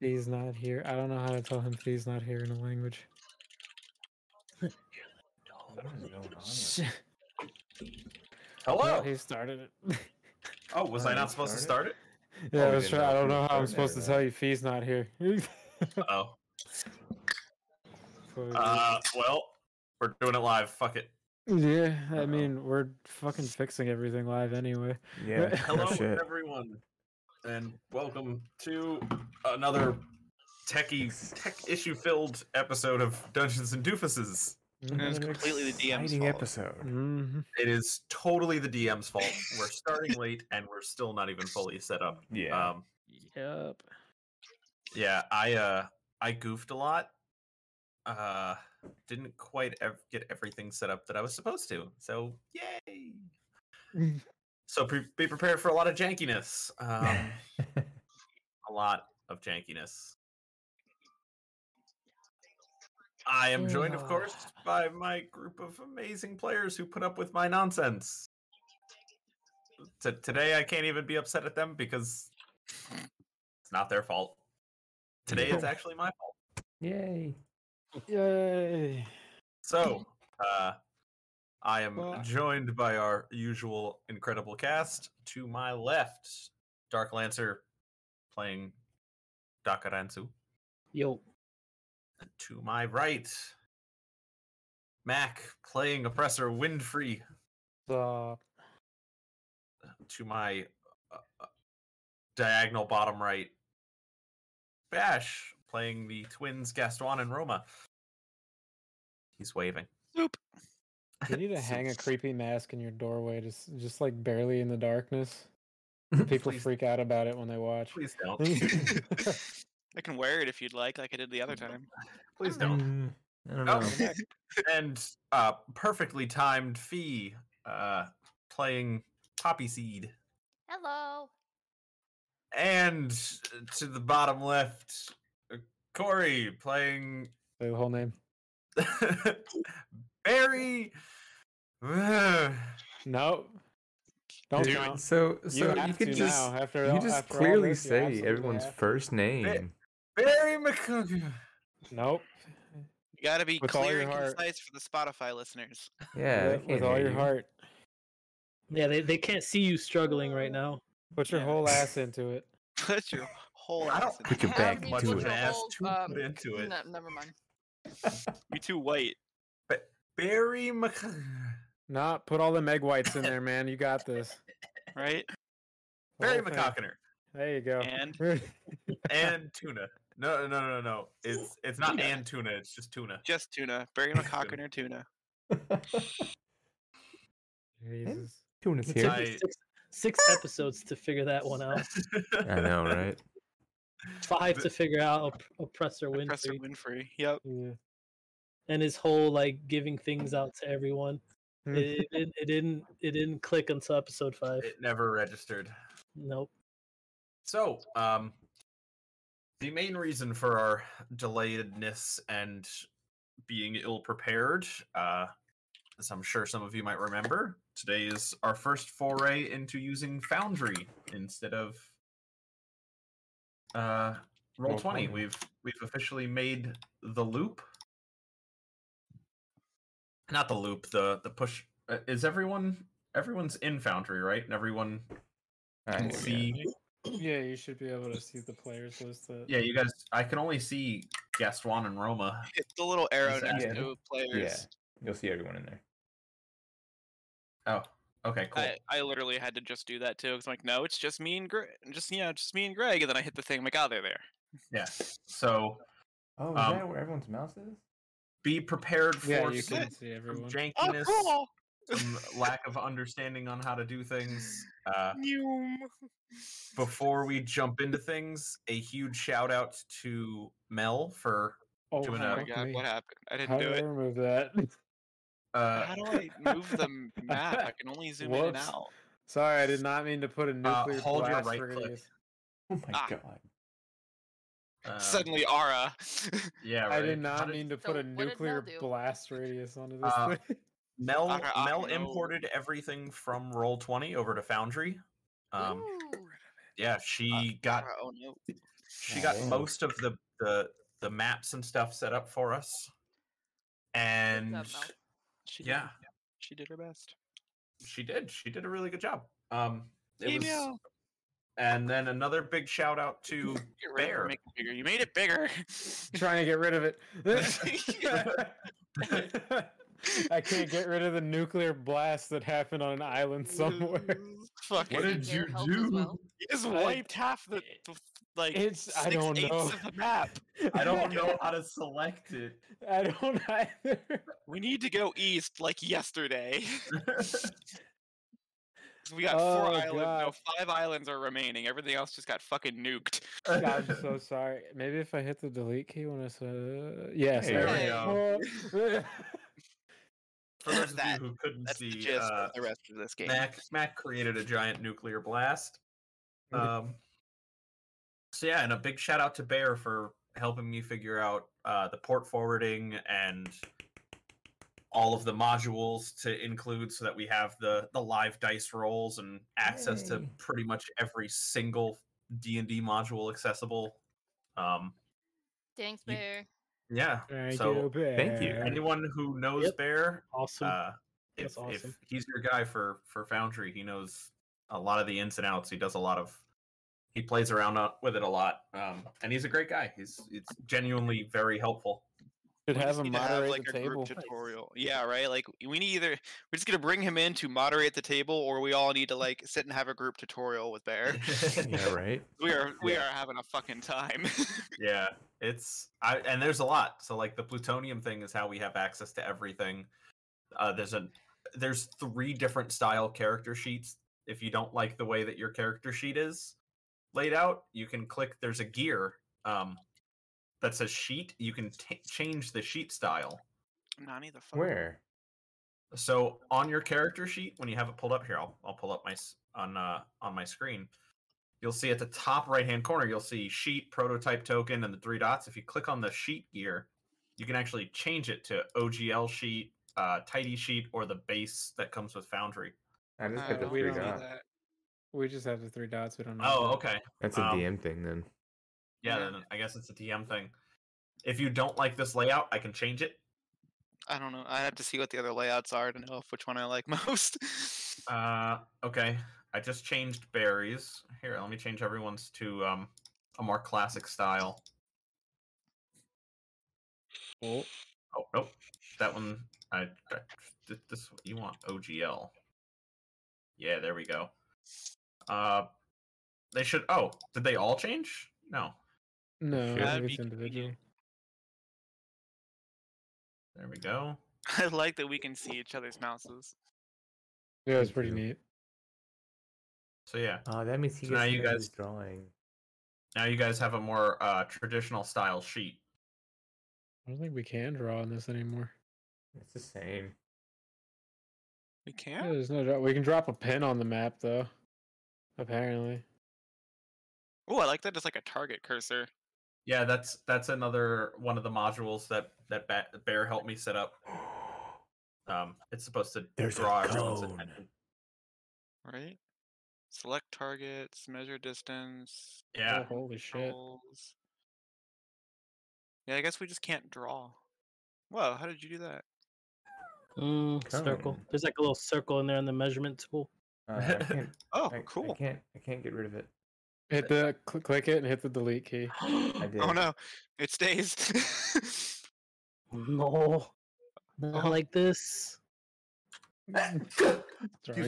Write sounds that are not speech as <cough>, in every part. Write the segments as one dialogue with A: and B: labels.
A: He's not here. I don't know how to tell him he's not here in a language.
B: Oh,
C: What is going on? here?
A: Shit.
B: Hello.
A: Well, he started <laughs> it.
B: Oh, was
C: Oh,
B: I
C: you
B: not supposed to start
C: started?
B: it?
A: yeah,
C: Oh,
A: I
C: we
A: was
C: didn't
A: trying.
C: know
A: I
C: if
A: don't
C: you were
A: know how I'm
C: starting it
A: supposed
C: or
A: to
C: not.
A: tell you Fee's not <laughs> here.
B: Oh.
A: Fuck.
B: Uh, well, we're doing it live. Fuck it.
A: yeah, I
C: uh-oh.
A: mean we're fucking fixing everything live anyway.
C: Yeah. no
B: Hello,
C: Oh, shit.
B: everyone, and welcome to another techie, tech issue-filled episode of Dungeons and Doofuses.
A: <laughs>
D: And it's completely the DM's
C: Exciting
D: fault.
B: Mm.
C: episode.
A: hmm
B: It is totally the DM's fault. We're
C: <laughs>
B: starting late, and we're still not even fully set up.
C: Yeah.
B: Um,
A: <laughs> Yep.
B: yeah, I uh, I goofed a lot. Uh, didn't quite ev- get everything set up that I was supposed to. So yay! So pre- be prepared for a lot of jankiness.
E: <laughs>
B: Um, a lot of jankiness. I am joined, of course, by my group of amazing players who put up with my nonsense. T- today, I can't even be upset at them because it's not their fault. Today, it's actually my fault.
C: Yay.
A: Yay.
B: So, uh, I am
A: Well-
B: joined by our usual incredible cast. To my left, Dark Lancer playing Dakaransu.
D: Yo.
B: To my right, Mac playing Oppressor Windfree.
A: Stop.
B: To my uh, uh, diagonal bottom right, Bash playing the twins Gaston and Roma. He's waving.
D: Nope.
A: You
B: <laughs>
A: need to hang a creepy mask in your doorway, just just like barely in the darkness. People
B: Please-
A: freak out about it when they watch.
B: Please
A: <laughs>
B: don't.
D: <laughs> I can wear it if you'd like, like I did the other time.
B: Please don't.
C: <laughs> I don't
B: Oh.
C: know.
B: and uh, perfectly timed Fee uh, playing Poppy Seed.
F: Hello.
B: And to the bottom left, uh, Corey playing <laughs>
A: Say the whole name.
B: Barry. <sighs>
A: No. Don't
B: Dude,
A: count.
C: So,
A: You
C: so you,
A: have
C: could
A: to
C: just
A: now. After all-
C: you just
A: after all
C: clearly
A: this, you
C: say
A: absolutely
C: everyone's
A: have to.
C: first name.
B: Barry McCook.
A: Nope.
D: You gotta be
A: With all
D: clear
A: your
D: and
A: heart.
D: concise for the Spotify listeners. <laughs>
C: Yeah, they
A: with, with
C: can't
A: all
C: hear
A: your
C: you.
A: heart.
G: Yeah, they, they can't see you struggling right now.
A: Put your
D: Yeah.
C: <laughs>
A: whole ass into it.
D: Put your whole
B: I
D: ass
B: don't-
D: in
C: Put
D: there.
C: your back
F: Have
B: Much
C: into
B: of
F: put
B: an
F: your
C: it.
B: ass
F: whole,
B: to
F: um,
B: put into it.
F: No, never mind.
D: You too white.
B: Barry McCook.
A: Nah, put all the egg whites in there, man. You got this.
D: Right?
A: The
B: Barry
A: whole thing.
B: McCockiner.
A: There you go.
D: And-
B: And tuna. No, no, no, no. It's it's not
D: Tuna.
B: and tuna. It's just tuna.
D: Just tuna. Barry McCockiner tuna.
A: <laughs> Jesus.
C: Tuna's
G: It took
C: here.
B: I-
G: me six, six episodes to figure that one out.
C: I know, right?
G: Five
B: The-
G: to figure out Opp- oppressor Winfrey
D: Professor Winfrey. Yep.
A: Yeah.
G: and his whole like giving things out to everyone. It, it, didn't- it didn't it didn't click until episode five.
B: It never registered.
G: Nope.
B: So, um, the main reason for our delayedness and being ill prepared, uh, as I'm sure some of you might remember, today is our first foray into using Foundry instead of uh, Roll Twenty.
C: Roll20.
B: We've we've officially made the loop, not the loop, the the push. uh, Is everyone everyone's in Foundry, right? And everyone
C: I
B: can
C: know, yeah.
B: see.
A: yeah, you should be able to see the players list. That...
B: Yeah, you guys. I can only see Gaston and Roma.
D: It's the little arrow next
C: Exactly.
D: to players.
C: You'll see everyone in there.
B: Oh, okay, cool.
D: I, I literally had to just do that too. Cause I'm like, no, it's just me and Greg. Just yeah, just me and Greg. And then I hit the thing. I'm like, oh, they're there.
B: Yeah. So
C: Oh, is
B: Um,
C: that where everyone's mouse is?
B: be prepared for
A: Yeah, you
B: some,
A: can Oh, see
B: some
A: everyone.
B: jankiness,
D: Oh,
B: some lack of understanding on how to do things.
D: <laughs>
B: Uh,
D: Neum.
B: before we jump into things, a huge shout out to Mel for.
A: Oh,
B: doing
D: Oh
B: Uh,
D: my
A: fuck
D: god,
A: me.
D: what happened? I didn't
A: How
D: do
A: did I
D: it.
A: remove that? <laughs>
B: Uh,
D: How do I move the m- map? I can only zoom in and
A: Whoops.
D: out.
A: Sorry, I did not mean to put a
B: Uh,
A: nuclear
B: hold your
A: blast
B: right
A: for
B: click.
A: these.
C: Oh my
D: Ah.
C: god.
B: um,
D: Suddenly, Aura.
B: yeah,
A: I
B: right.
A: did
B: How
A: not
B: did-
A: mean to
F: So
A: put a
F: what did Mel
A: nuclear
F: do?
A: blast radius onto this
B: Uh,
A: thing. <laughs>
B: Mel
D: Fucker, I
B: Mel
D: know.
B: imported everything from Roll Twenty over to Foundry. Um,
F: Ooh.
B: yeah, she got
D: Uh, Aura, oh no.
B: She
C: Oh,
B: got
C: damn.
B: most of the, the the maps and stuff set up for us, and
F: job, Mel.
D: She did-
B: yeah,
D: she did her best.
B: she did. She did a really good job. Um, it was,
D: Email.
B: and then another big shout out to
D: <laughs> Get rid of her,
B: Bear.
D: make it bigger. You made it bigger. <laughs>
A: Trying to get rid of it. <laughs> I can't get rid of the nuclear blast that happened on an
F: <laughs>
A: island somewhere.
D: <laughs> Fucking
F: What did- Bear helped as well.
D: he just wiped half the, the f- like
A: It's- I don't
D: six-eighths
A: know.
D: of the map.
B: I
D: <laughs>
B: don't know how to select it.
A: <laughs>
B: <laughs>
A: I don't either.
D: We need to go east like yesterday. <laughs> 'Cause we got
A: Oh,
D: four islands. No,
A: God.
D: five islands are remaining. Everything else just got fucking nuked.
A: God, I'm so sorry. Maybe if I hit the delete key when I said uh, yes.
C: There
A: there
F: we
A: we
B: go.
A: go.
B: For those of
D: That-
B: you who couldn't
D: That's the
B: see,
D: gist
B: uh,
D: of the rest of this game.
B: Mac Mac created a giant nuclear blast. Um, so yeah, and a big shout out to Bear for helping me figure out uh, the port forwarding and all of the modules to include, so that we have the the live dice rolls and access to
C: Yay.
B: pretty much every single D and D module accessible. Um,
F: Thanks,
B: You-
F: Bear.
B: yeah,
A: <laughs> Thank
B: so
A: you,
C: thank you.
A: Bear.
B: anyone who knows
G: Yep.
B: Bear
G: Awesome.
B: uh,
G: That's
B: if, if
G: awesome.
B: he's your guy for for Foundry, he knows a lot of the ins and outs. He does a lot of he plays around o- with it a lot, um, and he's a great guy. He's it's genuinely very helpful.
A: Should
D: We
A: have
D: just
A: him
D: need to have,
A: moderate
D: like,
A: the
D: a group
A: table.
D: tutorial. Yeah, right. Like we need either we're just gonna bring him in to moderate the table, or we all need to like sit and have a group tutorial with Bear.
A: <laughs>
C: yeah, <laughs> right.
D: we are we
B: Yeah.
D: are having a fucking time. <laughs>
B: yeah, it's I, and there's a lot. So like the plutonium thing is how we have access to everything. Uh, there's a there's three different style character sheets. If you don't like the way that your character sheet is laid out, you can click. There's a gear um, that says sheet. You can t- change the sheet style.
D: Nani the fuck.
C: Where?
B: So on your character sheet, when you have it pulled up here, I'll I'll pull up my s- on uh, on my screen. You'll see at the top right hand corner, you'll see sheet, prototype token, and the three dots. If you click on the sheet gear, you can actually change it to OGL sheet, uh, tidy sheet, or the base that comes with Foundry.
C: I just got
D: Uh,
C: the
A: we
C: three
A: don't do
C: dots.
D: that.
A: We just have the three dots. We don't know.
B: Oh,
A: about.
B: okay.
C: That's a
B: Um,
C: DM thing then.
B: Yeah,
D: Yeah.
B: Then I guess it's a TM thing. If you don't like this layout, I can change it.
D: I don't know. I have to see what the other layouts are to know if which one I like <laughs> most.
B: Uh, okay. I just changed berries. Here, let me change everyone's to um, a more classic style.
A: Well,
B: Oh nope, that one. I, I th- this you want OGL? Yeah, there we go. Uh, they should. Oh, did they all change? No,
A: no, I
D: That'd
A: think it's
D: be
A: individual.
D: convenient.
B: there we go.
D: I like that we can see each other's mouses.
A: Yeah, it's
C: Thank
A: pretty
C: you.
A: neat.
B: So yeah,
C: Oh, that means he
B: So now
C: gets to
B: you
C: make his
B: guys-
C: drawing.
B: now you guys have a more uh, traditional style sheet.
A: I don't think we can draw on this anymore.
C: It's the same.
A: <laughs>
D: We
A: Yeah,
D: can.
A: there's no draw. We can drop a pin on the map though. Apparently.
D: Oh, I like that. It's like a target cursor.
B: Yeah, that's that's another one of the modules that that Ba- Bear helped me set
C: <gasps>
B: up. Um, it's supposed to
C: There's a
B: draw everyone's
C: cone.
B: attention.
D: right? Select targets, measure distance,
B: Yeah,
A: Oh, holy shit.
D: controls. Yeah, I guess we just can't draw. Whoa, how did you do that?
G: Mm, circle.
C: cone.
G: There's like a little circle in there in the measurement tool.
C: Uh, I can't,
D: Oh,
C: I, I
D: cool.
C: can't. I can't get rid of it.
A: Hit the cl- click it and hit the delete key.
C: I did.
D: Oh no, it stays.
G: No, not
D: Oh.
G: like this.
A: Drawing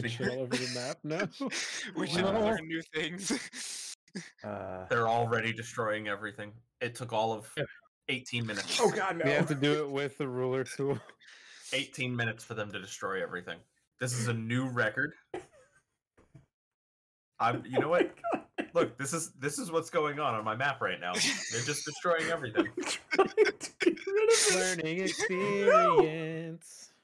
B: me.
A: shit all over the map. No.
D: <laughs> we should
C: Wow.
D: learn new things. <laughs>
E: <laughs>
C: Uh,
B: they're already destroying everything. It took all of eighteen minutes.
E: Oh,
C: God,
A: You
E: <laughs>
A: have to do it with the ruler tool. <laughs>
B: 18 minutes for them to destroy everything. This is a new record. I'm you
E: <laughs>
B: know what? Look, this is this is what's going on on my map right now. They're just destroying everything.
A: Learning experience.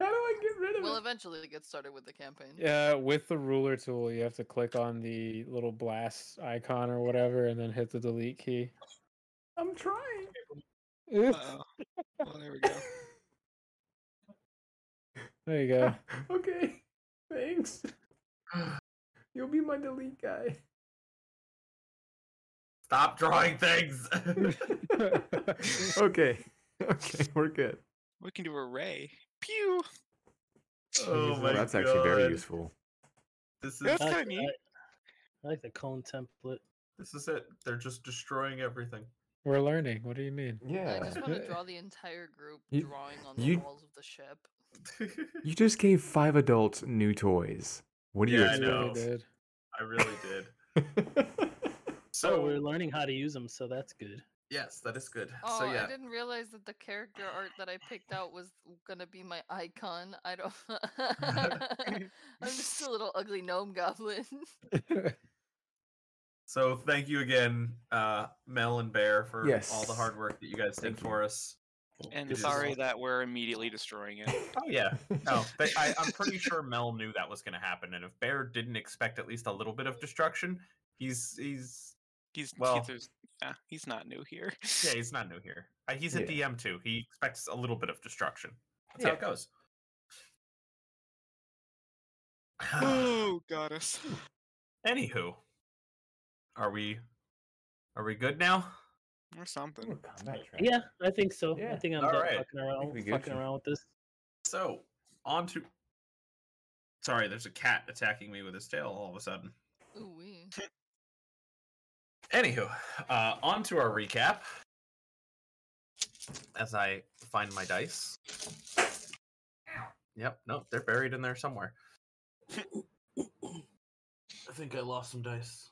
C: How do I get rid of
F: We'll
C: it?
F: eventually get started with the campaign.
A: Yeah, with the ruler tool, you have to click on the little blast icon or whatever, and then hit the delete key.
C: I'm trying.
D: Uh-oh. Well, there we go.
A: There you go. <laughs>
C: okay.
A: <sighs>
C: Thanks. You'll be my delete guy.
B: Stop drawing things. <laughs> Oh
E: <laughs>
C: okay. Okay, we're good.
D: We can do a ray. Pew.
B: oh
C: Jesus.
B: my
E: that's actually very
B: God.
E: useful.
B: This is
D: That's
G: I like
D: kind of
G: the-
D: neat.
G: I, I like the cone template.
B: this is it. They're just destroying everything. <laughs>
A: We're learning. What do you mean?
E: Yeah.
F: I just want to draw the entire group
E: You-
F: drawing on the
E: you-
F: walls of the ship.
E: You just gave five adults new toys. What do you
B: Yeah, I
A: You really
B: know.
E: expect?
A: did.
B: I really did.
E: <laughs>
G: So
B: So
G: Oh, we're learning how to use them, so that's good.
B: yes, that is good.
F: Oh,
B: so yeah,
F: I didn't realize that the character art that I picked out was gonna be my icon. I
B: <laughs>
F: don't. <laughs> I'm just a little ugly gnome goblin. <laughs>
B: So thank you again, uh, Mel and Bear, for all the
E: Yes.
B: hard work that you guys did
E: Thank you.
B: for us.
D: And
B: It is-
D: sorry that we're immediately destroying it.
B: Oh yeah. <laughs> No, they, I, I'm pretty sure Mel knew that was going to happen, and if Bear didn't expect at least a little bit of destruction, he's he's
D: He's he-
B: Well-
D: there's- yeah, he's not new here.
B: yeah he's not new here. Uh, he's a
E: Yeah.
B: DM too. He expects a little bit of destruction. That's how it goes. <sighs>
D: oh, goddess.
B: Anywho, are we are we good now?
D: Or something.
G: Yeah, I think so. I
E: Yeah,
G: think I'm
B: all
G: done
B: right.
G: fucking around,
E: we
G: fucking
E: Gucci.
G: around with this.
B: So on to. Sorry, there's a cat attacking me with his tail all of a sudden.
F: Ooh wee.
B: Anywho, uh, on to our recap. As I find my dice. Yep, no, they're buried in there somewhere. <coughs> I think I lost some dice.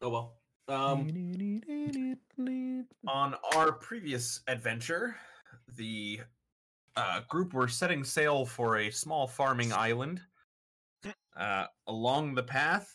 B: Oh well. Um,
A: <laughs>
B: on our previous adventure, the uh, group were setting sail for a small farming island. Uh, along the path,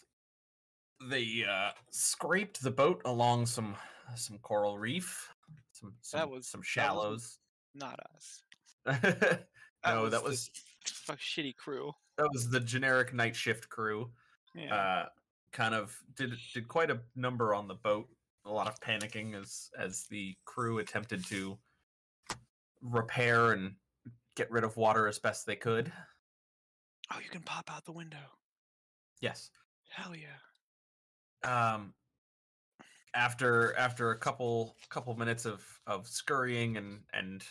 B: they uh, scraped the boat along some some coral reef, some some,
D: was-
B: some
D: that was-
B: shallows. <laughs>
D: Not us.
B: no, that
D: the
B: was
D: fuck shitty crew.
B: that was the generic night shift crew.
D: Yeah.
B: Uh, kind of did did quite a number on the boat. A lot of panicking as as the crew attempted to repair and get rid of water as best they could.
D: oh, you can pop out the window.
B: Yes.
D: Hell yeah.
B: um after after a couple couple minutes of of scurrying and and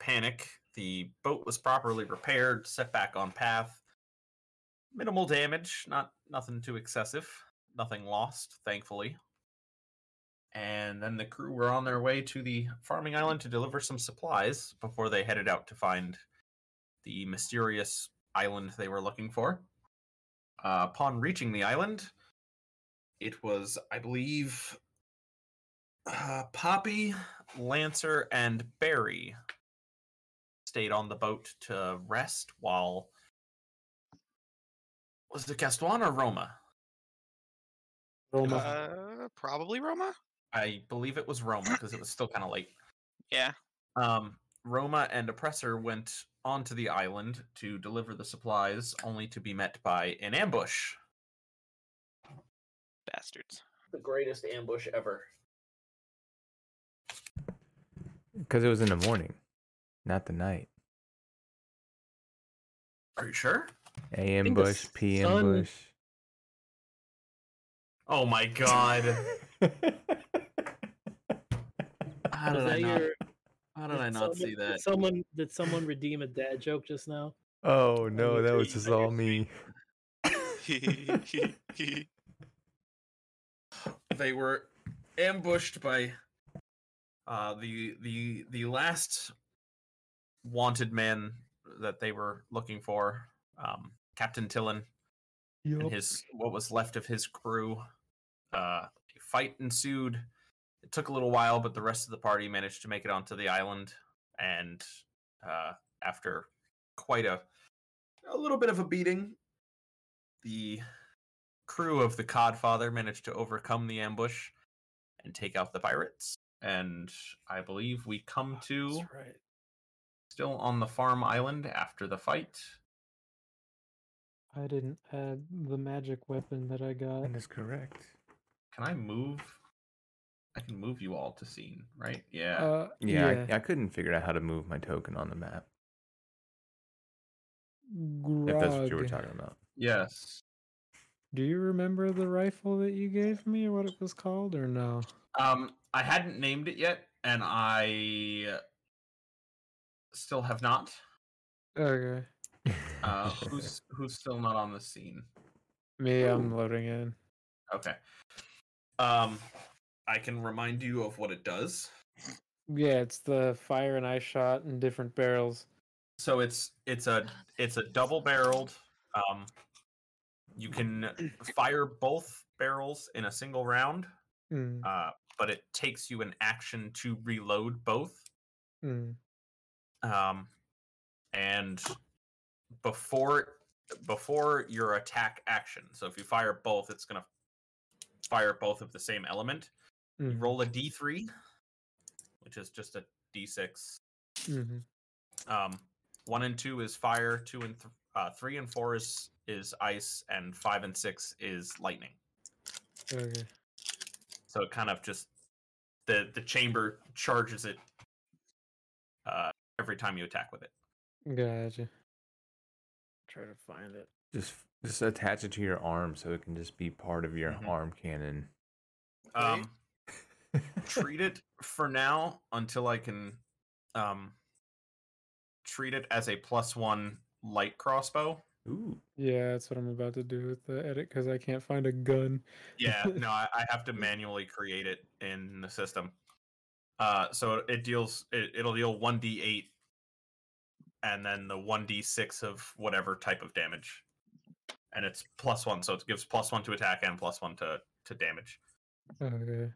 B: panic the boat was properly repaired set back on path minimal damage not nothing too excessive nothing lost thankfully and then the crew were on their way to the farming island to deliver some supplies before they headed out to find the mysterious island they were looking for uh, upon reaching the island it was, I believe, uh, Poppy, Lancer, and Barry stayed on the boat to rest while. Was it Castuan or Roma?
A: Roma.
D: Uh, probably Roma.
B: I believe it was Roma because it was still kind of late.
D: Yeah.
B: Um, Roma and Oppressor went onto the island to deliver the supplies, only to be met by an ambush.
D: Bastards.
B: The greatest ambush ever.
E: Because it was in the morning, not the night.
B: Are you sure?
E: AM
G: think the
E: bush, PM
G: sun-
E: bush.
B: Oh my god. <laughs> How
G: Was
B: did I
G: that
B: not?
G: your-
B: How did I not
G: did someone-
B: see
G: did
B: that?
G: someone did someone redeem a dad joke just now?
E: <laughs> Oh no, that was
B: see,
E: just
B: I do
E: all me.
B: they were ambushed by uh, the the the last wanted man that they were looking for, um, Captain Tillen and his what was left of his crew. Uh, a fight ensued. It took a little while, but the rest of the party managed to make it onto the island. And uh, after quite a a little bit of a beating, the crew of the Codfather managed to overcome the ambush and take out the pirates. And I believe we come to
A: right.
B: still on the farm island after the fight.
A: I didn't add the magic weapon that I got.
E: That is correct.
B: Can I move? I can move you all to scene, right? Yeah.
A: Uh,
E: Yeah, I, I couldn't figure out how to move my token on the map. If that's what you were
A: Grog.
E: talking about.
B: yes.
A: Do you remember the rifle that you gave me or what it was called or no?
B: Um, I hadn't named it yet, and I still have not.
A: Okay.
E: <laughs>
B: Uh, who's who's still not on the scene?
A: Me, I'm loading in.
B: Okay. Um, I can remind you of what it does.
A: Yeah, it's the fire and ice shot in different barrels.
B: So it's it's a it's a double barreled. Um, you can fire both barrels in a single round,
A: Mm,
B: uh, but it takes you an action to reload both.
A: mm.
B: um, and before before your attack action. So if you fire both, it's gonna fire both of the same element. You
A: Mhm.
B: roll a d3, which is just a d6.
A: Mhm.
B: Um, one and two is fire. Two and th- uh, three and four is is ice, and five and six is lightning.
A: Okay.
B: So it kind of just the the chamber charges it uh, every time you attack with it.
A: Gotcha. Try to find it.
E: Just just attach it to your arm so it can just be part of your
B: Mhm.
E: arm cannon. <laughs>
D: Right.
B: Um, treat it for now until I can um treat it as a plus one light crossbow.
E: Ooh.
A: Yeah, that's what I'm about to do with the edit because I can't find a gun.
B: Yeah, no, I, I have to manually create it in the system. Uh, so it deals it, it'll deal one d eight, and then the one d six of whatever type of damage, and it's plus one, so it gives plus one to attack and plus one to to damage.
A: Okay.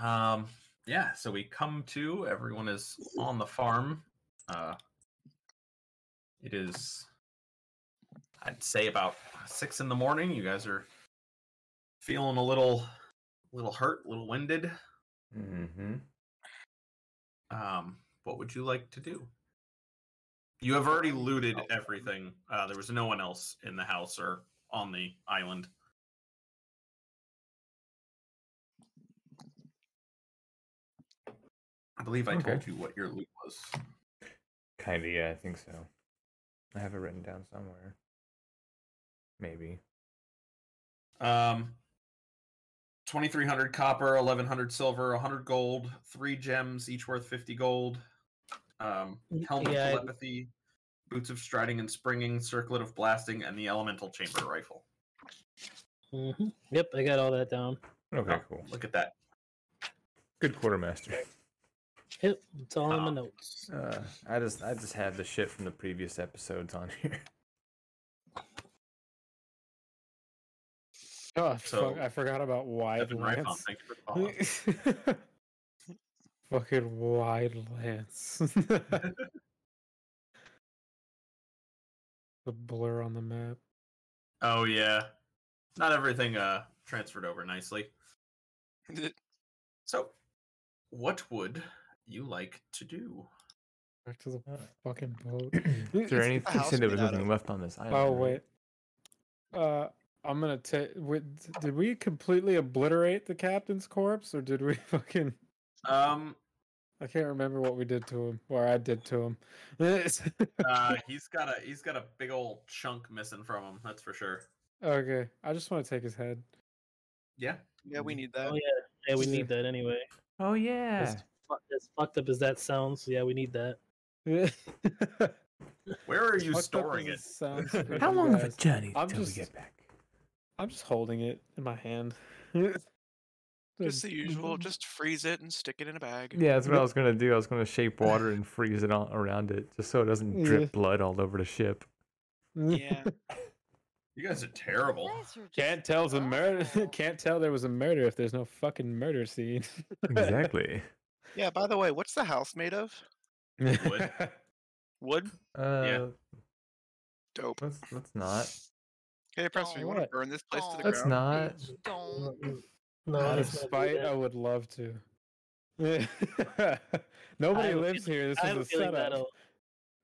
B: Um, yeah, so we come to everyone is on the farm. Uh, it is, I'd say, about six in the morning. You guys are feeling a little, little hurt, a little winded.
E: Mm-hmm.
B: Um, what would you like to do? You have already looted everything. Uh, there was no one else in the house or on the island. I believe I
E: Okay.
B: told you what your loot was.
E: Kinda, yeah, I think so. I have it written down somewhere. Maybe.
B: Um, 2300 copper, 1100 silver, 100 gold, three gems, each worth 50 gold. Um,
G: Y-
B: helmet of
G: Mm, yeah, I-
B: telepathy, boots of striding and springing, circlet of blasting, and the elemental chamber rifle.
G: hmm Yep, I got all that down.
E: Okay,
B: Oh,
E: cool.
B: Look at that.
E: Good quartermaster.
G: Yep, it's all in
B: Ah.
G: the notes.
E: Uh, I just I just have the shit from the previous episodes on here.
A: Oh,
B: So,
A: fuck, I forgot about wide
B: Evan Rifon,
A: lance.
B: thank
A: <laughs>
B: you for the follow.
A: Fucking wide lance. <laughs> the blur on the map.
B: Oh yeah. Not everything uh transferred over nicely. So what would you like to do?
A: Back to the fucking boat.
E: Uh,
A: Mm,
E: Is there any? You
D: house
E: said there
D: made
E: was
D: out
E: nothing
D: of-
E: left on this island.
A: Oh
E: right?
A: wait. Uh, I'm gonna take. Did we completely obliterate the captain's corpse, or did we <laughs> fucking? <laughs>
B: Um
A: I can't remember what we did to him, or I did to him. <laughs>
B: uh he's got a he's got a big old chunk missing from him, that's for sure.
A: okay, I just want to take his head. <laughs>
B: Yeah.
D: yeah, we need that.
G: Oh yeah, yeah, we
A: Yeah.
G: need that anyway.
E: Oh yeah.
G: As, fu- as fucked up as that sounds, yeah, we need that.
B: Where are you
A: Fucked up
B: storing
A: as
B: it?
A: it
E: <laughs>
A: sounds for
E: How
A: you
E: long of a
A: guys,
E: journey
A: I'm
E: until
A: just-
E: we get back?
A: I'm just holding it in my hand.
D: Just
A: <laughs>
D: the usual. Just freeze it and stick it in a bag.
E: Yeah, that's what I was gonna do. I was gonna shape water and freeze it on, around it, just so it doesn't drip
A: Yeah.
E: blood all over the ship.
D: Yeah.
B: You guys are terrible.
A: Can't tell the <laughs> murder.
F: Oh.
A: Can't tell there was a murder if there's no fucking murder scene.
E: Exactly.
D: Yeah. By the way, what's the house made of?
B: <laughs>
A: <laughs>
B: Wood.
D: Wood.
E: Uh,
D: Dope.
E: let's let's not.
D: Hey, Preston, you want to
A: What?
D: burn this place to the
F: Don't.
E: Let's
D: ground?
E: not.
F: Bitch, Don't.
G: Mm-hmm. No,
A: Out of
G: let's not do
A: spite,
G: that. Oh,
A: I would love to. <laughs> Nobody
G: have a
A: lives here. This
G: I
A: is
G: have
A: a
G: a feeling
A: setup.
G: that'll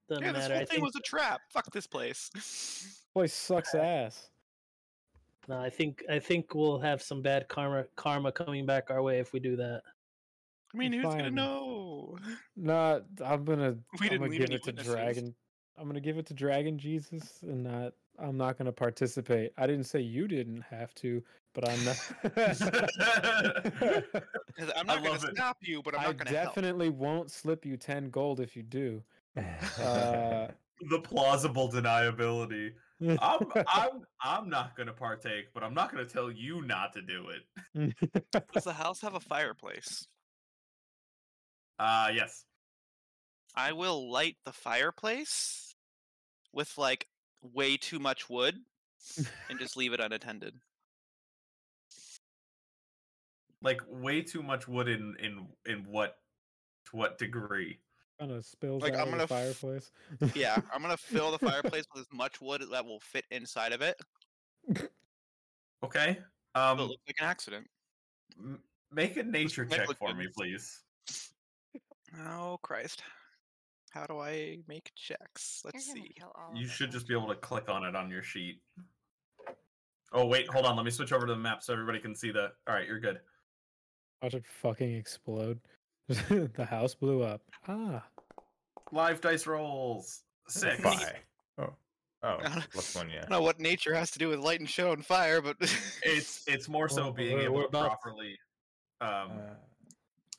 G: doesn't
D: Yeah, this
G: matter.
D: whole
G: I
D: thing
G: think
D: was a trap. Fuck this place. <laughs>
A: Place sucks ass.
G: no, I think I think we'll have some bad karma karma coming back our way if we do that.
D: I mean, who's gonna
A: Fine.
D: know?
A: Nah, I'm gonna.
D: We
A: I'm
D: didn't
A: gonna
D: leave
A: give
D: any
A: it to
D: witnesses.
A: Dragon. I'm gonna give it to Dragon Jesus and not I'm not going to participate. I didn't say you didn't have to, but I'm not. <laughs>
D: I'm
B: I
D: not going
B: love
D: to
B: it.
D: stop you, but I'm
A: I
D: not going to help.
A: definitely won't slip you 10 gold if you do.
E: <laughs>
A: Uh,
B: the plausible deniability.
A: <laughs>
B: I'm I'm I'm not gonna partake, but I'm not gonna tell you not to do it.
D: Does the house have a fireplace?
B: Uh yes.
D: I will light the fireplace with like way too much wood and just leave it unattended.
B: Like way too much wood in in in what to what degree?
A: kind of spills
D: Like,
A: out
D: I'm
A: of
D: gonna
A: the
D: f-
A: fireplace.
D: Yeah, I'm gonna fill
B: <laughs>
D: the fireplace with as much wood that will fit inside of it.
B: Okay.
D: So it
B: Um
D: looks like an accident.
B: m- make a nature
D: make it
B: check
D: look
B: for
D: good.
B: me, please.
D: Oh Christ! How do I make checks? Let's
F: You're gonna
D: see.
F: kill all
B: You
F: of us,
B: should just
F: aren't
B: be able to click on it on your sheet. Oh wait, hold on, let me switch over to the map so everybody can see the Alright, you're good.
A: <laughs> Watch it fucking explode. <laughs> the house blew up. Ah. <clears throat>
B: Live dice rolls. Six.
E: Bye. Oh. Oh,
D: I don't-
E: plus one, yeah.
D: I don't know what nature has to do with light and show and fire, but
B: It's it's more so
A: Well,
B: being
A: we're-
B: able
A: we're
B: to
A: about-
B: properly um
E: Uh,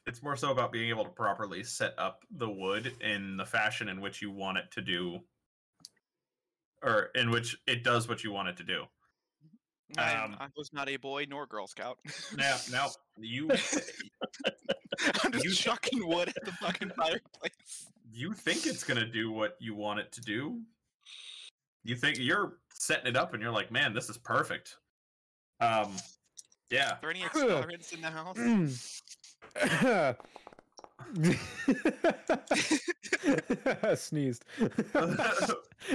B: it's more so about being able to properly set up the wood in the fashion in which you want it to do or in which it does what you want it to do
D: <laughs> I,
B: Um,
D: I was not a boy nor Girl Scout.
B: now now you
D: <laughs> I'm just
B: you- <laughs>
D: chucking wood at the fucking fireplace.
B: you think it's going to do what you want it to do you think you're setting it up and you're like man this is perfect um yeah
D: <laughs>
B: <laughs>
D: Are there any explorants in the house?
A: Sneezed.
B: <laughs>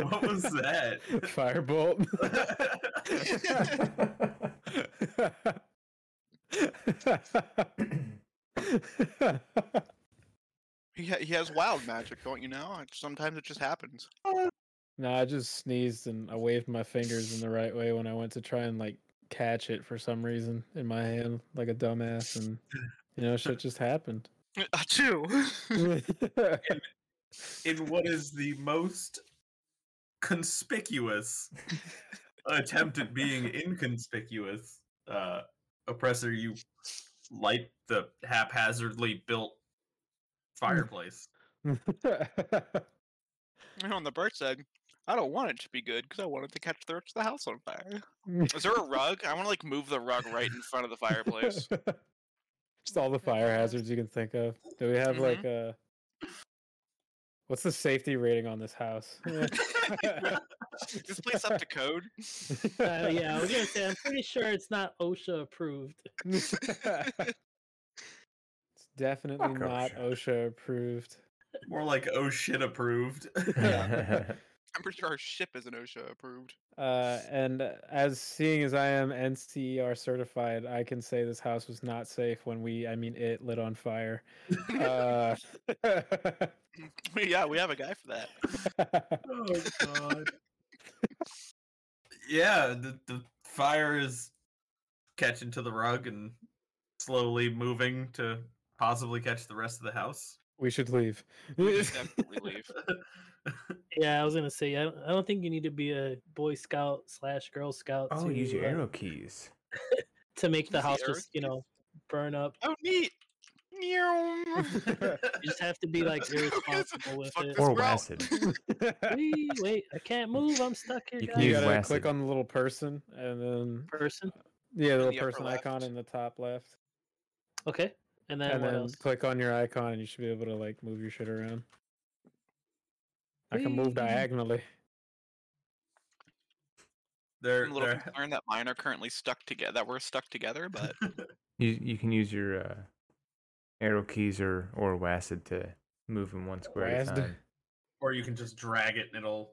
B: what was that <laughs>
A: Firebolt. <laughs>
D: He, ha- he has wild magic, don't you know? It- Sometimes it just
B: <laughs>
D: happens.
A: no, I just sneezed and I waved my fingers in the right way when I went to try and like catch it for some reason in my hand like a dumbass and you know shit just happened.
B: Ah,
D: Achoo!
A: <laughs>
B: in what is the most conspicuous attempt at being inconspicuous uh oppressor you light the haphazardly built fireplace
D: and <laughs> on the bird side, I don't want it to be good because I wanted to catch the rest of the house on fire. Is there a rug? I want to like move the rug right in front of
A: <laughs>
D: the fireplace.
A: Just all the fire hazards you can think of. Do we have
D: Mhm.
A: like a what's the safety rating on this house? <laughs>
D: Uh, Is this place up to code?
G: <laughs> Uh, yeah, I was gonna say I'm pretty sure it's not OSHA approved.
A: it's definitely
E: Fuck
A: not
E: OSHA.
A: OSHA approved.
B: more like oh shit approved <laughs>
E: <laughs>
D: I'm pretty sure our ship is an OSHA approved.
A: Uh, and uh, as seeing as I am NCER certified, I can say this house was not safe when we, I mean, it lit on fire. Uh, <laughs>
D: yeah, we have a guy for that.
B: oh god yeah the, the fire is catching to the rug and slowly moving to possibly catch the rest of the house
A: we should leave.
D: We should definitely leave.
G: Yeah, I was gonna say I don't, I don't think you need to be a Boy Scout slash Girl Scout
E: oh,
G: to
E: use your
G: uh,
E: arrow keys.
G: to make the
D: Use the
G: house
D: arrow
G: just you
D: keys.
G: know burn up.
D: Oh, neat. Meow.
G: You just have
D: <laughs>
G: to be like
D: Who is-
G: irresponsible with
D: fuck
G: it.
D: <laughs> this
E: Or
D: route.
E: <laughs> Wasted.
G: Wee, wait, I can't move. I'm stuck here.
E: You
A: <laughs>
E: can
A: you
E: use
G: guys.
A: gotta
E: Wasted.
A: click on the little person and then
G: person.
A: yeah, the
D: the
A: little
D: upper
A: person icon
D: left.
A: in the top left,
G: Okay, and then
A: and
G: what
A: then
G: else?
A: click on your icon, and you should be able to like move your shit around. I can move
G: Whee!
A: diagonally.
B: they're,
D: I'm a little
B: they're
D: concerned that mine are currently stuck together. That we're stuck together, but
B: <laughs>
E: You you can use your uh, arrow keys or or wasted to move in one square at a
A: Wasted.
E: time.
B: or you can just drag it and it'll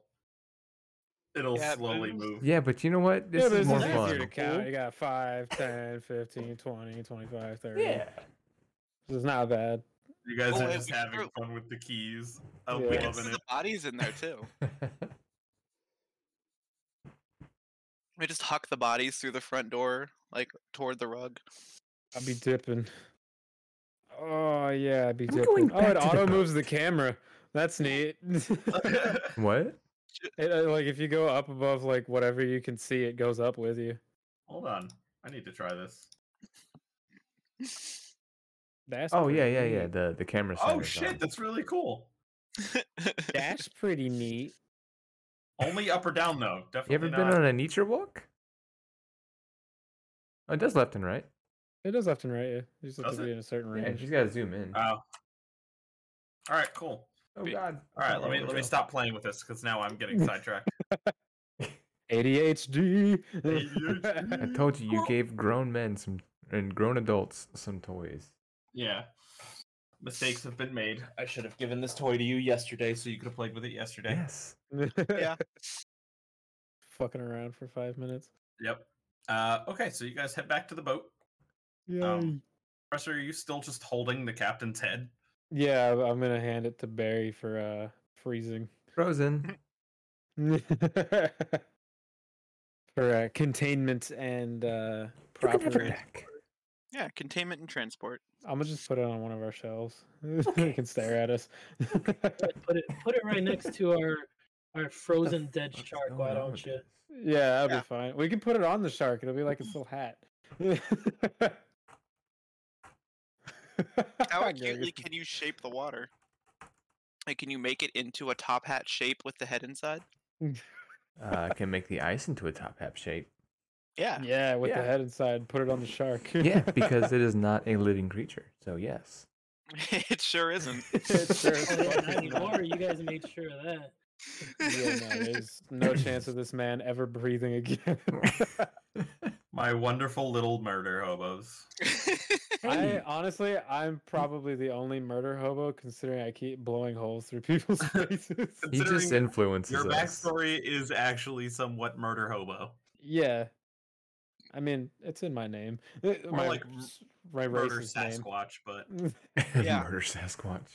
B: it'll
D: Yeah, it
B: slowly
D: moves.
B: move.
E: Yeah, but you know what? This
A: yeah, but it's
E: is more
A: easier to
E: fun.
A: count. You got 5, 10, 15, 20, 25, 30.
E: Yeah. <laughs>
A: This is not bad.
B: You guys
D: Oh,
B: are
D: wait,
B: just
D: we
B: having
D: threw-
B: fun with the keys. I'm
A: Yeah.
D: we
A: We're
D: can
B: loving
D: see
B: it.
D: the bodies in there too. We just huck the bodies through the front door, like toward the rug. <laughs>
A: I'll be dipping. Oh, yeah, I'd be
E: I'm
A: dipping.
E: going
A: oh, it
E: back to
A: <laughs>
E: the
A: auto moves the
E: boat.
A: camera. That's neat.
E: what?
A: It, uh, like if you go up above like whatever you can see, it goes up with you.
B: <laughs> Hold on. I need to try this.
A: That's
E: Oh yeah, yeah,
A: pretty
E: yeah.
A: neat.
E: The the camera.
B: Oh
E: side is on.
B: shit, that's really cool.
A: That's pretty neat.
B: Only up or down though.
E: You ever
B: Definitely
E: been
B: not.
E: on a nature walk? Oh, it does left and right.
A: It does left and right. Yeah. You just have
B: Does
A: to
B: it?
A: be in a certain
E: Yeah, you
A: range.
E: just gotta zoom in.
B: Oh. All right, cool.
E: oh
B: be-
E: god.
B: All right, let me <laughs> let me stop playing with this because now I'm getting <laughs> sidetracked.
A: ADHD.
D: <laughs>
E: I
B: ADHD.
E: told you you gave grown men some and grown adults some toys.
B: Yeah. Mistakes have been made. I should have given this toy to you yesterday so you could have played with it yesterday.
E: Yes.
A: <laughs>
D: Yeah.
A: Fucking around for five minutes.
B: Yep. Uh, okay, so you guys head back to the boat.
A: Yeah.
B: Oh, Professor, are you still just holding the captain's head?
A: yeah, I'm- I'm gonna hand it to Barry for uh freezing. <laughs>
B: <laughs>
E: Frozen.
A: for uh, containment and uh proper.
D: yeah, containment and transport.
A: I'm gonna just put it on one of our shelves. <laughs> they can stare at us.
G: Put it put it right next to our our
E: <laughs> What the
G: frozen dead
E: fuck's
G: shark.
E: going
G: Why
E: on
G: don't
E: with
G: you?
E: this?
A: <laughs> yeah, that'll
D: Yeah. Mm-hmm.
A: be fine. We can put it on the shark. It'll be like its little hat. <laughs>
D: How
A: Gary,
D: accurately can you shape the water? Like, can you make it into a top hat shape with the head inside?
E: Uh, I can make the ice into a top hat
B: <laughs>
E: shape.
D: Yeah.
A: Yeah, with
E: Yeah.
A: the head inside, put it on the shark.
E: Yeah,
A: <laughs>
E: because it is not a living creature. So yes.
D: <laughs> it
A: <laughs>
D: sure isn't.
A: It sure is
G: <laughs> Oh, yeah, not
A: fucking not.
G: anymore. You guys made sure of that.
A: Yeah, no, there's no chance of this man ever breathing again. <laughs>
B: My wonderful little murder hobos.
A: I honestly, I'm probably the only murder hobo considering I keep blowing holes through <laughs> people's faces.
E: He
B: <laughs>
E: just
B: Considering
E: influences
B: Your
E: us.
B: backstory is actually somewhat murder hobo.
A: yeah, I mean, it's in my name. Uh,
B: More
A: My,
B: like
A: s- my
B: Murder
A: racist name.
B: Sasquatch, but
E: <laughs>
D: Yeah.
E: Murder Sasquatch.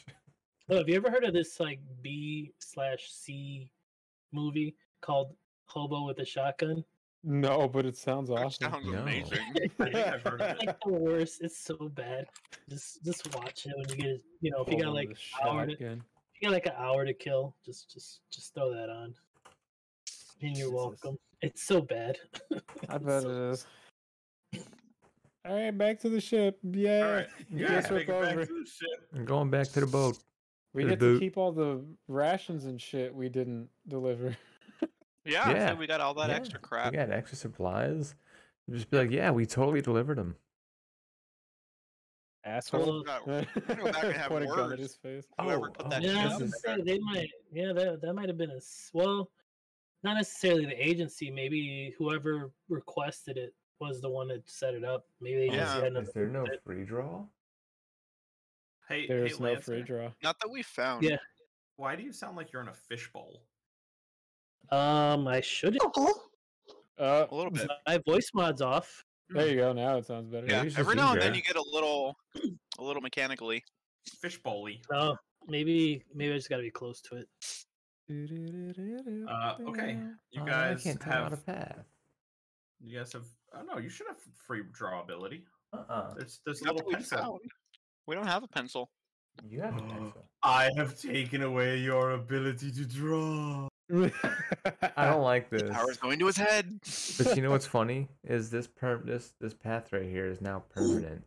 G: Oh, have you ever heard of this like B slash C movie called Hobo with a Shotgun?
A: <laughs> No, but it sounds
D: <laughs> That
A: awesome.
D: sounds
E: No.
D: amazing.
B: I
A: <laughs>
B: think I've heard of
G: It's like the worst. It's so bad. Just just watch it when you get you know if you got
A: Hold
G: like
A: on to
G: an hour to, if
A: shotgun.
G: you got like an hour to kill, just just just throw that on. And you're
E: Jesus.
G: welcome. It's so bad.
A: I
G: <laughs> It's
A: bet
G: so-
A: it is. All right, back to the ship. Yeah.
B: All right, yeah,
A: guess we're
B: make it back
A: over.
B: to the ship.
E: I'm going back to the boat.
A: We
E: There's
A: get to
E: the-
A: keep all the rations and shit we didn't deliver.
D: Yeah,
E: Yeah.
D: So we got all that
E: Yeah,
D: extra crap.
E: We got extra supplies. Just be like, yeah, we totally delivered them.
A: Asshole.
D: Well,
A: <laughs>
D: no, <laughs> go back and have
A: Point a gun
D: words.
A: at his face.
D: Whoever
E: Oh.
D: put that
G: Yeah,
D: shit
G: I
D: up
G: would
D: there.
G: say they might. Yeah, that that might have been a s- well, not necessarily the agency. Maybe whoever requested it was the one that set it up. Maybe they just
D: Yeah.
G: had another. that-
E: free draw?
B: Hey, hey
A: There's no
B: Lance,
A: free draw.
D: Not that we found.
G: Yeah.
B: why do you sound like you're in a fishbowl?
G: Um, I should.
A: Uh,
D: A little bit.
G: My voice mod's off.
A: there you go. Now it sounds better.
D: Yeah.
E: Maybe it's
D: Every
E: just
D: now
E: you,
D: and then
E: Jay.
D: you get a little, a little mechanically.
B: Fishbowly.
G: No, maybe maybe I just gotta be close to it.
B: Uh, okay,
A: Oh,
B: you guys have
E: path.
B: you guys have. Oh no, you should have free draw ability.
E: Uh-uh.
B: There's there's a
D: Not
B: little
D: that we
B: pencil.
D: found. We don't have a pencil.
E: You have
B: a pencil. I have taken away your ability to draw.
E: I <laughs> don't like
D: The
E: this.
D: <laughs> power's going to his head.
A: <laughs>
E: But you know what's funny is this perm this this path right here is now <laughs> permanent.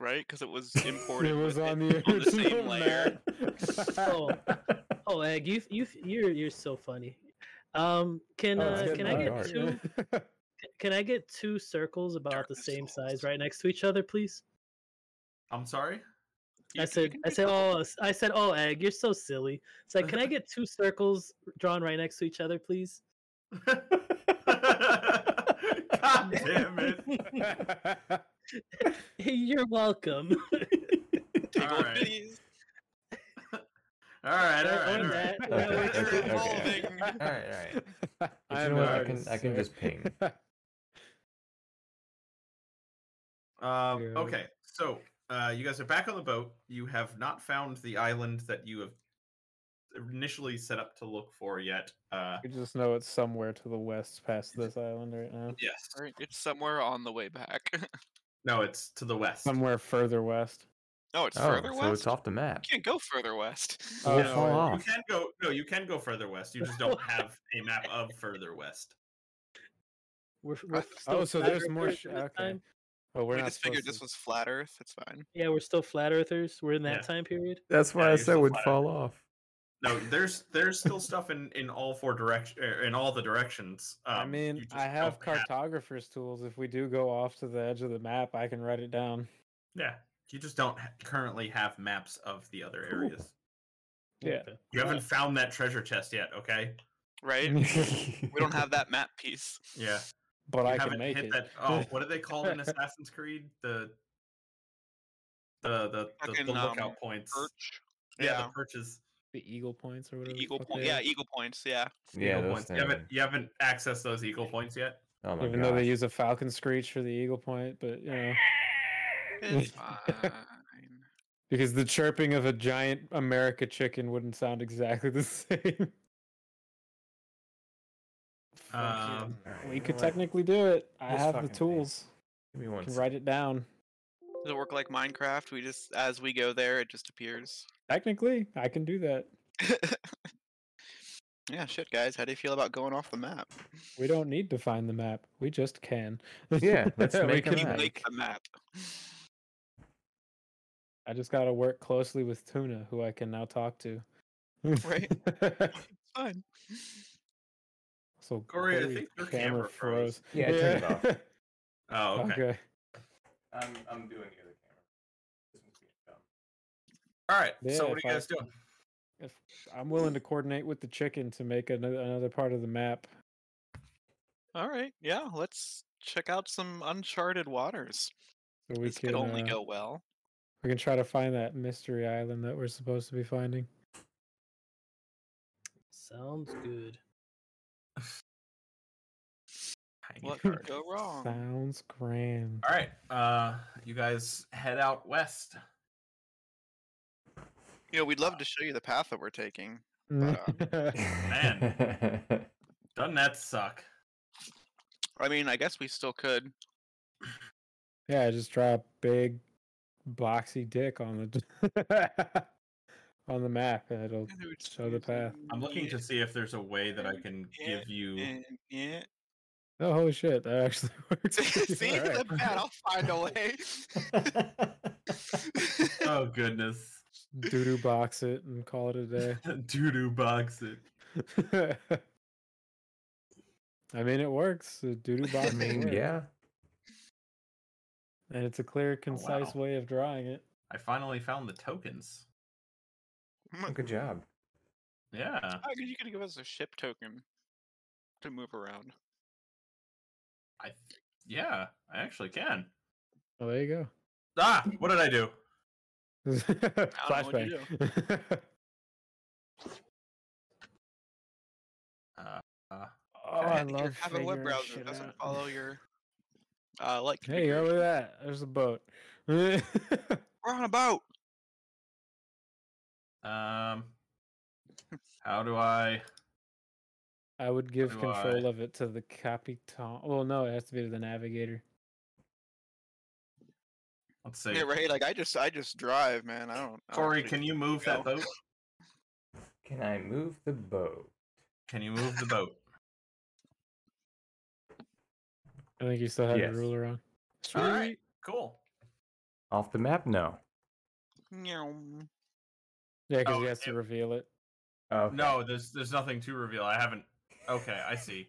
D: right? Because it was
A: It
D: imported.
A: was
D: with
A: on the,
D: <laughs>
A: <laughs>
D: on the same
A: original
D: layer.
A: map.
D: <laughs>
E: <laughs>
G: Oh, oh, Egg, you you you're you're so funny. Um, can
E: Oh, it's
G: uh,
E: getting
G: can I get
E: dark. <laughs>
G: two?
A: <laughs>
G: Can I get two circles about the
D: Darkness
G: same
D: falls.
G: size right next to each other, please?
B: I'm sorry. <laughs>
G: I said, I said, oh, s- I said, oh, egg, you're so silly. It's
B: <laughs>
G: like, can I get two circles drawn right next to each other, please? <laughs>
B: God damn it!
G: Hey, you're welcome.
B: <laughs>
D: Take
B: All
D: old
B: right.
D: biddies.
B: All right, all right,
G: That
B: all
G: one,
B: right.
A: <laughs>
E: Okay,
G: that- that
E: okay,
G: one.
E: okay. <laughs>
D: Evolving.
E: alright.
A: I
E: you
A: am an
E: know what, I can-
A: artist,
E: I can
A: sir. <laughs>
E: just ping.
B: Um,
A: Yeah.
B: okay, so uh, you guys are back on the boat. You have not found the island that you have initially set up to look for yet. Uh,
A: we just know it's somewhere to the west past this island right now.
B: yes.
D: Right, It's somewhere on the way back. <laughs>
B: No, it's to the west.
A: Oh, Somewhere further west.
D: No, it's
E: Oh,
D: further west.
E: so it's off the map.
D: You can't go
B: <laughs>
D: further west.
E: We'll
A: Oh,
E: fall
A: yeah.
B: You
E: off.
B: can go. No, you can go further west. You just don't have a map of further west.
G: We're, we're
A: Oh,
G: still
A: so
G: flat
A: there's more.
G: earthers
A: Sh-
G: at this
A: okay.
G: time.
A: Oh, we're
D: we
A: not
D: just figured
A: supposed
D: this
A: to-
D: was flat Earth. It's fine.
G: Yeah, we're still flat earthers. We're in that
B: Yeah.
G: time period.
E: That's
B: Yeah,
E: why I
B: you're
E: said
B: still
E: would
B: flat
E: fall off.
B: No, there's there's still stuff in in all four direction in all the directions. Um,
A: I mean,
B: you just
A: I have
B: don't
A: cartographer's tools. If we do go off to the edge of the map, I can write it down.
B: Yeah, you just don't ha- currently have maps of the other
G: Cool.
B: areas.
A: Yeah. <laughs>
G: Okay.
B: You haven't found that treasure chest yet, okay?
D: Right?
A: <laughs>
D: we don't have that map piece.
B: Yeah,
A: But
B: you
A: I
B: haven't
A: can make
B: hit
A: it. <laughs>
B: that. Oh,
D: <laughs>
B: what are they called in Assassin's Creed? The the the, the, the
D: Fucking,
B: lookout
D: um,
B: points.
D: Perch.
B: Yeah,
D: Yeah.
B: the perches.
A: the eagle points or
D: the
A: whatever. the
D: Eagle
A: fuck
D: point.
A: they
D: Yeah,
A: are.
D: eagle points. Yeah.
E: yeah,
B: eagle
E: those
B: points. You
E: things.
B: haven't you haven't accessed those eagle points yet.
E: Oh my
A: Even though
E: god.
A: they use a falcon screech for the eagle point, but you <laughs> know,
B: <laughs>
D: It's fine.
A: because the chirping of a giant America chicken wouldn't sound exactly the <laughs> same. Fuck yeah.
B: Um,
E: Alright,
A: we
E: you
A: could
E: know what?
A: technically do it. I have
E: Let's
A: the
E: fucking think.
A: tools.
E: Give me
A: I
E: one.
A: can
E: sec.
A: write it down.
D: Does it work like Minecraft? We just, as we go there, it just appears. <laughs>
A: Technically, I can do that.
D: yeah, shit, guys. How do you feel about going off the map? <laughs>
A: We don't need to find the map. We just can. <laughs>
E: Yeah, let's
A: We
E: make a
A: can
D: You
E: map.
D: make the map.
A: I just gotta work closely with Tuna, who I can now talk to.
D: Right. Fine.
A: <laughs> so
B: Corey, I
A: Corey's
B: think your camera froze.
E: Yeah, I turned
A: <laughs>
E: it off.
B: Oh, okay.
A: okay.
E: I'm I'm doing the other camera. This one's being dumb.
B: All right.
A: Yeah,
B: so what are
A: if
B: you
A: I-
B: guys doing?
A: If I'm willing to coordinate with the chicken to make another, another part of the map.
D: All right. Yeah, let's check out some uncharted waters.
A: So we
D: This
A: can
D: could only
A: uh,
D: go
A: <laughs>
D: well.
A: we can try to find that mystery island that we're supposed to be finding.
G: Sounds good.
B: Tiny
D: What
B: card.
D: could go wrong?
A: Sounds grand.
B: All right. Uh, you guys head out west.
D: You know, we'd
A: uh
D: love to show you the path that we're taking. uh,
A: <laughs>
E: <laughs>
B: Man. Doesn't that suck?
D: I mean, I guess we still could.
A: yeah, just draw a big boxy dick on the <laughs> on the map and
D: <laughs>
A: it'll show the path.
B: I'm looking to see if there's a way that I can
D: Yeah,
B: give you.
D: Yeah. yeah.
A: Oh holy shit, that actually <laughs>
D: <laughs>
A: works. <laughs>
D: see,
A: All right.
D: the path. I'll find a way.
B: <laughs>
D: <laughs>
B: Oh goodness,
A: <laughs> Doo-doo box it and call it a
B: <laughs>
A: day.
B: doo doo box it.
D: <laughs>
A: <laughs> I mean, it works. The
D: <laughs>
A: doo-doo box.
E: I mean,
A: works.
E: yeah.
A: and it's a clear,
D: Oh,
A: concise
B: wow.
A: way of drawing it.
B: I finally found the tokens.
E: well, Good job.
B: Yeah,
D: How could you could give us a ship token to move around?
B: I yeah, I actually can.
A: Well, there you go. <laughs>
B: <laughs> Ah, what did I do?
D: what'd
A: Flashbang.
D: you
A: <laughs>
B: Uh, uh,
A: oh, I
D: Kinda, you
A: love
D: have a web
A: figuring
D: browser.
A: shit
D: It doesn't
A: out.
D: follow your uh, like.
A: Hey,
D: configuration.
A: over that. There's a boat. <laughs> That's
D: we're on a boat.
B: um, how do I?
A: I would give
B: do
A: control
B: I-
A: of it to the capitan. Well, no, it has to be to the navigator.
B: Let's see. Uh,
D: Yeah, right. Like I just, I just drive, man. I don't. I don't
B: Corey,
D: really-
B: can you move that
D: go.
B: boat?
E: Can I move the boat?
B: Can you move the boat?
A: I think you still have
E: Yes.
A: your ruler on.
B: All right.
A: Sweet.
B: <laughs> Cool.
E: Off the map? No.
D: Meow.
A: Yeah, because
B: Oh,
A: he has to
B: it-
A: reveal it. <laughs>
E: Oh <laughs>
B: No, there's there's nothing to reveal. I haven't. Okay, I see.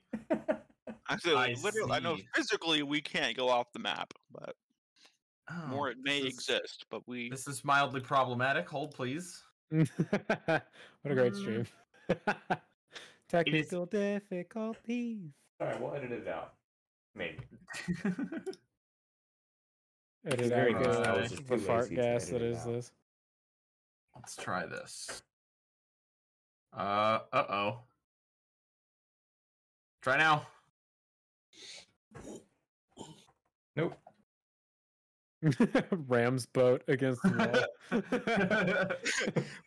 D: I, feel
B: I
D: like literally, I know
B: see.
D: physically we can't go off the map, but
B: <laughs> Oh,
D: more it may
B: this is-
D: exist. But we,
B: This is mildly problematic. Hold, please.
A: what a great stream. <laughs>
B: Mm.
A: Technical difficulties.
E: Alright, we'll edit it out.
B: <laughs>
E: Maybe.
A: It is
E: Sorry,
A: very
B: guys, I
A: good.
B: was
A: uh,
E: just
A: The
E: too
A: fart
E: lazy to
A: gas
E: edit
A: that
E: it
A: is
E: out.
A: this. <laughs>
B: Let's try this. Uh, uh oh. Try now.
E: Nope.
A: Ram's boat against the wall.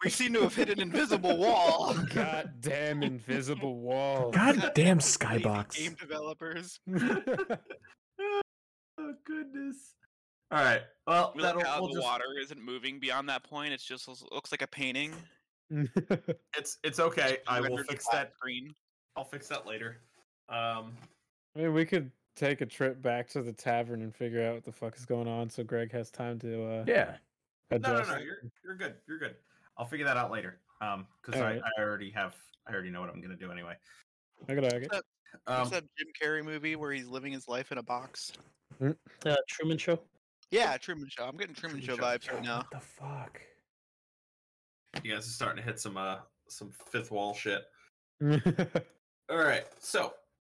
D: we seem to have hit an invisible
B: <laughs>
D: wall.
A: <laughs> Goddamn invisible wall. <laughs>
D: <laughs>
E: God damn
D: Lazy
E: Skybox.
D: Game developers.
B: oh goodness. All right. Well,
D: We
B: that'll
D: like how
B: we'll
D: the
B: just,
D: water isn't moving beyond that point. It's just looks- looks like a painting.
B: It's it's okay.
D: Just
B: I will
D: rendered
B: fix
D: flat
B: that.
D: Green.
B: I'll fix that later. Um.
A: I mean, we could take a trip back to the tavern and figure out what the fuck is going on, so Greg has time to uh,
E: Yeah.
B: No, no,
A: adjust.
B: no. You're you're good. You're good. I'll figure that out later. Um, because I,
A: Alright.
B: I already have I already know what I'm gonna do anyway.
A: I gotta- I gotta-
B: Um,
D: What's that Jim Carrey movie where he's living his life in a box?
G: Uh, Truman Show.
D: Yeah, Truman Show. I'm getting Truman, Show vibes right now.
E: What the fuck?
B: you guys are starting to hit some uh some fifth wall shit.
A: <laughs> yeah,
B: All right, so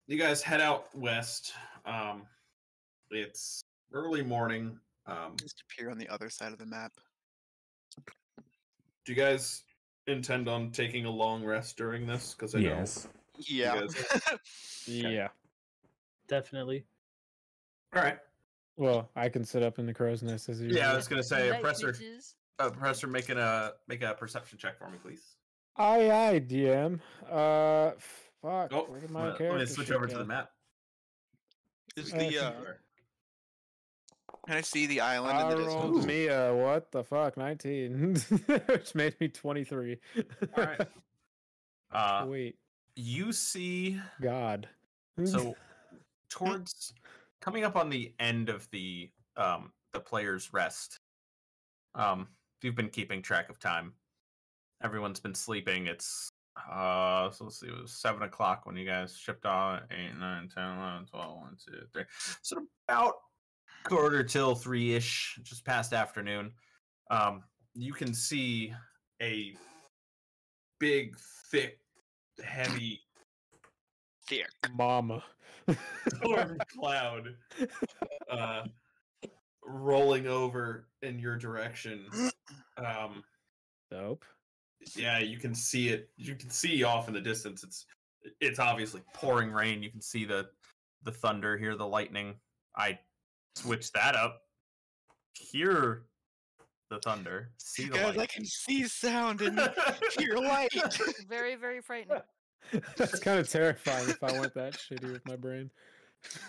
B: you guys head out west. Um, it's early morning. Um,
D: Just appear on the other side of the map.
B: do you guys intend on taking a long rest during this? Because I
E: Yes.
D: Yeah. <laughs>
A: <sighs>
G: Definitely.
B: know. All right.
A: Well, I can sit up in the crow's nest as you.
B: Yeah, I was gonna say,
F: Night,
B: oppressor,
F: bitches.
B: oppressor, making a make a perception check for me, please.
A: Aye, aye, DM. Uh, fuck.
B: Oh,
A: where
B: I'm
A: did my
B: gonna, let me
A: character
B: switch
A: sheet
B: over to
A: go?
B: the map.
D: Is
A: Uh,
D: the uh, can I see the island in
A: I
D: the
A: rolled
D: distance?
A: me a what the fuck nineteen, <laughs> which made me twenty three.
B: All right. <laughs> Uh,
A: <laughs> Wait,
B: you see
A: God. Mm-hmm.
B: So towards coming up on the end of the um the player's rest. Um if you've been keeping track of time. Everyone's been sleeping. It's uh so let's see, it was seven o'clock when you guys shipped out eight, nine, ten, eleven, twelve, one, two, three. So about quarter till three ish, just past afternoon. Um you can see a big, thick, heavy
D: Thick.
A: <laughs> Mama. <laughs>
B: storm cloud uh, rolling over in your direction. Um,
A: Dope.
B: yeah, you can see it. You can see off in the distance. It's it's obviously pouring rain. You can see the the thunder, hear the lightning. I switch that up. Hear the thunder. See the
D: Guys, I
B: <laughs> lightning.
D: can see sound and hear <laughs> light.
F: Very, very
B: <laughs>
F: frightening.
A: That's kind of terrifying if I went that shitty with my brain.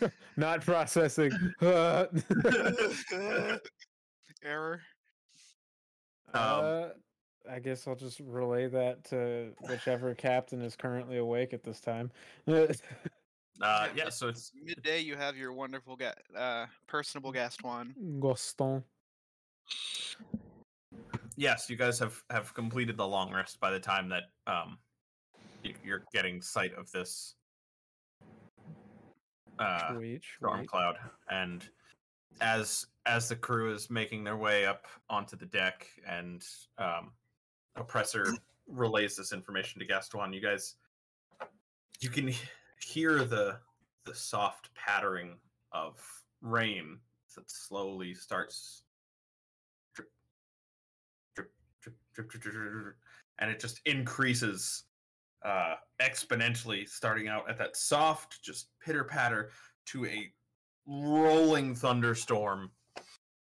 A: <laughs> Not processing. <laughs> Uh,
D: Error.
B: Um.
A: uh, I guess I'll just relay that to whichever captain is currently awake at this time. <laughs>
B: uh, yeah, so it's
D: Midday, you have your wonderful, ga- uh, personable Gaston.
A: Gaston.
B: yes, you guys have have completed the long rest by the time that um y- you're getting sight of this uh
A: Sweet,
B: storm
A: sweet.
B: cloud and as as the crew is making their way up onto the deck and um oppressor relays this information to gaston you guys you can h- hear the the soft pattering of rain that slowly starts drip, drip, drip, drip, drip, drip, drip, drip, drip, and it just increases uh exponentially starting out at that soft just pitter patter to a rolling thunderstorm.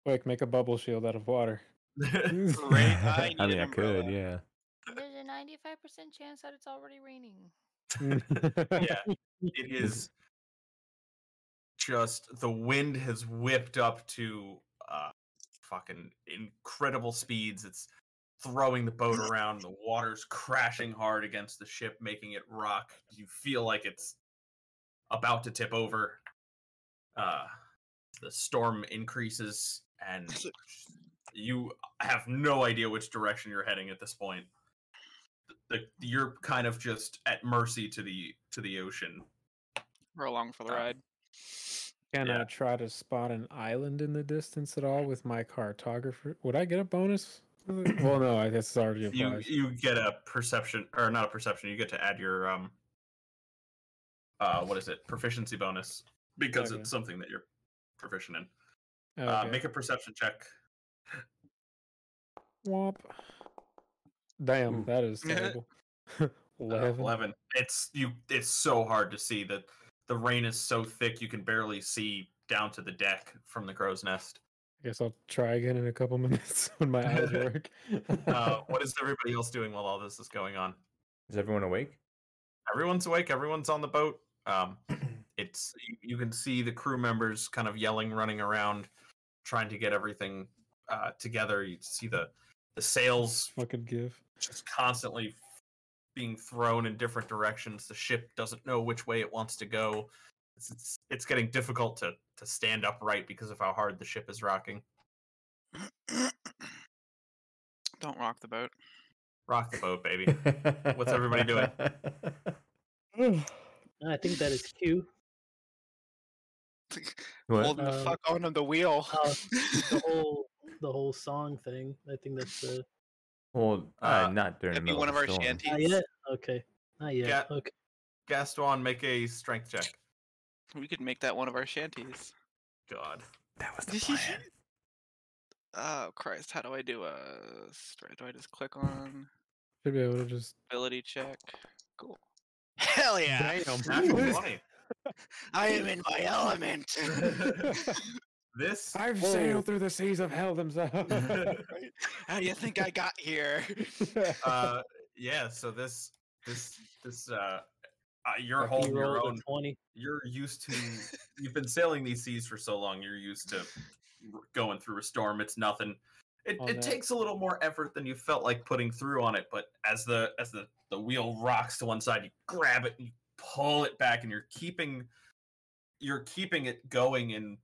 A: Quick, make a bubble shield out of
B: <laughs>
A: water.
D: Great. I
E: <laughs> I
D: need
E: mean, I
D: an
E: could,
D: umbrella.
E: yeah.
F: There's a 95% chance that it's already raining.
A: Mm. <laughs>
B: yeah, it is just the wind has whipped up to uh, fucking incredible speeds. It's throwing the boat around. The water's crashing hard against the ship, making it rock. You feel like it's about to tip over. Uh, the storm increases, and you have no idea which direction you're heading at this point. The, you're kind of just at mercy to the to the ocean.
D: We're along for the
B: Uh,
D: ride.
A: Can
B: Yeah.
A: I try to spot an island in the distance at all with my cartographer? Would I get a
B: <clears throat>
A: bonus? well, no, I guess it's already
B: you
A: applies.
B: you get a perception or not a perception you get to add your um uh what is it proficiency bonus because
A: Okay.
B: it's something that you're proficient in uh,
A: Okay.
B: make a perception check
A: Womp. Damn,
E: Ooh.
A: that is terrible. <laughs>
B: uh,
A: 11.
B: 11 it's you it's so hard to see that the rain is so thick you can barely see down to the deck from the crow's nest
A: I guess I'll try again in a couple <laughs> minutes when my eyes work. <laughs>
B: uh, what is everybody else doing while all this is going on
E: Is everyone awake? <laughs>
B: everyone's awake everyone's on the boat um it's you- you can see the crew members kind of yelling running around trying to get everything uh, together. You see the the sails
A: Fucking give.
B: just constantly being thrown in different directions. The ship doesn't know which way it wants to go. It's it's, it's getting difficult to to stand upright because of how hard the ship is rocking.
D: Don't rock the boat. <laughs>
B: Rock the
E: <laughs>
B: boat, baby. What's everybody doing?
G: I think that is Q.
E: What?
D: Holding the
G: Um,
D: fuck on to the wheel.
G: uh,
D: <laughs>
G: The whole the whole song thing. I think that's the
E: Well, uh,
B: Uh,
E: not during the
D: That'd be
E: middle
D: one of
E: of
D: our
E: the storm.
G: not
D: shanties.
G: yet. Okay, not yet.
B: Yeah.
G: Okay.
B: Gaston, make a strength check.
D: We could make that one of our shanties.
B: God.
E: That was the plan.
D: <laughs> Oh Christ! How do I do a? str- Do I just click on
A: Should be able to just
D: ability check? Cool. Hell yeah!
B: Natural 20.
D: I am in my element. <laughs>
B: This
A: I've
C: Whoa.
A: sailed through the seas of hell themselves. <laughs>
D: How do you think I got here?
B: uh yeah, so this this this uh uh, you're
G: I think
B: holding
G: you
B: your
G: rolled a
B: own.
G: Twenty.
B: You're used to. You've been sailing these seas for so long. You're used to r- going through a storm. It's nothing. It,
A: On
B: it
A: that.
B: takes a little more effort than you felt like putting through on it. But as the as the the wheel rocks to one side, you grab it and you pull it back, and you're keeping you're keeping it going in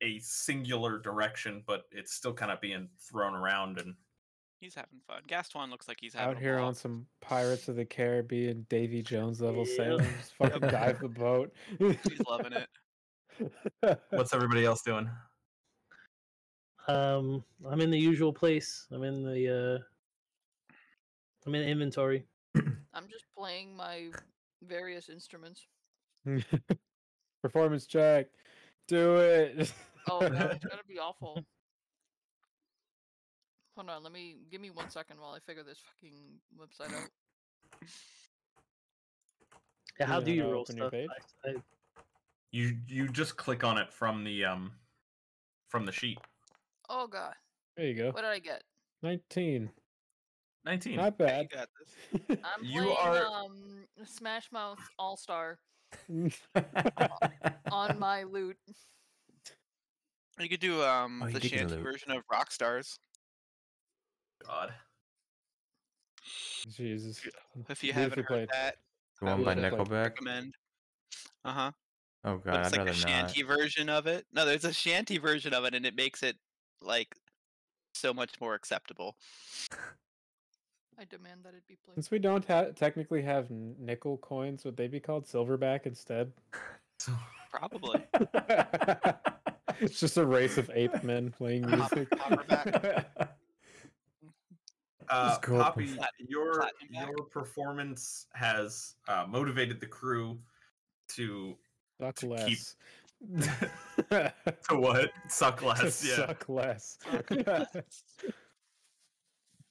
B: a singular direction, but it's still kind of being thrown around and
D: He's having fun. Gaston looks like he's
A: Out
D: having a
A: here
D: ball.
A: on some Pirates of the Caribbean, Davy Jones level
G: Yep.
A: sailing, just fucking
E: Yep.
A: dive the boat.
D: He's loving it.
B: What's everybody else doing?
G: Um, I'm in the usual place. I'm in the uh, I'm in inventory.
F: I'm just playing my various instruments.
A: <laughs> Performance check. Do it. <laughs>
F: Oh, no, it's gonna be awful.
B: <laughs>
F: Hold on, let me give me one second while I figure this fucking website
B: <laughs>
F: out.
G: Yeah, how
A: You
G: do you
A: wanna
G: roll
A: open your
G: stuff?
A: page?
G: I, I,
B: You you just click on it from the um from the sheet.
F: Oh god,
A: There you go.
F: what did I get?
A: 19.
B: 19.
A: Not
D: Yeah, you
A: <laughs> bad.
D: got this.
F: I'm
B: You
F: playing
B: are-
F: um Smash Mouth All Star
A: <laughs>
F: on
E: <laughs> on
F: my lute.
D: You could do um
E: Oh, you
D: the
E: did get a
D: shanty
E: loot.
D: version of Rock Stars
B: God.
A: Jesus.
D: if you
A: Beautifully
D: haven't heard
A: played.
D: that.
E: the one
A: Yeah,
E: by
A: that's like-
E: Nickelback.
D: Recommend. Uh huh.
E: Oh god,
D: But it's
E: I'd
D: like
E: rather
D: a
E: not.
D: shanty version of it. No, there's a shanty version of it, and it makes it like so much more acceptable.
F: <laughs> I demand that it be played.
A: Since we don't ha- technically have n- nickel coins, would they be called silverback instead? <laughs>
D: Probably. <laughs>
A: it's just a race of ape men playing music.
B: Uh,
E: Let's go up
B: Poppy,
E: and-
B: your
D: Platinum back.
B: your performance has uh, motivated the crew to
A: <laughs> Suck
B: To keep-
A: less. <laughs>
B: to what <laughs> suck
A: To
D: <laughs>
B: less. Yeah,
A: Suck less. <laughs>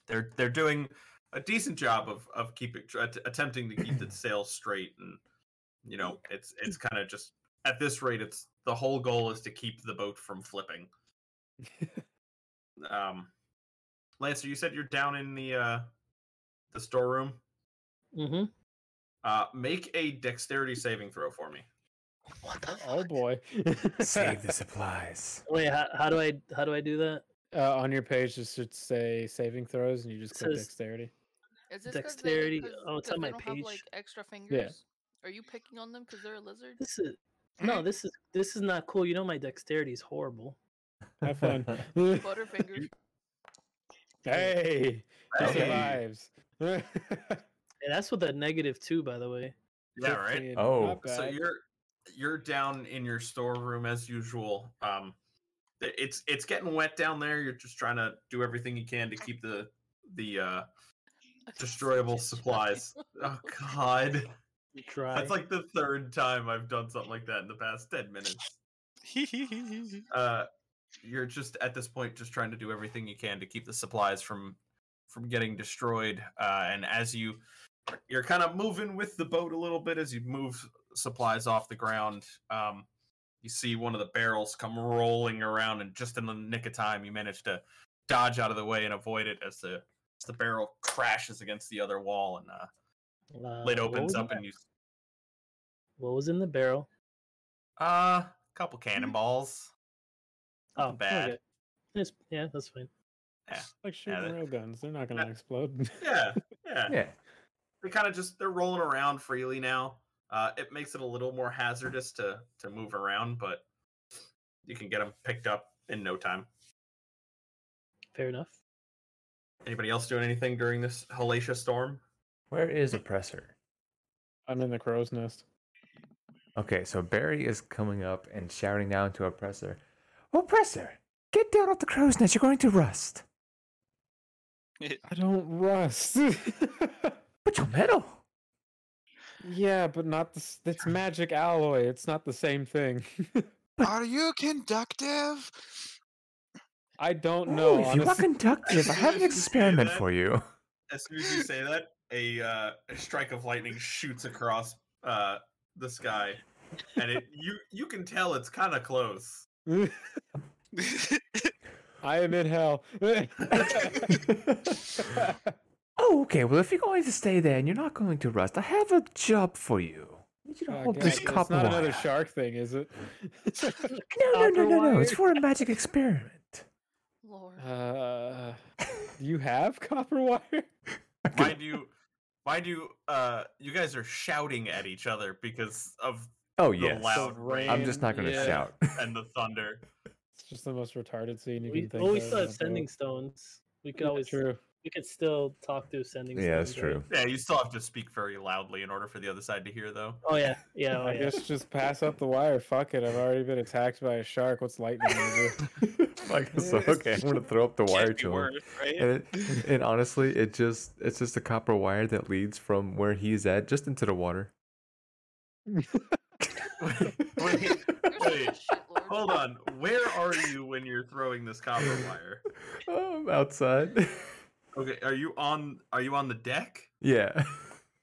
B: they're they're doing a decent job of of keeping tr- att- attempting to keep the sail straight, and you know it's it's kind of just at this rate, it's the whole goal is to keep the boat from flipping. um, Lancer, you said you're down in the uh the storeroom.
G: mm-hmm.
B: Uh, make a dexterity saving throw for me.
G: What the?
A: oh boy.
E: Save
D: <laughs>
E: the supplies.
G: Wait, how, how do I how do I do that?
A: <laughs> Uh, on your page, it should say saving throws, and you just click
G: says-
A: dexterity.
F: Is this 'cause they-
G: Dexterity-
F: 'cause-
G: oh, it's
F: 'cause
G: on
F: they
G: my
F: don't
G: page.
F: Have, like extra fingers. Are you picking on them because they're a
G: <laughs>
F: lizard?
G: This is
B: Mm-hmm.
G: no, this is this is not cool. You know my dexterity is horrible.
A: Have fun. <laughs>
F: Butterfingers.
A: hey, he
B: Hey.
A: survives. <laughs>
G: And that's with that negative two, by the way.
B: Yeah, right.
A: 15,
E: Oh.
A: not
B: So
A: bad.
B: you're you're down in your storeroom as usual. Um, th- it's it's getting wet down there. You're just trying to do everything you can to keep the the uh,
F: <laughs>
B: destroyable supplies. Oh God,
G: Dry.
B: that's like the third time I've done something like that in the past ten minutes. Uh, you're just at this point just trying to do everything you can to keep the supplies from from getting destroyed. Uh, and as you you're kind of moving with the boat a little bit as you move supplies off the ground. Um, you see one of the barrels come rolling around, and just in the nick of time, you manage to dodge out of the way and avoid it as the as the barrel crashes against the other wall and uh,
G: Uh,
B: lid
G: what
B: opens
G: was
B: up,
G: in
B: and you s-
G: that- what was in the barrel? Hmm?
B: uh, a couple cannonballs.
G: Oh,
B: Bad.
G: okay. It's, yeah, that's fine. <laughs>
A: Like shooting
B: that-
A: rail guns, they're not gonna explode. <laughs>
B: Yeah, yeah.
E: <laughs> Yeah.
B: They kind of just they're rolling around freely now. Uh, it makes it a little more hazardous to to move around, but you can get them picked up in no time.
G: Fair enough.
B: Anybody else doing anything during this hellacious storm?
E: Where is Oppressor?
A: I'm in the crow's nest.
E: Okay, so Barry is coming up and shouting down to Oppressor. Oppressor, get down off the crow's nest. You're going to rust.
A: I don't rust. <laughs>
E: But you're metal.
A: yeah, but not this. It's magic alloy. It's not the same thing.
D: Are you conductive? <laughs>
A: I don't know.
E: if you are
A: honestly.
E: conductive, I <laughs> have an experiment for you.
B: As soon as you say that, a, uh, a strike of lightning shoots across uh, the sky, and it you you can tell it's kind of close.
A: <laughs> I am in hell. <laughs>
E: Oh, okay. Well, if you're going to stay there and you're not going to rust, I have a job for you. I need you to
A: Oh,
E: hold
A: God,
E: this
A: it's
E: copper
A: not another
E: wire.
A: shark thing, is
E: <laughs>
A: it?
E: No, no, no,
A: Copper
E: no, no. It's
A: wire.
E: for a magic experiment.
F: Lord.
A: Uh, do you have copper wire?
B: Why do you? Why do you, uh, you guys are shouting at each other because of
E: Oh
B: the
E: yes.
B: loud
A: The
B: rain
E: I'm just not going to
A: yeah.
E: shout.
B: and the thunder?
A: It's just the most retarded scene you
G: We,
A: can think
G: well, we
A: of,
G: still have
A: so-
G: sending stones. We could
A: Yeah,
G: always
A: true.
G: we could still talk through sending.
E: Yeah, that's
G: stones, right?
E: true.
B: Yeah, you still have to speak very loudly in order for the other side to hear, though.
G: Oh yeah, yeah, oh,
A: I
G: yeah.
A: guess just pass up the wire. Fuck it. I've already been attacked by a shark. What's lightning gonna do?
E: <laughs> like so, okay, I'm gonna throw up the wire
D: Can't be
E: to him.
D: worse, right?
E: And, it, and honestly, it just it's just a copper wire that leads from where he's at just into the water.
B: Wait, wait,
F: Shit, Lord.
B: hold on. Where are you when you're throwing this copper wire?
E: um, outside. <laughs>
B: Okay, are you on? Are you on the deck?
E: yeah.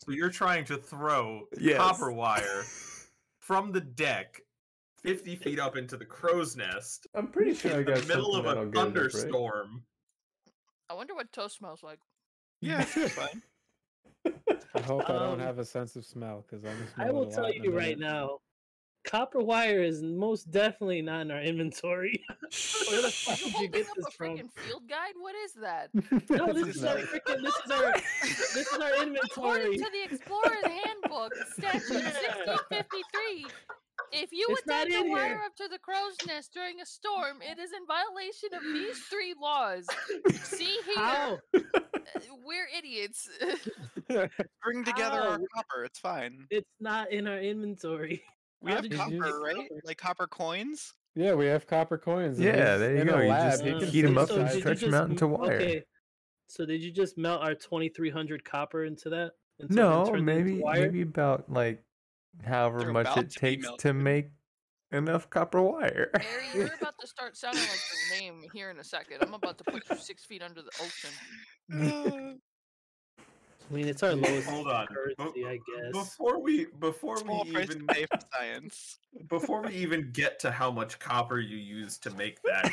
B: So you're trying to throw
E: Yes. <laughs>
B: copper wire from the deck 50 feet up into the crow's nest
E: I'm pretty
B: in
E: sure I
B: the
E: got
B: middle
E: something
B: of
E: that'll
B: a
E: get it up, right?
B: thunderstorm.
F: I wonder what toast smells like.
D: Yeah,
A: <laughs>
D: it's fine.
A: I hope I
G: Um,
A: don't have a sense of smell because I'm. gonna
G: I
A: smell
G: will
A: it a
G: tell
A: lot in a
G: you right
A: minute. <laughs>
G: now, copper wire is most definitely not in our inventory. <laughs> Where the fuck
F: You holding
G: did you get
F: up
G: this
F: a
G: from?
F: <laughs> freaking field guide? What is
G: <laughs>
F: that?
G: No, this
A: This
E: <laughs>
G: is
A: is
G: our
A: not-
G: freaking. This is our. This is our
F: According
G: inventory.
F: to the Explorer's Handbook,
G: <laughs>
F: statute sixteen fifty-three, if you
G: It's not
F: attach a
G: in
F: wire
G: here.
F: up to the crow's nest during a storm, it is in violation of these three
G: <laughs>
F: laws. See here,
G: How?
F: uh, we're idiots. <laughs>
D: Bring together our
G: Ow.
D: copper. It's fine.
G: It's not in our inventory.
D: We
G: How
D: have
G: did you use
D: copper, right?
G: copper?
D: Like copper
G: <laughs>
D: coins.
A: Yeah, we have copper coins. and
E: Yeah,
A: he's
E: there you
A: in a
E: go, you
A: lab,
E: just
A: he
E: Uh,
A: can
E: heat 'em
A: sit
E: up and
A: inside-
G: did you
E: stretch 'em
G: just
E: out into
G: m-
E: wire.
G: So did you just melt our twenty-three hundred copper into that? and so it
E: no,
G: turned into
E: maybe
G: wire?
E: maybe about like however
D: They're
E: much
D: about
E: it
D: to be
E: takes to
D: melted.
E: make enough copper wire.
F: Barry,
E: <laughs>
F: you're about to start sounding like your name here in a second. I'm about to put you six feet under the ocean.
D: Uh,
G: I mean, it's our lowest
B: Hold on.
G: currency, I guess.
B: Before we before
D: Small
B: we
D: price to
B: even
D: pay for science.
G: <laughs>
B: before we even get to how much copper you use to make
G: <laughs>
B: that,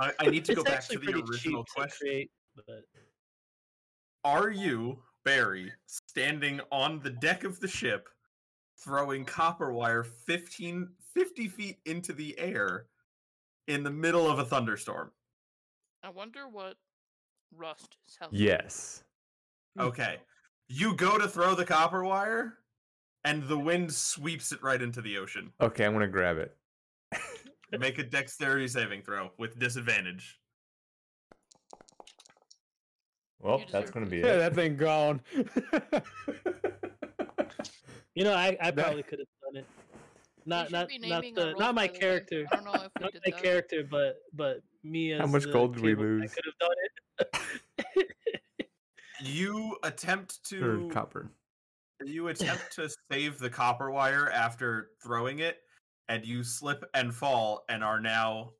B: I, I need to go
G: it's
B: back to
G: actually
B: the
G: pretty
B: original
G: cheap to
B: question.
G: create, but
B: Are you, Barry, standing on the deck of the ship, throwing copper wire 15, 50 feet into the air in the middle of a thunderstorm?
F: I wonder what rust sounds. like.
E: yes.
B: Okay. You go to throw the copper wire, and the wind sweeps it right into the ocean.
E: Okay, I'm gonna grab it.
B: Make a dexterity saving throw with disadvantage.
E: Well, that's gonna
F: deserve it.
A: <laughs>
E: be
A: Yeah,
E: it.
A: that thing gone. <laughs>
G: you know, I, I
A: That-
G: probably could have done it.
F: We
G: Not
F: should
G: not
F: be
G: not
F: naming our
G: the
F: roll,
G: not my
F: by the way.
G: character.
F: I don't know if we
G: Not
F: did
G: my
F: that.
G: character, but but me as
E: much
G: the
E: gold did we
G: table guy
E: lose?
G: could have done it. <laughs> Uh,
B: You attempt
E: Or
B: to
E: copper.
B: you attempt to save the copper wire after throwing it, and you slip and fall and are now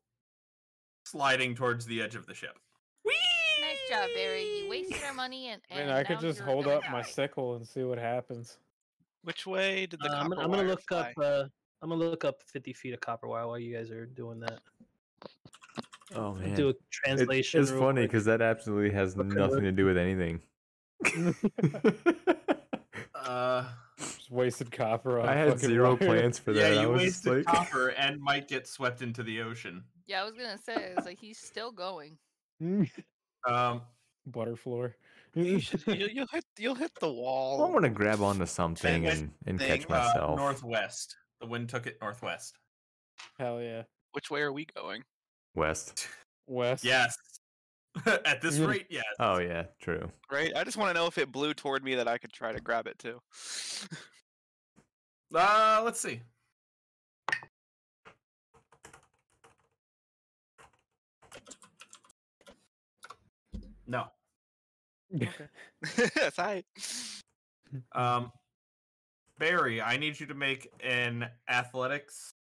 B: sliding towards the edge of the ship.
F: Nice job, Barry. You wasted our money and.
A: Man,
F: and
A: I could
F: now
A: just
F: you're
A: hold
F: gonna
A: up my
F: die.
A: sickle and see what happens.
D: Which way did the
G: Uh, I'm,
D: copper
G: I'm gonna
D: wire
G: look
D: fly?
G: <laughs> up. Uh, I'm gonna look up 50 feet of copper wire while you guys are doing that.
E: Oh
G: I'll Do a translation.
E: it's
G: real
E: funny
G: quick.
E: because that absolutely has
G: Look
E: <laughs>
G: at
E: nothing
G: what-
E: to do with anything.
B: Uh,
A: Just wasted copper on.
C: I
A: a
C: had
A: fucking
C: zero
A: wire. <laughs>
C: plans for that.
B: yeah,
C: I
B: you
C: was just
B: wasted
C: like,
B: copper and might get swept into the ocean.
F: Yeah, I was gonna say, it's like he's still going.
B: Um,
A: Mm, Butter floor. <laughs>
D: you, you'll hit you'll hit the wall.
E: Well, I'm gonna grab onto something
B: went
E: and, and
D: thing,
E: catch
D: uh,
B: uh,
E: myself.
B: northwest. The wind took it northwest.
A: Hell yeah.
D: Which way are we going?
E: West.
A: West.
B: Yes. <laughs> At this
A: Mhm.
B: rate, yes.
E: Oh yeah, true.
D: Right? I just want to know if it blew toward me that I could try to grab it too. <laughs>
B: Uh, let's see. No.
D: Yes, I.
B: Um, Barry, I need you to make an athletics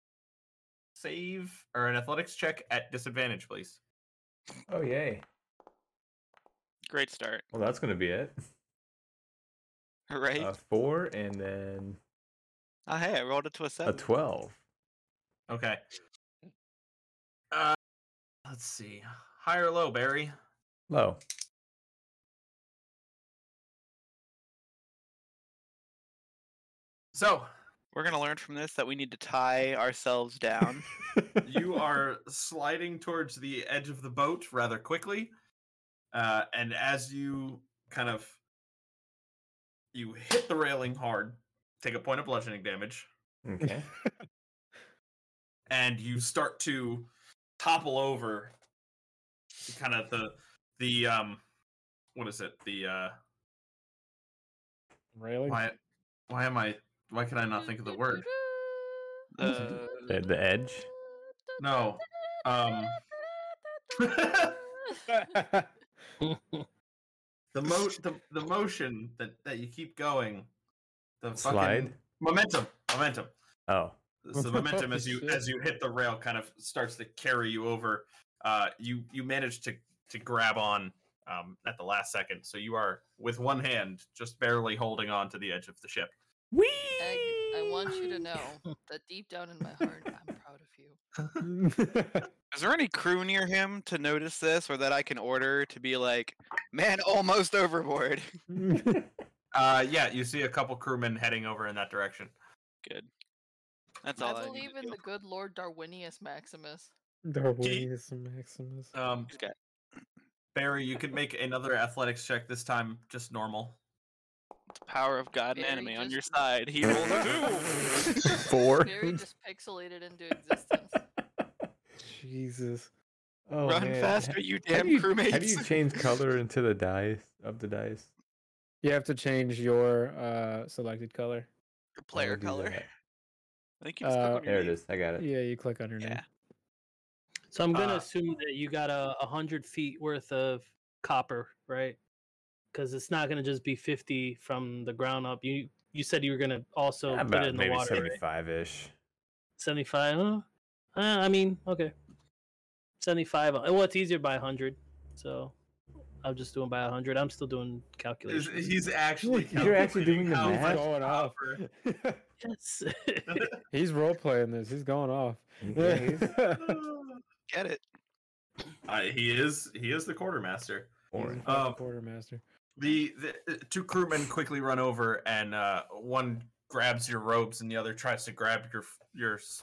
B: save or an athletics check at disadvantage, please.
E: Oh yay.
D: Great start,
E: Well, that's gonna be it.
D: right?
G: Uh,
E: A four and then
D: oh, hey, I rolled it to a
E: a
D: seven.
E: twelve.
B: Okay. Uh, let's see. High or low, Barry?
E: Low.
B: So
D: We're gonna learn from this that we need to tie ourselves down.
B: you are sliding towards the edge of the boat rather quickly uh, and as you kind of you hit the railing hard take a point of bludgeoning damage
D: <laughs>
E: Okay.
B: and you start to topple over kind of the the um what is it the uh
A: Really?
B: why why am i why can i not think of the word
D: the
E: The, the edge.
B: no
F: <laughs>
B: um
A: <laughs>
G: <laughs>
B: the mo the, the motion that that you keep going the fucking
E: Slide.
B: momentum momentum
D: <laughs>
E: Oh.
B: so the momentum as you
A: Shit.
B: as you hit the rail kind of starts to carry you over uh you you manage to to grab on um at the last second so you are with one hand just barely holding on to the edge of the ship
F: Egg, I want you to know that deep down in my heart, I'm proud of you.
D: Is there any crew near him to notice this, or that I can order to be like, "Man, almost overboard"? <laughs>
B: uh yeah you see a couple crewmen heading over in that direction
D: Good. That's all
F: I
D: I,
F: believe in the good Lord
B: <laughs>
F: Darwinius Maximus.
A: Darwinius Maximus.
B: um
D: He's got-
B: barry you can make another athletics check this time just normal
D: the power of God and
F: Very
D: anime on your
F: just-
D: side.
E: <laughs>
D: He rolled <laughs> a two.
E: Four.
F: Very just pixelated into existence.
A: Jesus.
E: Oh,
D: Run
E: man.
D: faster, you
E: Have
D: damn
E: you-
D: crewmates!
E: Have
D: <laughs>
E: you changed color into the dice of the dice?
A: You have to change your uh selected color.
E: I
D: Your
E: wanna
D: player
E: do
D: color?
E: that.
D: I think you just click
A: Uh,
D: on your
E: There it
D: name.
E: is. I got it.
A: Yeah, you click on your name.
D: Yeah.
G: So I'm gonna
B: Uh,
G: assume that you got a, a hundred feet worth of copper, right? Because it's not gonna just be fifty from the ground up. You you said you were gonna also put it
E: About
G: in the
E: maybe
G: water.
E: seventy-five ish.
G: Seventy-five. Huh? Uh, I mean, okay. Seventy-five. uh, Well, it's easier by hundred. So I'm just doing by hundred. I'm still doing
B: Is-
G: calculations.
B: he's actually
E: You're actually
B: calculating
E: doing the
B: how
A: He's
E: math?
B: much
A: going off. <laughs>
B: copper-
G: Yes. <laughs>
A: He's role playing this. He's going off. <laughs>
D: Get it?
B: <laughs> Uh, he is he is the quartermaster.
E: Orange.
B: Um,
A: quartermaster.
E: <laughs>
B: The, the uh, two crewmen quickly run over, and uh, one grabs your robes, and the other tries to grab your f- your s-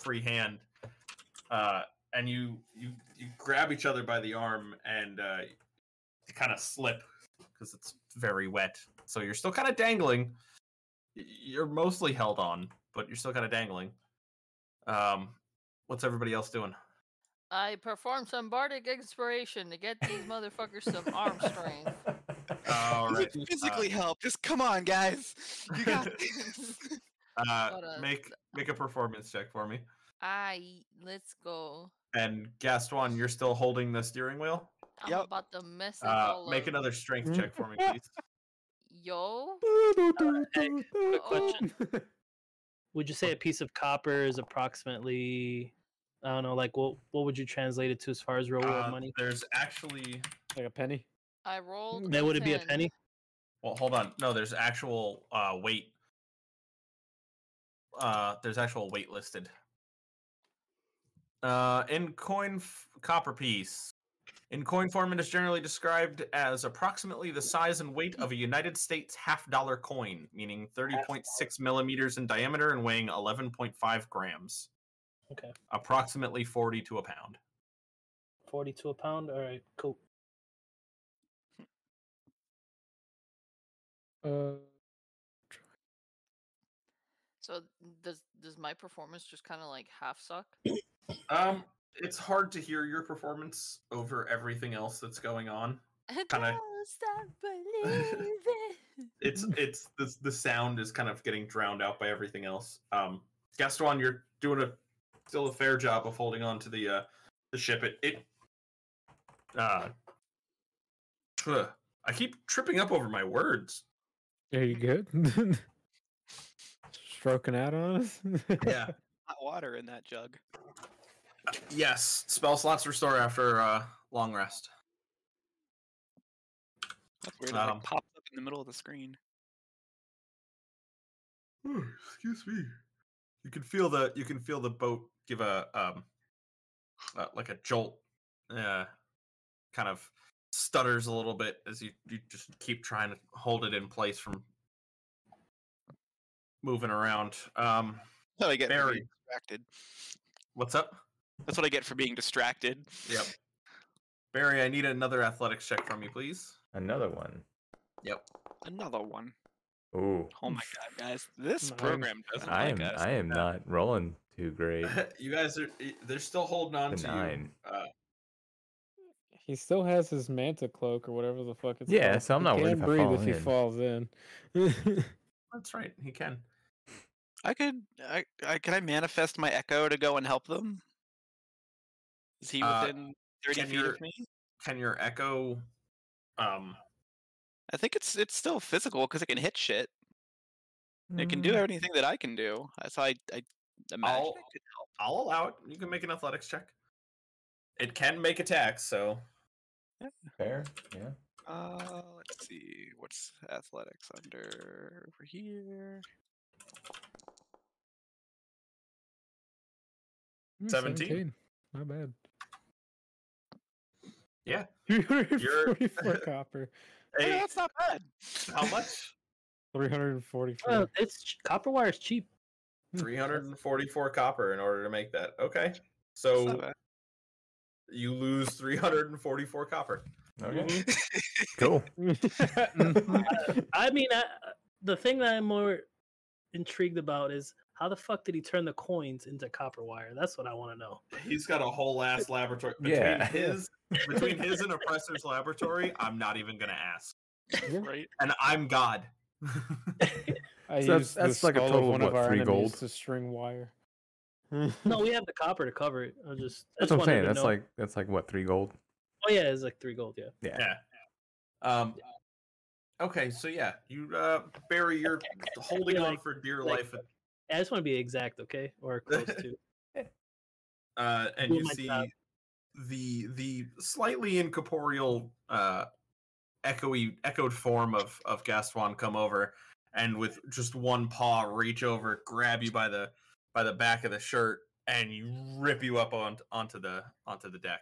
B: free hand. Uh, and you you you grab each other by the arm, and uh, you kind of slip because it's very wet. So you're still kind of dangling. Y- You're mostly held on, but you're still kind of dangling. Um, what's everybody else doing?
F: I perform some bardic inspiration to get these motherfuckers some arm
E: <laughs>
F: strength.
B: All
D: Does
B: right. Uh,
D: it physically help. Just come on, guys. <laughs> You got
B: <laughs>
D: this. <laughs>
B: Uh,
F: Hold on.
B: make make a performance check for me.
F: I let's go.
B: And Gaston, you're still holding the steering wheel.
F: I'm
D: Yep.
F: about to mess it
B: Uh,
F: all
B: make
F: up.
B: another strength check for me, please.
F: Yo,
G: question. would you say a piece of copper is approximately? I don't know. Like, what what would you translate it to as far as real world
B: Uh,
G: Oh, money?
B: There's actually
A: Like a penny.
F: I rolled.
G: Then would it be a
F: 10.
G: penny?
B: well, hold on. No, there's actual uh, weight. Uh, there's actual weight listed. Uh, in coin f- copper piece, In coin form, it is generally described as approximately the size and weight of a United States half dollar coin, meaning 30.6 millimeters in diameter and weighing 11.5 grams.
G: Okay.
B: Approximately 40 to a pound.
G: 42 a pound. All right, cool.
A: Uh,
F: So does does my performance just kind of like half suck? <laughs>
B: Um, it's hard to hear your performance over everything else that's going on. Kinda-
F: Just I
G: <laughs>
F: believe it.
B: It's it's the the sound is kind of getting drowned out by everything else. Um, Gaston, you're doing a still a fair job of holding on to the uh the ship. It it uh ugh, I keep tripping up over my words.
A: are you good? <laughs> Stroking out on us? <laughs>
B: Yeah.
D: Hot water in that jug.
B: yes. Spell slots restore after uh long rest.
D: That's weird. It like,
B: Um,
D: pops up in the middle of the screen.
B: Ooh, excuse me. You can feel the you can feel the boat give a um uh, like a jolt, uh, kind of stutters a little bit as you you just keep trying to hold it in place from moving around. Um,
D: That's what I get for
B: Barry,
D: being distracted.
B: what's up?
D: That's what I get for being distracted.
B: Yep. Barry, I need another athletics check from you, please.
E: Another one.
B: Yep.
D: Another one.
E: Ooh,
D: Oh my god, guys. This
B: Mm,
A: Mine-
D: program doesn't
E: I
D: like
E: am
D: us.
E: I am not rolling too
D: <laughs>
E: great.
B: <laughs> you guys are y- they're still holding on
E: The
B: to
E: nine.
B: you. Uh,
A: He still has his manta cloak or whatever the fuck it's
E: Yeah,
A: called.
E: so I'm
A: He
E: not worried
A: can
E: if I
A: breathe
E: fall
A: if he
E: in.
A: falls in. <laughs>
B: that's right. He can.
D: I could I, I could I manifest my echo to go and help them? Is he
B: Uh,
D: within thirty
B: can
D: feet
B: your-
D: of me?
B: Can your echo um
D: I think it's it's still physical because it can hit shit. It can do
E: Mm,
D: anything that I can do. So I I imagine
B: I'll-
D: it could help.
B: I'll allow it. You can make an athletics check. It can make attacks, so
E: Fair. Yeah.
D: Uh, let's see. What's athletics under over here?
B: 17.
A: Not Hmm, bad. <laughs>
B: Yeah. You're- <laughs>
A: 344 copper.
D: Oh,
B: hey,
D: that's not bad.
B: how much?
A: 344. <laughs>
G: Well, it's ch- copper wire is cheap.
B: Three hundred and forty-four copper in order to make that. Okay,
D: <laughs> That's not
B: so
D: bad.
B: you lose three hundred and forty-four copper.
E: Okay.
D: <laughs>
E: cool. <laughs>
G: I mean, I, the thing that I'm more intrigued about is how the fuck did he turn the coins into copper wire? That's what I want to know.
B: He's got a whole ass laboratory between
E: Yeah.
B: his between his and oppressor's laboratory. I'm not even gonna ask,
A: <laughs>
D: Right?
B: and I'm God.
A: I
E: So
A: used
E: that's- that's
A: the
E: like
A: skull
E: a
A: of
E: total of
A: one of
E: what,
A: our
E: three
A: enemies
E: gold?
A: to string wire. <laughs>
G: No, we have the copper to cover it. I just I
E: That's
G: just
E: what I'm
G: wanted
E: saying.
G: to
E: That's
G: know-
E: like that's like what three gold.
G: oh yeah, it's like three gold. Yeah,
B: yeah. Um. Okay, so yeah, you uh, Barry, you're holding
G: Yeah,
B: on
G: like-
B: for dear
G: like-
B: life,
G: I just want to be exact, okay, or close
E: <laughs>
G: to.
B: uh, and
G: Doing
B: you
G: my
B: see
G: job.
B: the the slightly incorporeal uh echoey echoed form of of Gaston come over and with just one paw reach over grab you by the by the back of the shirt and you rip you up on, onto the onto the deck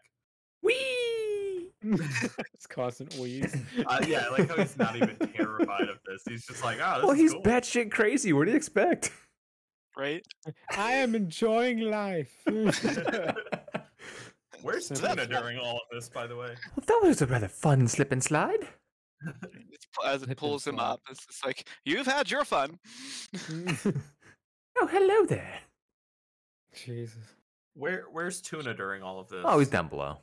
A: it's constant <laughs> wheeze.
B: uh, yeah I like how he's not even terrified of this he's just like oh this
E: well,
B: is
E: he's
B: cool."
E: batshit crazy. What do you
A: <laughs>
E: expect?
D: Right?
A: I am enjoying life. <laughs>
B: where's
A: Simple.
B: Tuna during all of this by the way
E: that was a rather fun slip and slide.
D: It's, pu- as
A: Let them
D: it pulls him
A: fly.
D: up, it's just like, you've had your fun.
E: Oh, hello there.
A: Jesus.
B: where where's Tuna during all of this
E: Oh, he's down below.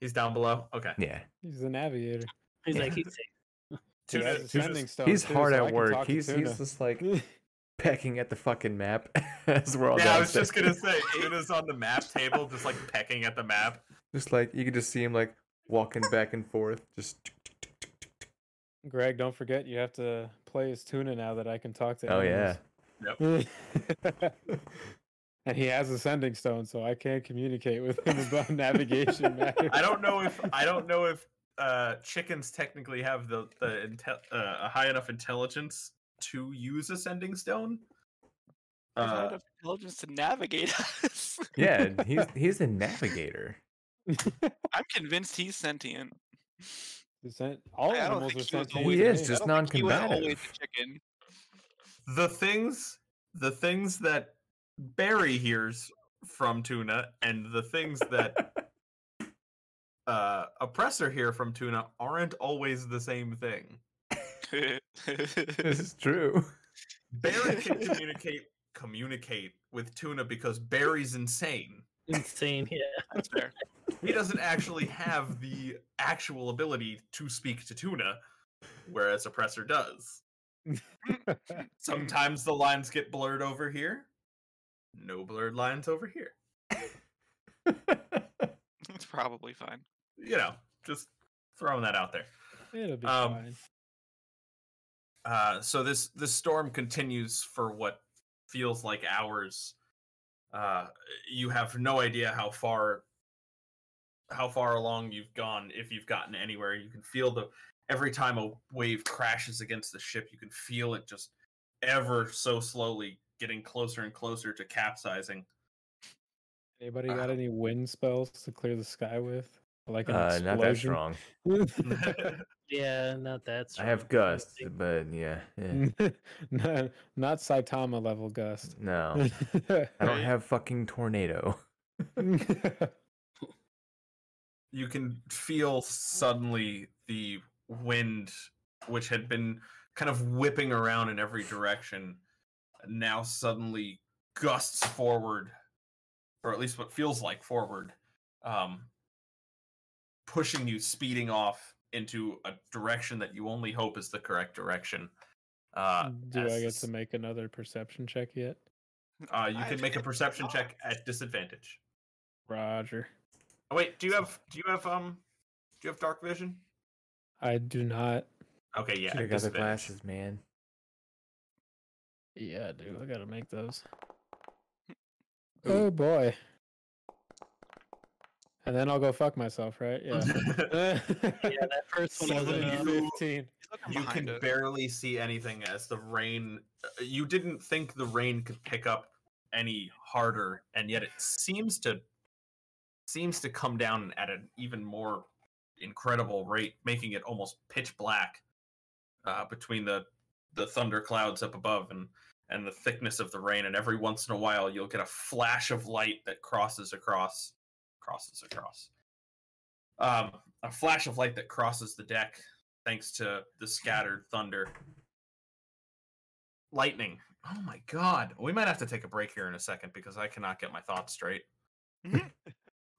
B: he's down below okay
E: Yeah.
A: He's a navigator.
G: He's
E: Yeah.
G: like he's safe.
A: He
B: Tuna-
A: has
B: Tuna's-
A: ascending stone,
E: he's
A: too,
E: hard
A: so I
E: at
A: can
E: work.
A: talk to
E: He's he's
A: Tuna.
E: just like
A: <laughs>
E: pecking at the fucking map <laughs> as we're all
B: yeah, I was
E: downstairs.
B: just gonna say Una's on the map table, just like pecking at the map.
E: Just like you could just see him like walking back and forth, just
A: Greg, don't forget you have to play as Tuna now that I can talk to
E: oh yeah.
A: animals. <laughs> and he has ascending stone, so I can't communicate with him about navigation matters.
B: I don't know if I don't know if uh, chickens technically have the the inte- uh, a high enough intelligence to use ascending stone.
D: You've had
B: Uh,
D: enough intelligence to navigate <laughs> us.
E: Yeah, he's he's a navigator.
D: I'm convinced he's sentient.
A: Is that- all
D: I don't
A: animals
D: think
A: are
D: she was
A: sentient.
D: always
E: He
D: a
E: is
D: chicken.
A: today.
D: I
E: just
D: don't think he was always a
E: non-combative.
D: chicken.
B: the things the things that Barry hears from Tuna and the things
E: <laughs>
B: that uh oppressor hear from Tuna aren't always the same thing.
E: This is true.
B: Barry can communicate communicate with Tuna because Barry's insane.
G: Insane. Yeah.
D: <laughs> That's fair.
B: He doesn't actually have the actual ability to speak to Tuna, whereas Oppressor does. Sometimes the lines get blurred over here. No blurred lines over here.
D: That's probably fine.
B: you know, just throwing that out there.
A: It'll be
B: Um,
A: fine.
B: Uh, so this this storm continues for what feels like hours. Uh, you have no idea how far how far along you've gone if you've gotten anywhere. You can feel the every time a wave crashes against the ship, you can feel it just ever so slowly getting closer and closer to capsizing.
A: Anybody got
B: uh,
A: any wind spells to clear the sky with? Like an
E: Uh, not that
A: explosion?
E: strong.
A: <laughs>
G: Yeah, not
E: I
G: that strong.
E: have
G: don't
E: gusts,
G: think-
E: but yeah, yeah.
A: not, not Saitama level gust. <laughs>
E: no, I don't
D: Right.
E: have fucking tornado.
B: you can feel suddenly the wind which had been kind of whipping around in every direction now suddenly gusts forward or at least what feels like forward um pushing you speeding off into a direction that you only hope is the correct direction uh,
A: Do I
B: as
A: get
B: this-
A: to make another perception check yet?
B: uh you
D: I
B: can make a
D: think
B: perception
D: not.
B: check at disadvantage
A: Roger.
B: oh, wait do you have do you have um do you have dark vision
A: I do not.
B: okay
E: <laughs>
B: yeah
E: Should have
B: at
E: got the
B: disadvantage.
E: glasses, man.
A: Yeah, I do. I gotta make those. Oh boy. And then I'll go fuck myself, right? <laughs>
B: <laughs>
A: Yeah.
G: Yeah, that first one was
B: Seven
G: enough.
B: you-
A: Fifteen.
D: He's looking
B: you
D: behind
B: can
D: us.
B: barely see anything as the rain uh, you didn't think the rain could pick up any harder and yet it seems to seems to come down at an even more incredible rate making it almost pitch black uh, between the the thunder clouds up above and and the thickness of the rain and every once in a while you'll get a flash of light that crosses across crosses across um, a flash of light that crosses the deck thanks to the scattered thunder. Lightning. Oh my god. We might have to take a break here in a second because I cannot get my thoughts straight.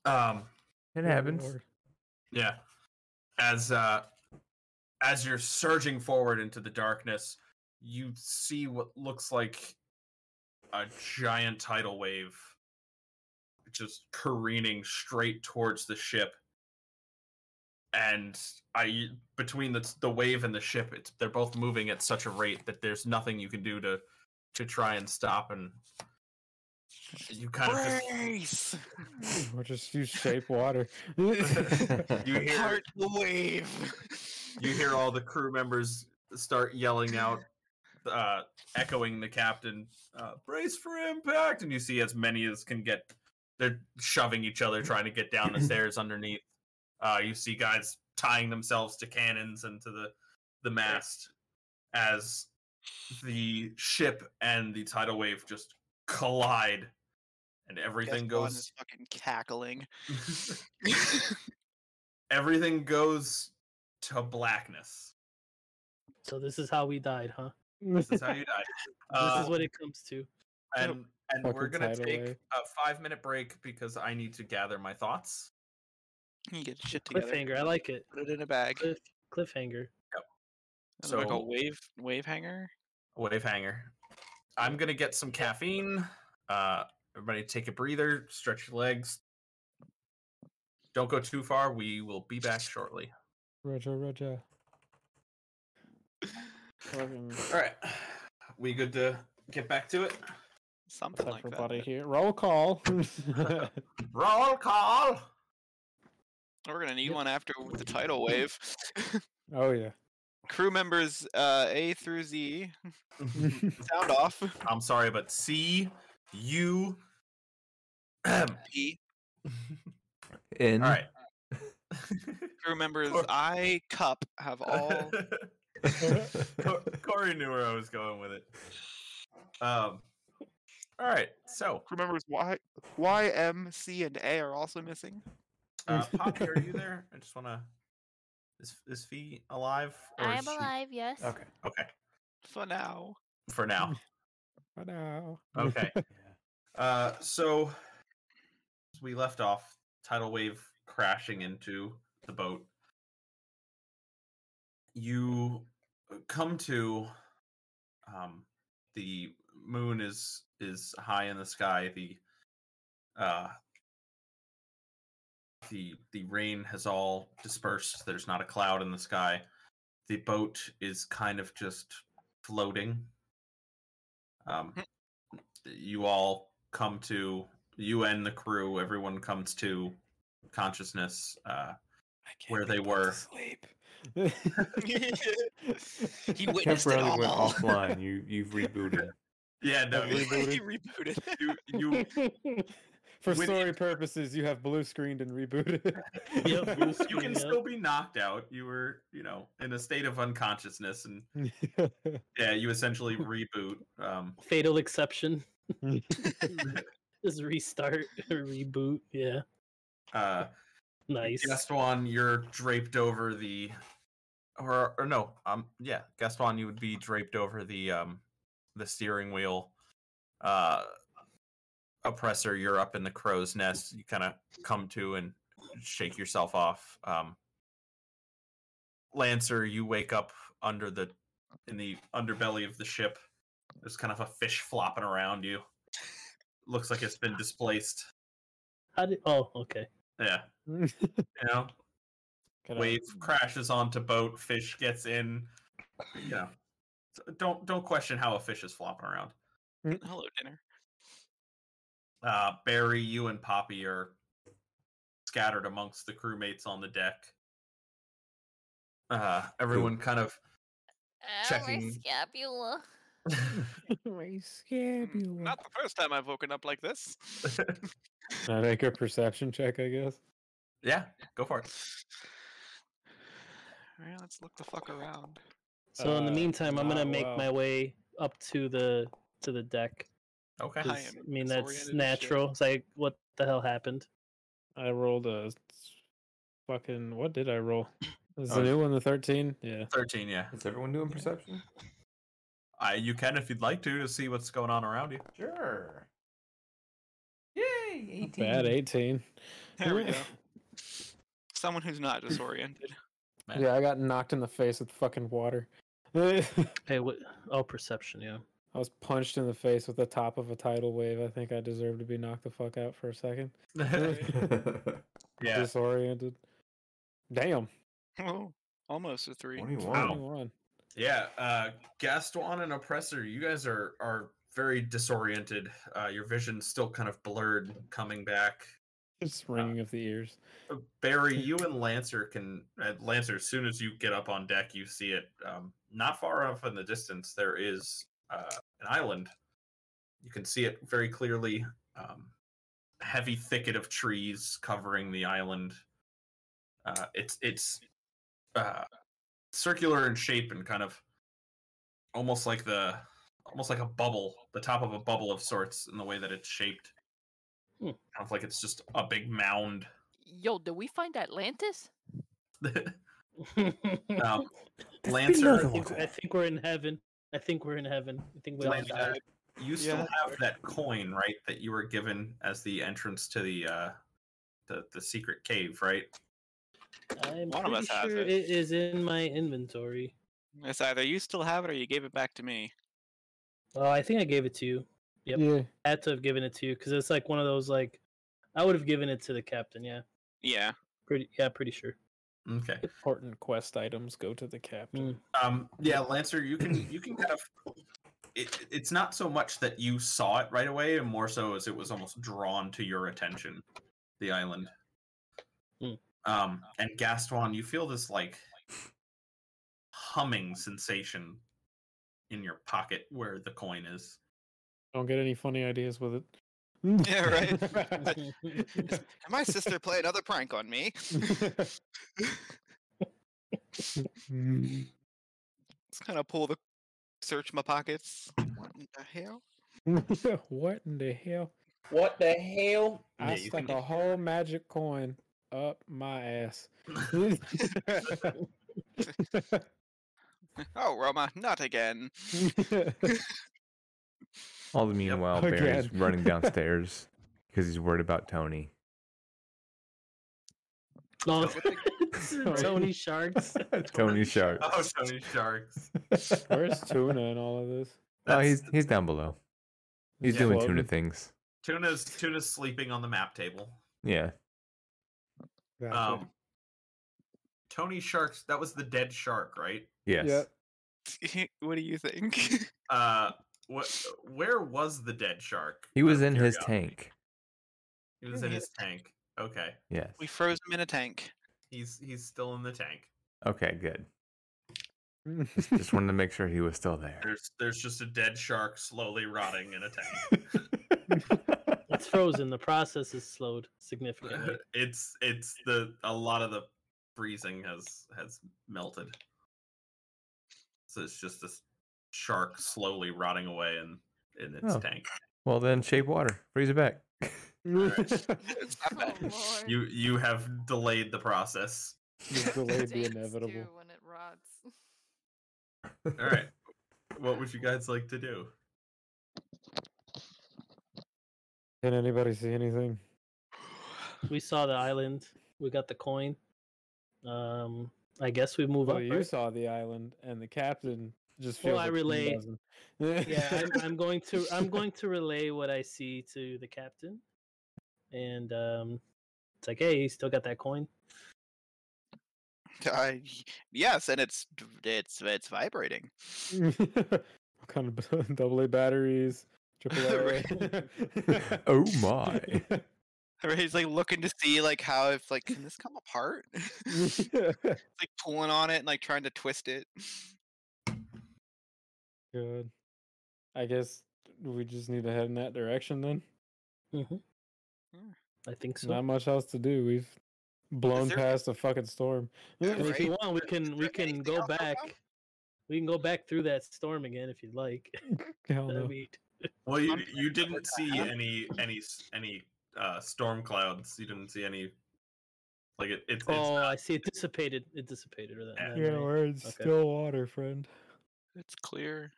B: um
E: It happens.
B: yeah. As uh as you're surging forward into the darkness, you see what looks like a giant tidal wave just careening straight towards the ship. And I between the the wave and the ship, it's, they're both moving at such a rate that there's nothing you can do to to try and stop and you kind of just
D: Brace!
A: Or just <laughs> use shape water.
B: you hear
D: Part the wave! <laughs>
B: you hear all the crew members start yelling out uh echoing the captain uh, brace for impact and you see as many as can get they're shoving each other trying to get down the stairs underneath uh you see guys tying themselves to cannons and to the the mast as the ship and the tidal wave just collide and everything
D: Gaston
B: goes
D: is fucking cackling. <laughs>
B: <laughs> everything goes to blackness
G: So this is how we died,
B: <laughs>
G: huh?
B: This is how you die.
G: this
B: Uh,
G: is what it comes to.
B: and and we're
A: Fucking
B: gonna
A: tidal
B: take
A: wave.
B: a five minute break because I need to gather my thoughts.
D: You get shit together.
G: Cliffhanger. I like it.
D: Put it in a bag.
G: Cliff, cliffhanger.
D: So, like a
B: So-
D: wave wave hanger?
B: Wave hanger. I'm gonna get some caffeine. Uh, everybody, take a breather, stretch your legs. Don't go too far. We will be back shortly.
A: Roger, Roger. Fucking
B: All right, we good to get back to it.
D: Something like that.
A: everybody here. Roll call. <laughs>
B: Roll call.
D: We're gonna need
A: Yep.
D: one after the tidal wave. <laughs>
A: oh yeah.
D: Crew members uh, A through <laughs> Z, sound off.
B: I'm sorry, but C U.
D: P.
E: in.
A: Mm-hmm.
B: All right.
A: <laughs>
D: Crew members
B: Cor-
D: I, Cup, <laughs> have all.
B: <laughs> Cor- Corey knew where I was going with it. Um. All right. So,
D: Crew members Y, Y, M, C, and A are also missing.
B: uh, Poppy, are you there? I just want to. Is is Fee alive? or
H: I
B: is
H: am
B: she-
H: alive, yes.
E: okay.
B: Okay.
D: For now.
B: For now.
A: I know.
B: Okay. Uh, so as we left off tidal wave crashing into the boat. You uh, come to um, the moon is is high in the sky. The uh, the the rain has all dispersed. There's not a cloud in the sky. The boat is kind of just floating. Um, you all come to you and the crew everyone comes to consciousness uh Where they were.
A: Sleep. <laughs>
D: He witnessed it
E: Temporarily
D: all.
E: went offline.
B: <laughs>
E: You you've rebooted.
B: yeah no
D: <laughs> he
B: you,
D: rebooted. <laughs>
B: you, you
A: <laughs> For
B: With-
A: story purposes, you have blue screened and
B: <laughs>
A: rebooted.
G: <laughs> Yep, blue
B: you can
A: <laughs>
G: screen,
B: still be knocked out you were you know in a state of unconsciousness and yeah you essentially reboot um
G: Fatal exception. <laughs> Just restart, <laughs> reboot. Yeah,
B: uh
G: nice.
B: Gaston, you're draped over the, or or no, um, yeah, Gaston, you would be draped over the um, the steering wheel. Uh, oppressor, you're up in the crow's nest. You kind of come to and shake yourself off. Um, Lancer, you wake up under the in the underbelly of the ship. There's kind of a fish flopping around you. Looks like it's been displaced.
G: How did? Oh, okay.
B: Yeah, you know, wave crashes onto boat fish gets in you know S- don't don't question how a fish is flopping around
D: Hello, dinner.
B: uh barry you and poppy are scattered amongst the crewmates on the deck uh everyone kind of <laughs>
H: Ow, my
B: Checking.
H: scapula.
A: My
D: Mm,
A: scapula.
D: Not the first time I've woken up like this. <sighs>
A: I make a perception check, I guess.
B: yeah go for it
D: All right, let's look the fuck around.
G: So in the
A: Uh,
G: meantime, I'm
A: wow,
G: gonna make
A: wow.
G: my way up to the to the deck.
B: okay
G: 'cause,
D: I
G: I,
D: am
G: mean, that's
D: disoriented as shit.
G: natural. It's like, what the hell happened?
A: I rolled a s- fucking. What did I roll? Is
E: Oh,
A: the new one the thirteen? Yeah.
B: 13 yeah
E: Is everyone doing perception?
B: uh, you can if you'd like to to see what's going on around you
E: Sure. Yay! Eighteen.
A: Bad eighteen.
D: There <laughs> we go. Someone who's not disoriented. <laughs>
A: Yeah, I got knocked in the face with fucking water. <laughs> I
G: Hey, what? Oh, perception. Yeah.
A: was punched in the face with the top of a tidal wave. I think I deserve to be knocked the fuck out for a second.
B: <laughs> yeah
A: Disoriented. Damn.
D: Oh, almost a
E: <laughs>
D: three.
E: Twenty-one.
B: Ow.
A: 21.
B: Yeah, uh, Gaston and Oppressor, you guys are are very disoriented. Uh, your vision's still kind of blurred, coming back.
A: It's ringing of the ears.
B: Uh, Barry, you and Lancer can uh, Lancer. As soon as you get up on deck, you see it. Um, not far off in the distance, there is uh, an island. You can see it very clearly. Um, heavy thicket of trees covering the island. Uh, it's it's uh, circular in shape and kind of almost like the almost like a bubble, the top of a bubble of sorts in the way that it's shaped.
G: Hmm.
B: Kind of like it's just a big mound. <laughs>
F: Yo, did we find Atlantis?
G: <laughs>
B: Um,
E: That's
B: Lancer-
E: below
G: I, think,
E: the
G: I think we're in heaven. I think we're in heaven. I think we're in
B: Lancer,
G: heaven.
B: you still
D: Yeah.
B: have that coin, right? That you were given as the entrance to the uh, the the secret cave, right?
G: I'm
D: One of
G: pretty
D: us has
G: sure
D: it.
G: it is in my inventory.
D: It's either you still have it or you gave it back to me.
G: Oh, I think I gave it to you. Yep.
A: Yeah.
G: I had to have given it to you because it's like one of those like, I would have given it to the captain. Yeah.
D: Yeah.
G: Pretty. Yeah. Pretty sure.
B: Okay.
A: Important quest items go to the captain.
G: Mm.
B: Um, yeah, Lancer, you can you can kind of. It, it's not so much that you saw it right away, and more so as it was almost drawn to your attention, the island.
G: Hmm.
B: Um, and Gaston, you feel this like humming sensation in your pocket where the coin is.
A: Don't get any funny ideas with it.
D: Yeah,
A: <laughs>
D: right. <laughs> Can my sister play another prank on me? It's kind of pull the search my pockets. <laughs> What in the hell?
A: what in the hell?
I: What the hell?
A: I
B: Yeah, you
A: stuck
B: can-
A: a whole magic coin up my
B: <laughs>
A: ass. <laughs>
D: Oh, Roma, not <laughs> again.
E: All the meanwhile, Barry's
A: Again.
E: running downstairs because he's worried about Tony.
G: No,
B: So-
G: it's Tony Sharks.
E: Tony Sharp.
B: Oh, Tony Sharks.
A: <laughs> Where's tuna in all of this?
E: Oh,
B: That's-
E: he's he's down below. He's
B: Yeah.
E: doing
A: Floating.
E: tuna things.
B: Tuna's Tuna's sleeping on the map table.
E: Yeah.
A: Gotcha.
B: <laughs> Um, Tony Sharks. That was the dead shark, right?
E: Yes.
A: Yep.
D: what do you think? <laughs>
B: Uh, what? Where was the dead shark? Oh,
E: He was
B: Out of
E: in his
B: curiosity.
E: tank.
B: He was in his tank. Okay,
E: Yes.
D: we froze him in a tank.
B: he's he's still in the tank.
E: Okay, good. Just wanted to make sure he was still there.
B: <laughs> There's there's just a dead shark slowly rotting in a tank.
G: <laughs>
E: <laughs>
G: It's frozen. The process is slowed
B: <laughs>
G: significantly.
B: Uh, it's it's the a lot of the freezing has has melted so it's just this shark slowly rotting away in in its
E: Oh.
B: tank
E: well, then shape water. Freeze it back.
D: It's not bad.
F: <laughs> Oh, Lord.
B: you you have delayed the process
A: You've delayed the
F: Dates,
A: inevitable.
F: too, when it rots. <laughs>
B: all
G: <laughs>
B: right what would you guys like to do
A: Can anybody see anything?
G: We saw the island. We got the coin. Um, I guess we move
A: Well,
G: up.
A: Oh, you
G: <laughs> right?
A: saw the island, and the captain just.
G: Well,
A: feels
G: I
A: like he
G: relate.
A: doesn't.
G: yeah, I'm, I'm going to I'm going to relay what I see to the captain, and um, it's like, hey, you still got that coin?
D: I, yes, and it's it's it's vibrating. <laughs>
A: <laughs> what kind of <laughs> b- double A batteries? Triple
G: <laughs>
A: A.
E: oh my.
A: <laughs>
D: Right, He's like looking to see like how if like can this come apart? <laughs> It's like pulling on it and like trying to twist it.
A: Good. I guess we just need to head in that direction then.
G: Mm-hmm.
D: Yeah.
G: I think so.
A: Not much else to do. We've blown
D: there-
A: past a fucking storm.
G: And if you
D: Right?
G: want, we
D: Is
G: can we
D: there
G: can
D: anything
G: go
D: else around?
G: back. We can go back through that storm again if you'd like.
A: <laughs>
G: <laughs>
B: Oh,
A: Hell
G: That'd
A: no.
G: be-
B: well you
D: Something
B: you didn't
D: that
B: see
D: happened.
B: any any s- any uh storm clouds you didn't see any like it, it's, it's
G: oh,
B: not-
G: I see. It dissipated. It dissipated. Or that,
B: Yeah.
G: that
A: Yeah,
G: night.
A: we're in still water, friend.
D: It's clear.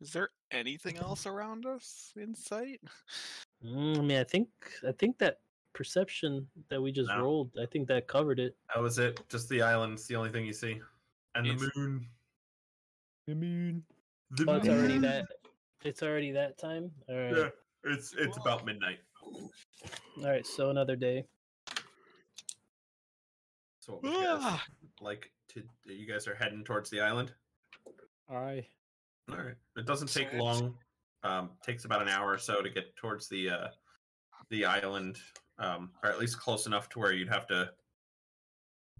D: Is there anything else around us in sight?
G: Mm, I mean, I think I think that perception that we just
B: No.
G: rolled, I think that covered it.
B: that was it just the island's the only thing you see and the
D: It's-
B: moon
A: I mean,
B: the
G: Oh, it's already
B: moon.
G: that. It's already that time. All right.
B: yeah it's it's about midnight
G: All right. So another day.
B: So what would you guys like to you guys are heading towards the island.
A: I
B: All right. It doesn't take
D: Science.
B: long. Um, takes about an hour or so to get towards the uh, the island, um, or at least close enough to where you'd have to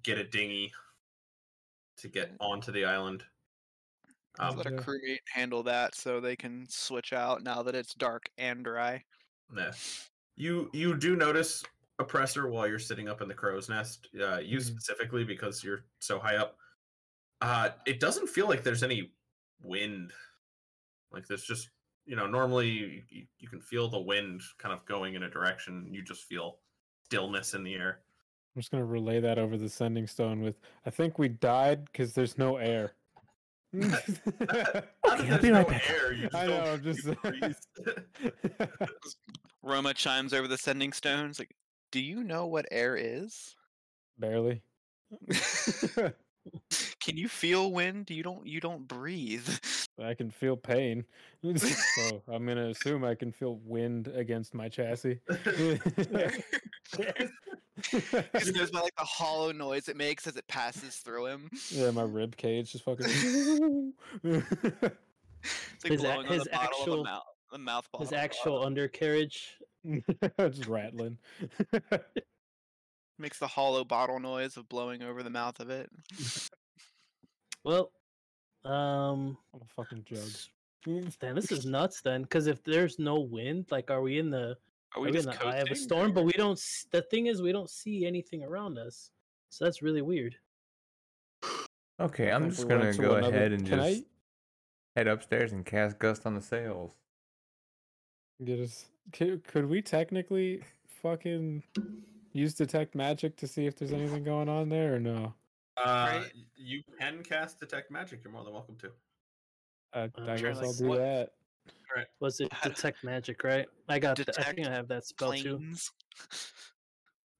B: get a dinghy to get onto the island.
D: Let's
B: Um,
D: let a
A: yeah.
D: crewmate handle that so they can switch out now that it's dark and dry.
B: yeah. You you do notice oppressor while you're sitting up in the crow's nest. Uh, you
A: Mhm.
B: specifically because you're so high up. Uh, it doesn't feel like there's any wind. Like there's just you know normally you, you- you can feel the wind kind of going in a direction. You just feel stillness in the air.
A: I'm just gonna relay that over the sending stone with I think we died because there's no air.
B: Not that
E: I'll
B: there's
E: be right
B: no
E: back.
B: air, you just
A: I
B: don't-
A: know, I'm just
B: you freeze.
D: Roma chimes over the sending stones like, "Do you know what air is?
A: <laughs>
D: <laughs>
A: barely.
D: Can you feel wind? You don't. You don't breathe." <laughs>
A: I can feel pain. <laughs> so I'm gonna assume I can feel wind against my chassis. <laughs>
D: He just goes by like the hollow noise it makes as it passes through him.
A: yeah, my rib cage just fucking
D: <laughs>
A: <laughs>
D: It's like
G: His a-
D: blowing on
G: his
D: the bottle of
G: actual-
D: a mouth, the mouth bottle.
G: His actual undercarriage.
A: just rattling. <laughs>
D: makes the hollow bottle noise of blowing over the mouth
G: <laughs>
D: of it. <laughs>
G: Well, um,
A: I'm a fucking jug.
G: s- Then this is nuts. Then because if there's no wind, like, are we in the
D: Are we
G: are we in
D: just
G: the
D: coasting?
G: eye of a storm?
D: <laughs>
G: But we don't. s- The thing is, we don't see anything around us, so that's really weird.
E: Okay,
A: I
E: I'm
A: think
E: just
A: we went
E: gonna
A: to
E: go
A: another-
E: ahead and
A: Can
E: just head upstairs and cast gust on the sails.
A: I get us? Could, could we technically fucking use detect magic to see if there's anything going on there or no?
B: <laughs> Uh,
D: Right.
B: y- You can cast detect magic. You're more than welcome to.
A: I,
G: I'm
A: I
G: trying,
A: guess
G: like,
A: I'll do
D: what-
A: that.
G: Was it
D: How do-
G: detect magic? Right? I got. th- I think
D: Detect
G: I have that spell too.
D: Planes. <laughs>
A: Is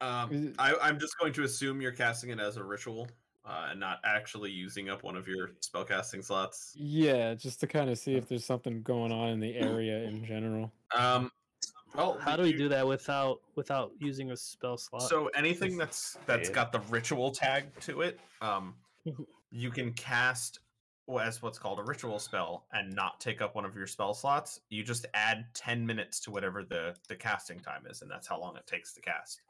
B: Um,
A: it-
B: I, I'm just going to assume you're casting it as a ritual uh, and not actually using up one of your spellcasting slots.
A: Yeah, just to kind of see if there's something going on
G: <laughs>
A: in the area in general.
B: Um, well,
G: How do we do that without without using a spell slot?
B: So anything that's that's
E: Yeah.
B: got the ritual tag to it,
G: <laughs>
B: um, you can cast w- as what's called a ritual spell and not take up one of your spell slots. You just add ten minutes to whatever the the casting time is, and that's how long it takes to cast.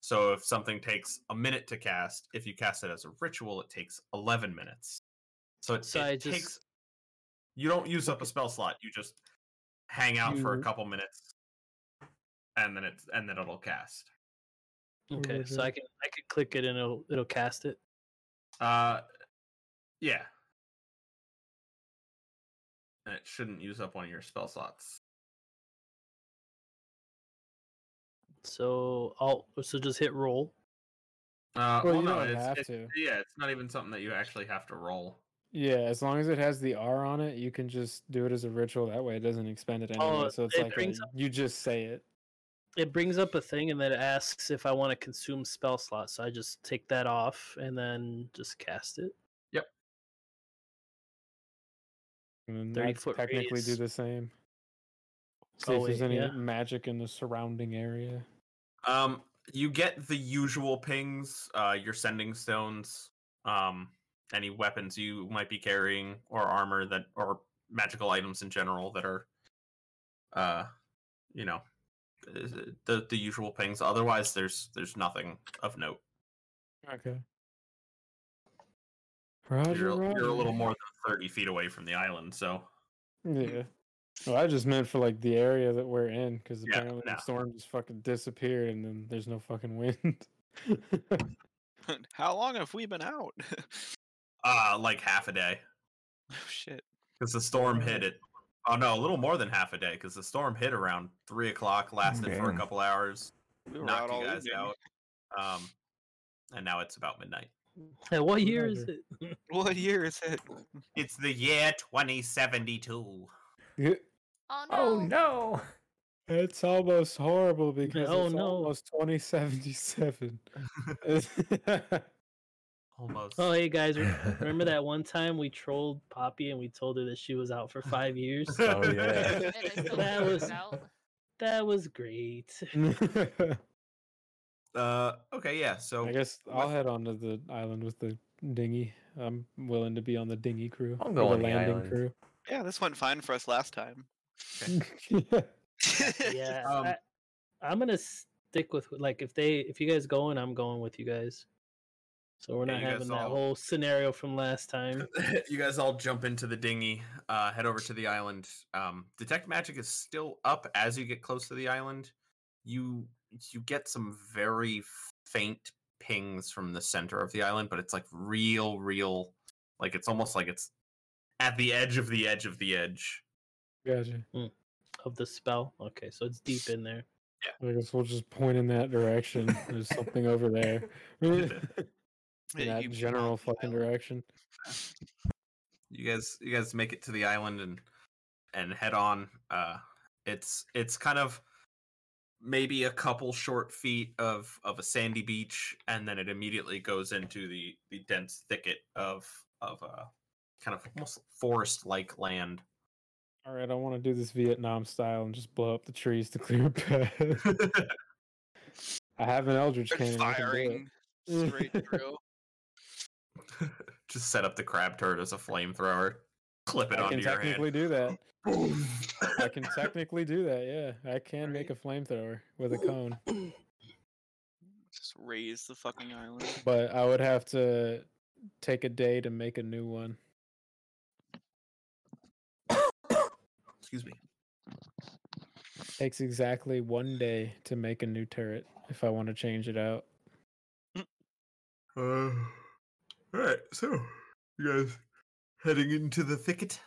B: So if something takes a minute to cast, if you cast it as a ritual, it takes eleven minutes. So it,
G: So
B: it
G: I just-
B: takes. You don't use up a spell slot. You just hang out for a
A: You-
B: couple minutes, and then it's and then it'll cast.
G: okay, so
A: Mm-hmm.
G: I can I can click it and it'll it'll cast it.
B: Uh, yeah. And it shouldn't use up one of your spell slots.
G: So I'll so just hit roll.
B: Uh,
A: Well,
B: well,
A: you
B: no,
A: don't
B: it's,
A: have
B: it's-
A: to.
B: Yeah, it's not even something that you actually have to roll.
A: Yeah, as long as it has the R on it, you can just do it as a ritual. That way, it doesn't expend it anyway.
G: Oh,
A: so it's
G: it
A: like a-
G: brings up-
A: you just say it.
G: It brings up a thing and then it asks if I want to consume spell slots. So I just take that off and then just cast it.
A: And
G: 30
A: then that's
G: foot
A: technically do
G: radius.
A: the same. See
G: Oh,
A: if there's
G: wait,
A: any
G: yeah.
A: magic in the surrounding area.
B: Um, you get the usual pings. Uh, your sending stones. Um, any weapons you might be carrying or armor that or magical items in general that are, uh, you know, uh, the the usual pings. Otherwise, there's there's nothing of note.
A: Okay. Roger,
B: you're, you're
A: roger.
B: a little more than 30 feet away from the island so
A: <laughs> Yeah. Well, I just meant for like the area that we're in, because
B: Yeah,
A: apparently
B: no.
A: the storm just fucking disappeared, and then there's no fucking wind. <laughs>
D: How long have we been out? <laughs>
B: uh like half a day
D: oh shit.
B: because the storm hit it oh no a little more than half a day because the storm hit around three o'clock lasted for a
E: Damn.
B: couple hours
D: We were out
B: knocked
D: all
B: you guys
D: evening.
B: out um and now it's about midnight
G: And what year is
A: Roger.
G: it?
D: <laughs> What year is it?
B: it's the year 2072
H: Oh no.
E: Oh no!
A: It's almost horrible because
G: Oh,
A: it's
G: no.
A: almost <laughs> 2077.
B: almost <laughs>
G: Oh hey
A: <laughs>
G: guys, re-
E: <laughs>
G: remember that one time we trolled Poppy and we told her that she was out for
B: <laughs>
G: five years?
E: Oh, yeah.
F: And I still
G: That
F: figured it
G: was-
F: out.
G: that
B: <laughs>
G: was great.
B: uh okay yeah so
A: I guess I'll
B: with-
A: head on to the island with the dinghy. I'm willing to be on the dinghy crew.
E: I'll
A: or
E: go on the
A: landing
E: island.
D: Yeah, this went fine for us
A: <laughs>
D: last <laughs> time.
A: crew.
G: Yeah.
B: Um,
G: I, I'm gonna stick with like if they if you guys going, I'm going with you guys. So we're
B: Yeah,
G: not
B: you guys
G: having that
B: all-
G: whole scenario from last
B: <laughs>
G: time.
B: you guys all jump into the dinghy, uh, head over to the island. Um, detect magic is still up as you get close to the island. You you get some very faint pings from the center of the island, but it's like real, real, like it's almost like it's at the edge of the edge of the edge.
A: gotcha.
G: of the spell. Okay, so it's deep in there.
A: I guess we'll just point in that direction. There's something over there.
D: <laughs>
A: <laughs> in
D: Yeah,
A: that
D: you
A: general
D: belong to the
A: fucking
D: island.
A: direction.
B: you guys you guys make it to the island and and head on uh it's it's kind of maybe a couple short feet of of a sandy beach and then it immediately goes into the the dense thicket of of uh kind of almost forest like land <laughs>
A: All right, I want to do this Vietnam style and just blow up the trees to clear a
D: <laughs>
A: path. I have an Eldritch
D: They're
A: cannon. I can do it.
D: firing straight
A: <laughs>
D: through.
B: just set up the crab turret as a flamethrower clip it
A: I
B: onto
A: can
B: your hand
A: technically do that. I
B: I
D: <laughs>
A: can technically do that. Yeah, I can make a flamethrower with a cone,
D: Just raise the fucking island.
A: but I would have to take a day to make a new one.
B: <coughs> Excuse me.
A: Takes exactly one day to make a new turret if I want to change it out.
B: Uh, all right, so you guys heading into the thicket?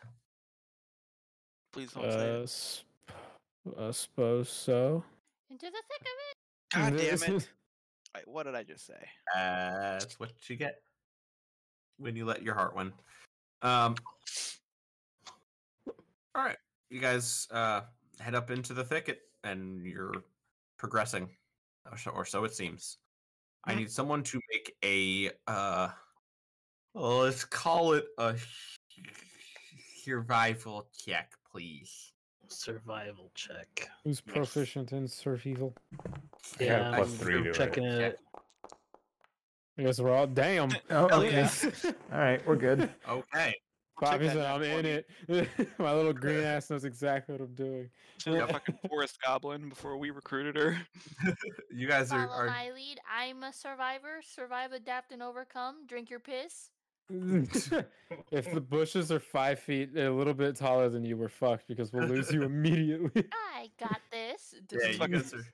D: Please don't say
A: Uh,
D: it.
A: sp- I suppose so.
H: Into the thick of
D: God
H: it.
A: <laughs>
D: damn it! Wait, what did I just say?
B: Uh, that's what you get when you let your heart win. Um, all right, you guys uh, head up into the thicket, and you're progressing, or so, or so it seems. I
D: Mhm.
B: need someone to make a uh, well, let's call it a survival check, please.
G: Survival <laughs> check.
A: Who's proficient in survival?
B: I
E: got a
G: Yeah,
E: plus
G: I'm
E: three to it.
G: checking it.
B: Yeah.
A: I guess we're all damn.
E: Oh,
B: Hell
E: okay.
B: yeah.
E: All right, we're good.
B: Okay.
A: Bobby
D: that
A: said,
D: nat
A: "I'm in it." <laughs> My little
B: <laughs>
A: green ass knows exactly what I'm doing. <laughs>
D: She's a fucking forest goblin before we recruited her. <laughs>
B: You guys are,
H: Follow
B: are
H: my lead. I'm a survivor. Survive, adapt, and overcome. Drink your piss.
A: if the bushes are five feet, a little bit taller than you, we're fucked because we'll lose
B: <laughs>
A: you immediately.
H: I got this.
B: yeah,
F: Disease.
B: you guys are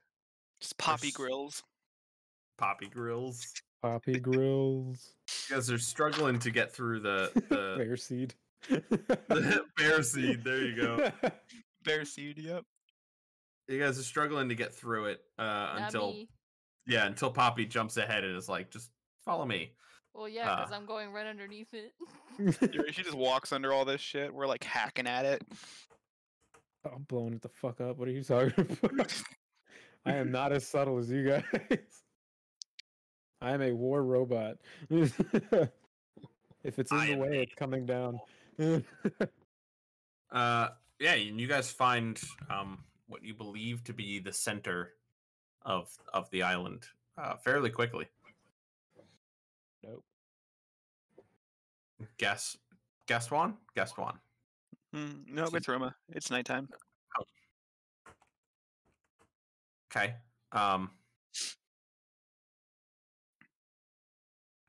D: Just poppy
B: Yes.
D: grills.
B: poppy grills. <laughs>
A: Poppy grills,
B: You guys are struggling to get through
H: <laughs>
B: the the,
A: <laughs> bear seed.
B: <laughs> the bear seed. There you
H: <laughs>
B: go.
A: <laughs>
D: Bear seed, yep.
B: You guys are struggling to get through it uh,
F: Not
B: until
F: me.
B: yeah, until Poppy jumps ahead and is like, "Just follow me."
F: Well, yeah, because
B: Ah.
F: I'm going right underneath it.
D: Yuri, She just walks under all this shit. We're like hacking at it.
A: I'm blowing it the fuck up. What are you talking <laughs> about? I am not as subtle as you guys. <laughs> I am a war robot. <laughs> if it's in
B: I
A: the
B: am
A: way,
B: a
A: it's coming down. All
B: Uh, yeah, and you guys find um what you believe to be the center of of the island uh, fairly quickly.
A: Nope.
B: Guess, guess one, guess one.
D: Mm, no, it's Roma. It's nighttime.
B: Okay. Um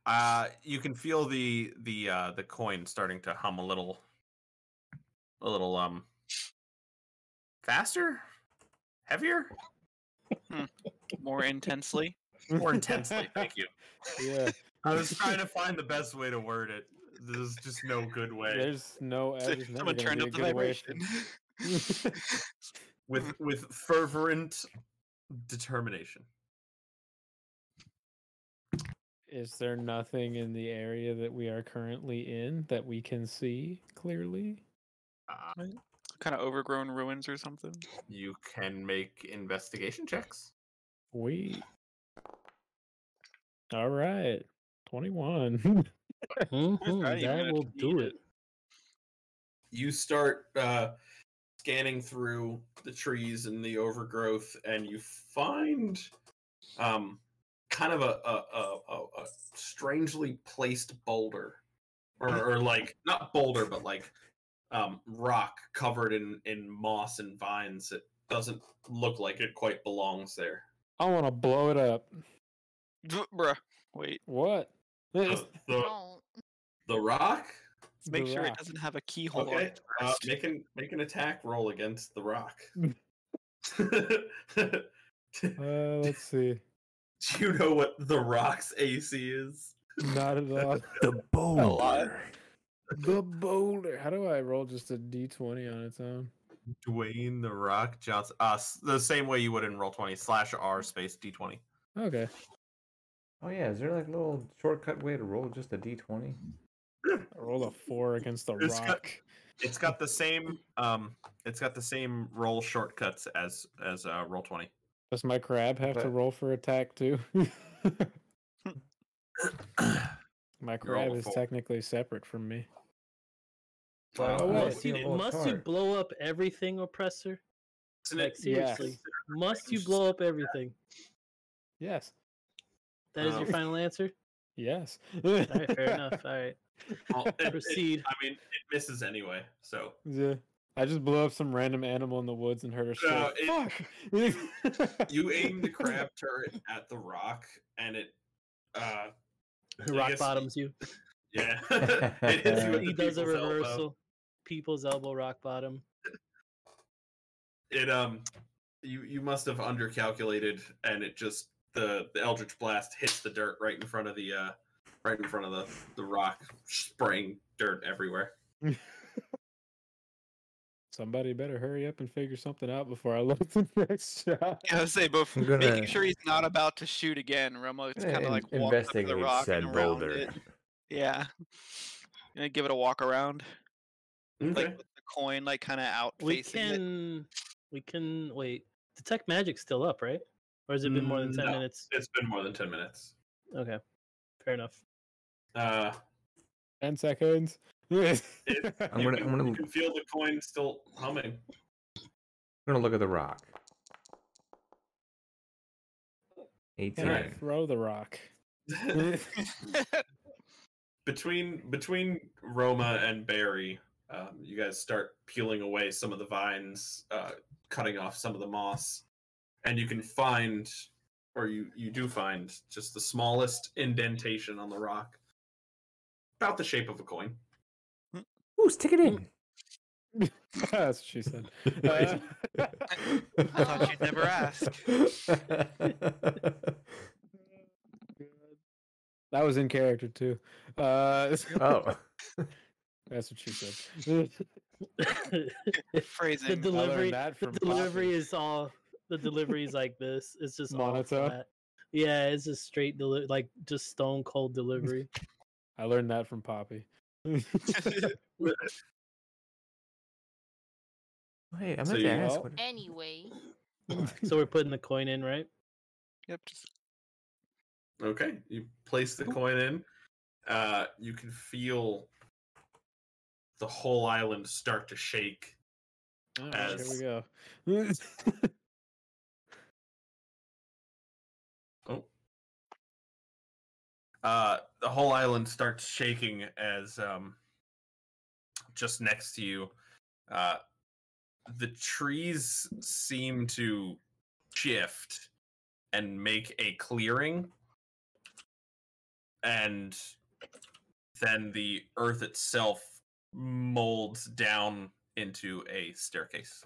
B: Uh you can feel the the uh the coin starting to hum a little a little um faster? Heavier?
A: <laughs>
D: More intensely.
B: More <laughs> intensely, thank you.
A: Yeah,
B: I was
A: <laughs>
B: trying to find the best way to word it. There's just no good way.
A: there's
B: <laughs>
D: <laughs>
A: no.
D: So-
A: There's never
D: Someone
A: gonna
D: turned
A: be
D: up
A: a
D: the
A: good way for-
D: vibration. <laughs>
A: <laughs>
B: With <laughs> with fervent determination.
A: <laughs> Is there nothing in the area that we are currently in that we can see clearly?
B: Uh,
D: kind of overgrown ruins or something.
B: you can make investigation checks.
A: We. All right, twenty-one. <laughs>
G: Mhm,
D: not even
G: that
D: gonna
G: will do
D: need
G: it.
B: you start uh, scanning through the trees and the overgrowth, and you find um, kind of a, a, a, a- a strangely placed boulder, or, or like not boulder, but like um, rock covered in, in moss and vines. It doesn't look like it quite belongs there.
A: I want to blow it up.
D: Bruh. Wait.
A: What?
B: The, the,
H: Don't.
B: the rock.
A: The
D: Let's make sure
A: rock.
D: it doesn't have a keyhole. on
B: Okay,
D: it <laughs>
B: uh,
D: first.
B: make an make an attack roll against the rock. <laughs>
A: Uh, let's see.
B: <laughs> Do you know what the Rock's AC is?
A: <laughs> Not at all.
E: <laughs> The boulder.
A: the boulder. How do I roll just a d twenty on its own?
B: Dwayne the Rock Johnson. Us the same way you would in roll twenty slash R space D twenty.
A: Okay.
E: Oh yeah, is there like a little shortcut way to roll just a d20?
A: I rolled a four against the
B: It's
A: rock.
B: got- It's got the same um. It's got the same roll shortcuts as as uh, roll
G: <coughs>
B: twenty.
A: Does my crab have to
E: But-
A: roll for attack too? <laughs> my crab
B: a
A: is
B: four.
A: technically separate from me.
E: Wow.
A: Oh, wait,
G: Must
E: see a
G: you,
E: little
G: must you
E: card.
G: blow up everything, oppressor?
B: Isn't
G: Like
B: it?
G: seriously, must you blow up everything?
A: Yes.
G: That is
B: Um,
G: your final answer.
A: Yes.
G: All right, fair enough. All right,
B: Well, it- it-
G: proceed.
B: I mean, it misses anyway. So
A: <laughs> Yeah. I just blew up some random animal in the woods and hurt a
B: No,
A: squirrel. <laughs> Fuck.
B: you aim the crab turret at the rock, and it uh I
G: Rock
B: guess-
G: bottoms you.
B: Yeah, <laughs> it hits you at the
G: he does a
B: people's elbow.
G: reversal. People's elbow rock bottom.
B: It um, you you must have undercalculated, and it just the the eldritch blast hits the dirt right in front of the uh, right in front of the the rock, spraying dirt everywhere.
A: Somebody better hurry up and figure something out before I look the <laughs> next shot.
D: Yeah, I say both
E: I'm gonna
D: making sure he's not about to shoot again. Romo is kind
E: in-
D: of like walks up to
E: investigate
D: the rock
E: said
D: and around
E: boulder.
D: it. Yeah, gonna give it a walk around, like
B: Okay.
D: with the coin, like kind of out
G: We
D: facing it.
G: can we can wait. Detect magic's still up, right? Or has it been more than
B: Mm,
G: ten
B: no.
G: minutes?
B: It's been more than ten minutes.
G: Okay,
B: <laughs>
G: fair enough.
B: Uh,
A: Ten seconds.
E: I'm
B: you
E: gonna-
B: can-
E: I'm gonna-
B: you can feel the coin still
E: <laughs>
B: humming.
E: I'm gonna look at the rock. Eighteen.
A: Can I
B: Alright.
A: throw the rock? <laughs>
D: <laughs>
B: between between Roma and Barry, um, you guys start peeling away some of the vines, uh, cutting off some of the moss, and you can find, or you you do find, just the smallest indentation on the rock, about the shape of a coin.
E: Ooh, stick it in.
A: That's what she said.
D: <laughs>
E: I
A: Uh,
D: thought you'd never ask.
A: <laughs> that was in character too. Uh,
E: <laughs>
A: <laughs>
E: oh,
A: that's what she
E: <laughs>
A: said.
G: the
D: Phrasing.
A: I learned
G: delivery,
A: that
G: the
A: from
G: delivery
A: Poppy.
G: is all. The delivery is like this. It's just all
A: Monotone?
G: flat. Yeah, it's just straight deli- like just stone cold delivery.
A: I learned that from
E: <laughs>
A: Poppy. <laughs>
E: wait, I'm
B: So
E: going
B: you-
E: to ask.
A: Well-
E: What,
H: Anyway,
G: so we're putting the coin in, right?
D: yep, just
B: Okay, you place the coin in. Uh, you can feel the whole island start to shake.
A: All right,
B: As-
A: Here we go.
B: Oh. Uh, the whole island starts shaking as um, just next to you, uh, the trees seem to shift and make a clearing, and then the earth itself molds down into a staircase.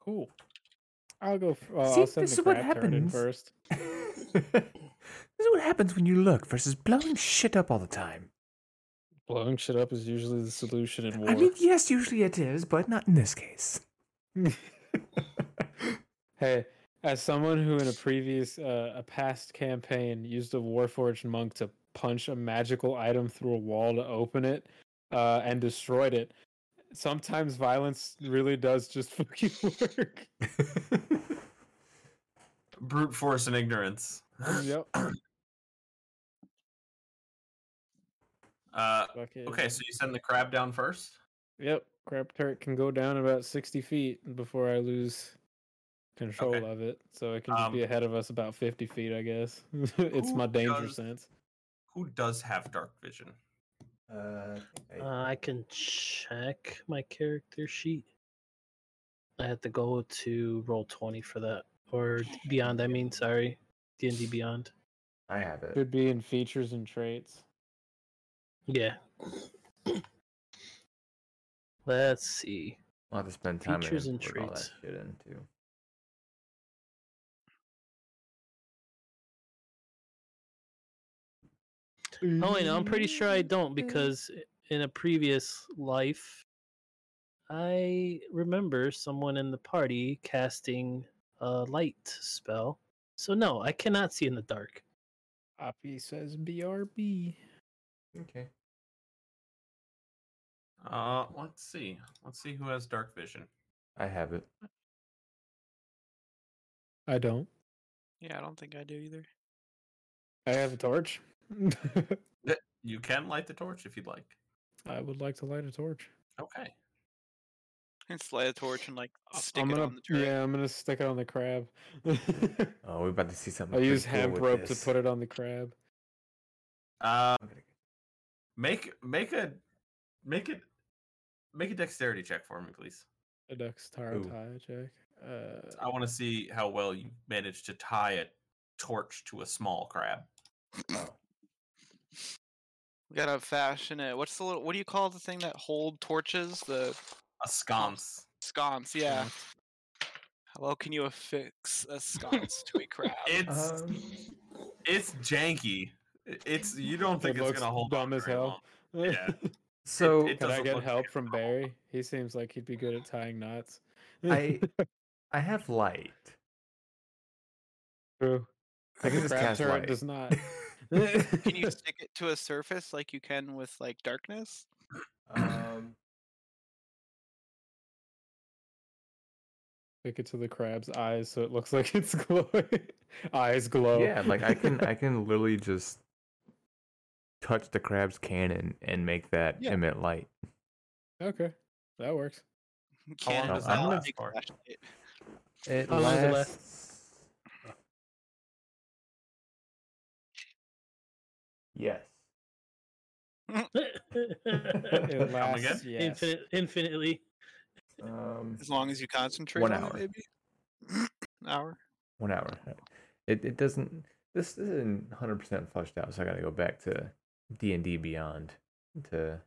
A: cool. <laughs> I'll go.
E: <laughs>
A: f- Uh,
E: See,
A: I'll send
E: this
A: the
E: is what
A: crab turd in
E: happens.
A: first.
E: this is what happens when you look versus blowing shit up all the time.
A: Blowing shit up is usually the solution in war.
E: I mean, yes, usually it is, but not in
A: <laughs>
E: this case.
A: Hey, as someone who in a previous, uh, a past campaign used a Warforged monk to punch a magical item through a wall to open it uh, and destroyed it, sometimes violence really does just <laughs> fucking work.
B: <laughs> Brute force and ignorance. <laughs>
A: yep.
B: Uh,
A: fucking-
B: okay, so you send the crab down first.
A: Yep. Crap turret can go down about 60 feet before I lose control
B: Okay.
A: of it. So it can just be
B: Um,
A: ahead of us about 50 feet, I guess. <laughs> it's
B: who
A: my danger
B: does-
A: sense.
B: who does have dark vision?
E: Uh,
G: Uh, I can check my character sheet. I have to go to roll twenty for that, or beyond. I mean, sorry, D and D Beyond.
E: I have it.
A: Could be in features and traits.
G: Yeah. <coughs> Let's see.
E: I'll have to spend time
G: Features
E: and
G: and
E: put all that
G: traits.
E: shit in too.
G: Oh, wait, no, I'm pretty
A: <laughs>
G: sure I <laughs> don't because i- in a previous life, I remember someone in the party casting a light spell. So no, I cannot see in the dark. <laughs>
A: Poppy says BRB.
E: Okay.
B: Uh, let's see. Let's see who has dark vision.
E: I have it.
A: I don't.
D: yeah, I don't think I do either.
A: I have a torch. <laughs>
B: You can light the torch if you'd like.
A: I would like to light a torch.
B: Okay.
D: And slay a torch and like
A: I-
D: stick
A: I'm
D: it
A: gonna,
D: on the turret.
A: Yeah, I'm gonna stick it on the crab. <laughs>
E: Oh, we're about to see something.
A: I'll use hemp rope to put it on the crab.
B: Uh, make make a make it make a dexterity check for me, please.
A: A duck's tarot
E: Ooh.
A: tie check. Uh,
B: I want to see how well you manage to tie a torch to a small crab.
D: We gotta fashion it. What's the little? What do you call the thing that hold torches? The
B: A sconce.
D: Sconce, yeah. How can you affix a sconce
E: <laughs>
D: to a crab?
B: It's
E: Um,
B: it's janky. I- It's you don't think
A: It
B: it's
A: Uh-huh. looks
B: gonna hold
A: dumb
B: on
A: as
B: very
A: hell.
B: long.
A: <laughs>
B: Yeah.
E: so
B: it-
A: Can I
B: doesn't
A: get
B: look
A: help
B: like it
A: from
B: at all.
A: Barry? He seems like he'd be good at tying knots.
E: I I have light.
A: True.
E: I can
A: The
E: just
A: crab
E: cast
A: turret
E: light.
A: does
E: <laughs>
A: not.
D: Can you stick it to a surface like you can with like darkness? <laughs>
E: um,
A: Stick it to the crab's eyes so it looks <laughs> like it's glowing. eyes glow.
E: Yeah, like I can I can literally just touch the crab's cannon and make that
D: Yeah.
E: emit light.
A: <laughs> okay, that works.
E: Oh,
B: How long
D: Cannon
E: does
D: does
E: that
D: not
B: last
D: take
B: for?
D: flashlight.
E: It
G: How long does it last?
E: Yes.
A: It
E: Come
B: again?
A: lasts. Yes.
G: Infinite, infinitely.
E: Um,
D: As long as you concentrate
E: One
D: on
E: hour.
D: it, maybe? <clears throat> An hour.
E: one hour. It it doesn't. This isn't hundred percent flushed out, so I got to go back to D and D Beyond to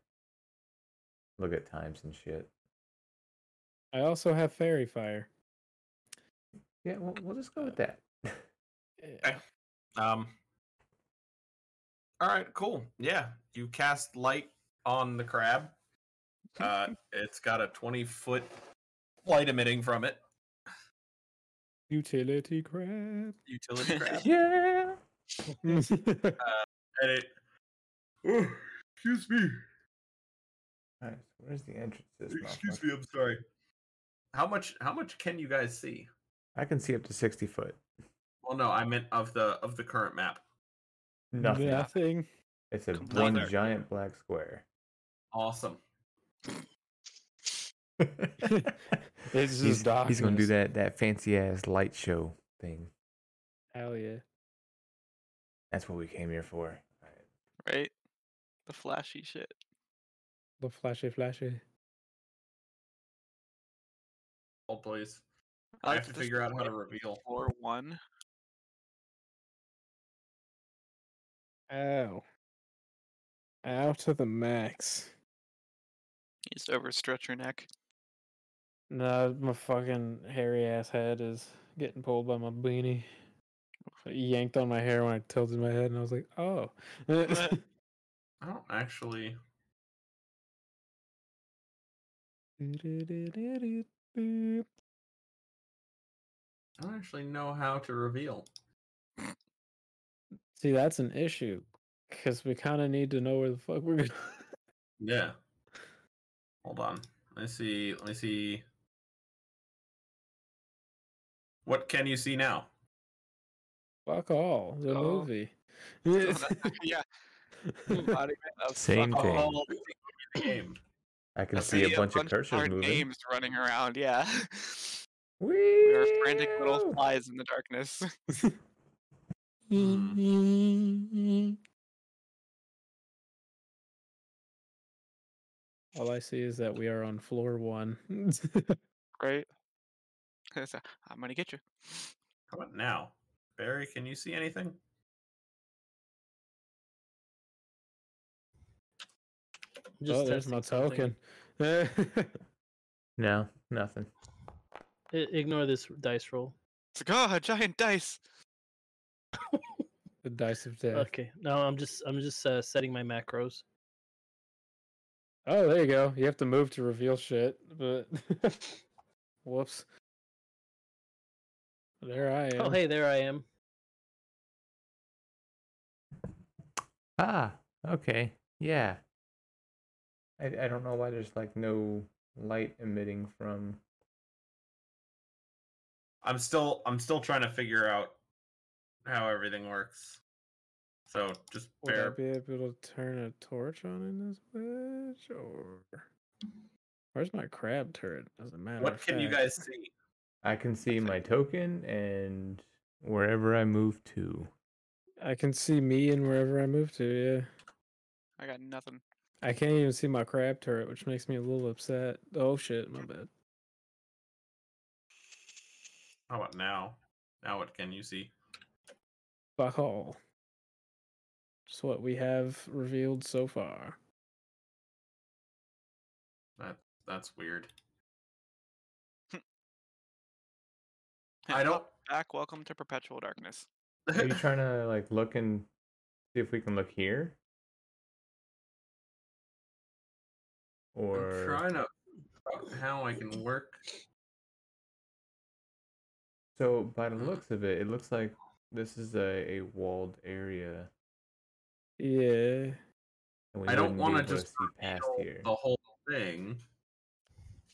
E: look at times and shit.
A: I also have fairy fire.
E: Yeah, we'll, we'll just go with that.
A: Yeah.
B: Um. All right, cool. Yeah, you cast light on the <laughs> crab. Uh, it's got a twenty foot light emitting from it.
A: Utility crab.
B: <laughs> Utility crab,
E: Yeah.
A: <laughs>
B: and it. Oh, excuse me.
E: All right. So where's the entrance? to This
B: Excuse
E: motherfucker?
B: me. I'm sorry. How much? How much can you guys see?
E: I can see up to sixty foot.
B: Well, no, I meant of the of the current map.
E: Nothing.
A: Nothing.
E: It's a
D: Complete
E: one
D: dark.
E: giant black square. <laughs>
B: Awesome.
A: It's just
E: he's, he's gonna do
A: darkness.
E: that that fancy ass light show thing.
A: Hell yeah.
E: That's what we came here for.
D: Right? The flashy shit.
A: The flashy, flashy.
B: Oh, please.
D: I
B: I
D: like
B: have
D: that
B: to
D: this
B: figure out how
D: light
B: to reveal.
D: Floor one.
A: Ow. Ow to the max.
D: You just overstretch
E: <laughs>
D: your neck.
A: No, my fucking hairy ass head is getting pulled by my beanie. It yanked on my hair when I tilted my head, and I was like, "Oh, <laughs>
B: I don't actually.
A: I
B: I don't actually know how to reveal.
A: See, that's an issue because we kind of need to know where the fuck we're going.
B: Yeah. Hold on. Let me see. Let me see. What can you see now?
A: <laughs> fuck all the
D: Oh.
A: movie.
D: <laughs> yeah. embodiment of
E: Same
D: fuck
E: thing.
D: all.
B: Oh, game.
E: I can
B: I
E: see a bunch, of cursors
D: our
E: moving.
D: names running around. Yeah, <laughs> we
E: We
D: are frantic little flies in the darkness.
A: <laughs>
E: Hmm.
A: <laughs> all I see is that we are on floor one. <laughs>
D: Right? <laughs> It's a, I'm gonna get you.
B: How about now? Barry, can you see anything?
A: oh, there's my token. That's
E: No, nothing.
G: ignore this dice roll.
D: It's like oh, a giant dice.
A: <laughs> The dice of death.
G: Okay. No, I'm just I'm just uh, setting my macros.
A: Oh, there you go. You have to move to reveal shit, but <laughs> whoops. There I am.
G: Oh, hey, there I am.
E: Ah, okay. Yeah. I I don't know why there's like no light emitting from.
B: I'm still. I'm still trying to figure out how everything works. So just
A: Would I
B: bear.
A: be able to turn a torch on in this bitch? Or where's my crab turret? Doesn't matter.
B: What can you guys see?
E: I can see my token and wherever I move to.
A: I can see me and wherever I move to. Yeah,
D: I got nothing.
A: I can't even see my crab turret, which makes me a little upset. Oh shit, my bad.
B: How about now? Now what can you see?
A: Fuck all. Just what we have revealed so far.
B: That that's weird. I don't.
D: Back, welcome to perpetual darkness. <laughs>
E: Are
B: <laughs>
E: you trying to like look and see if we can look here?
B: I'm
E: Or
B: trying to figure out how I can work.
E: so by
B: Mm-hmm.
E: the looks of it, it looks like this is a, a walled area.
A: Yeah.
E: And we
B: I
E: wouldn't
B: don't
E: be
B: want to
E: able
B: just
E: see past
B: reveal
E: here.
B: the whole thing,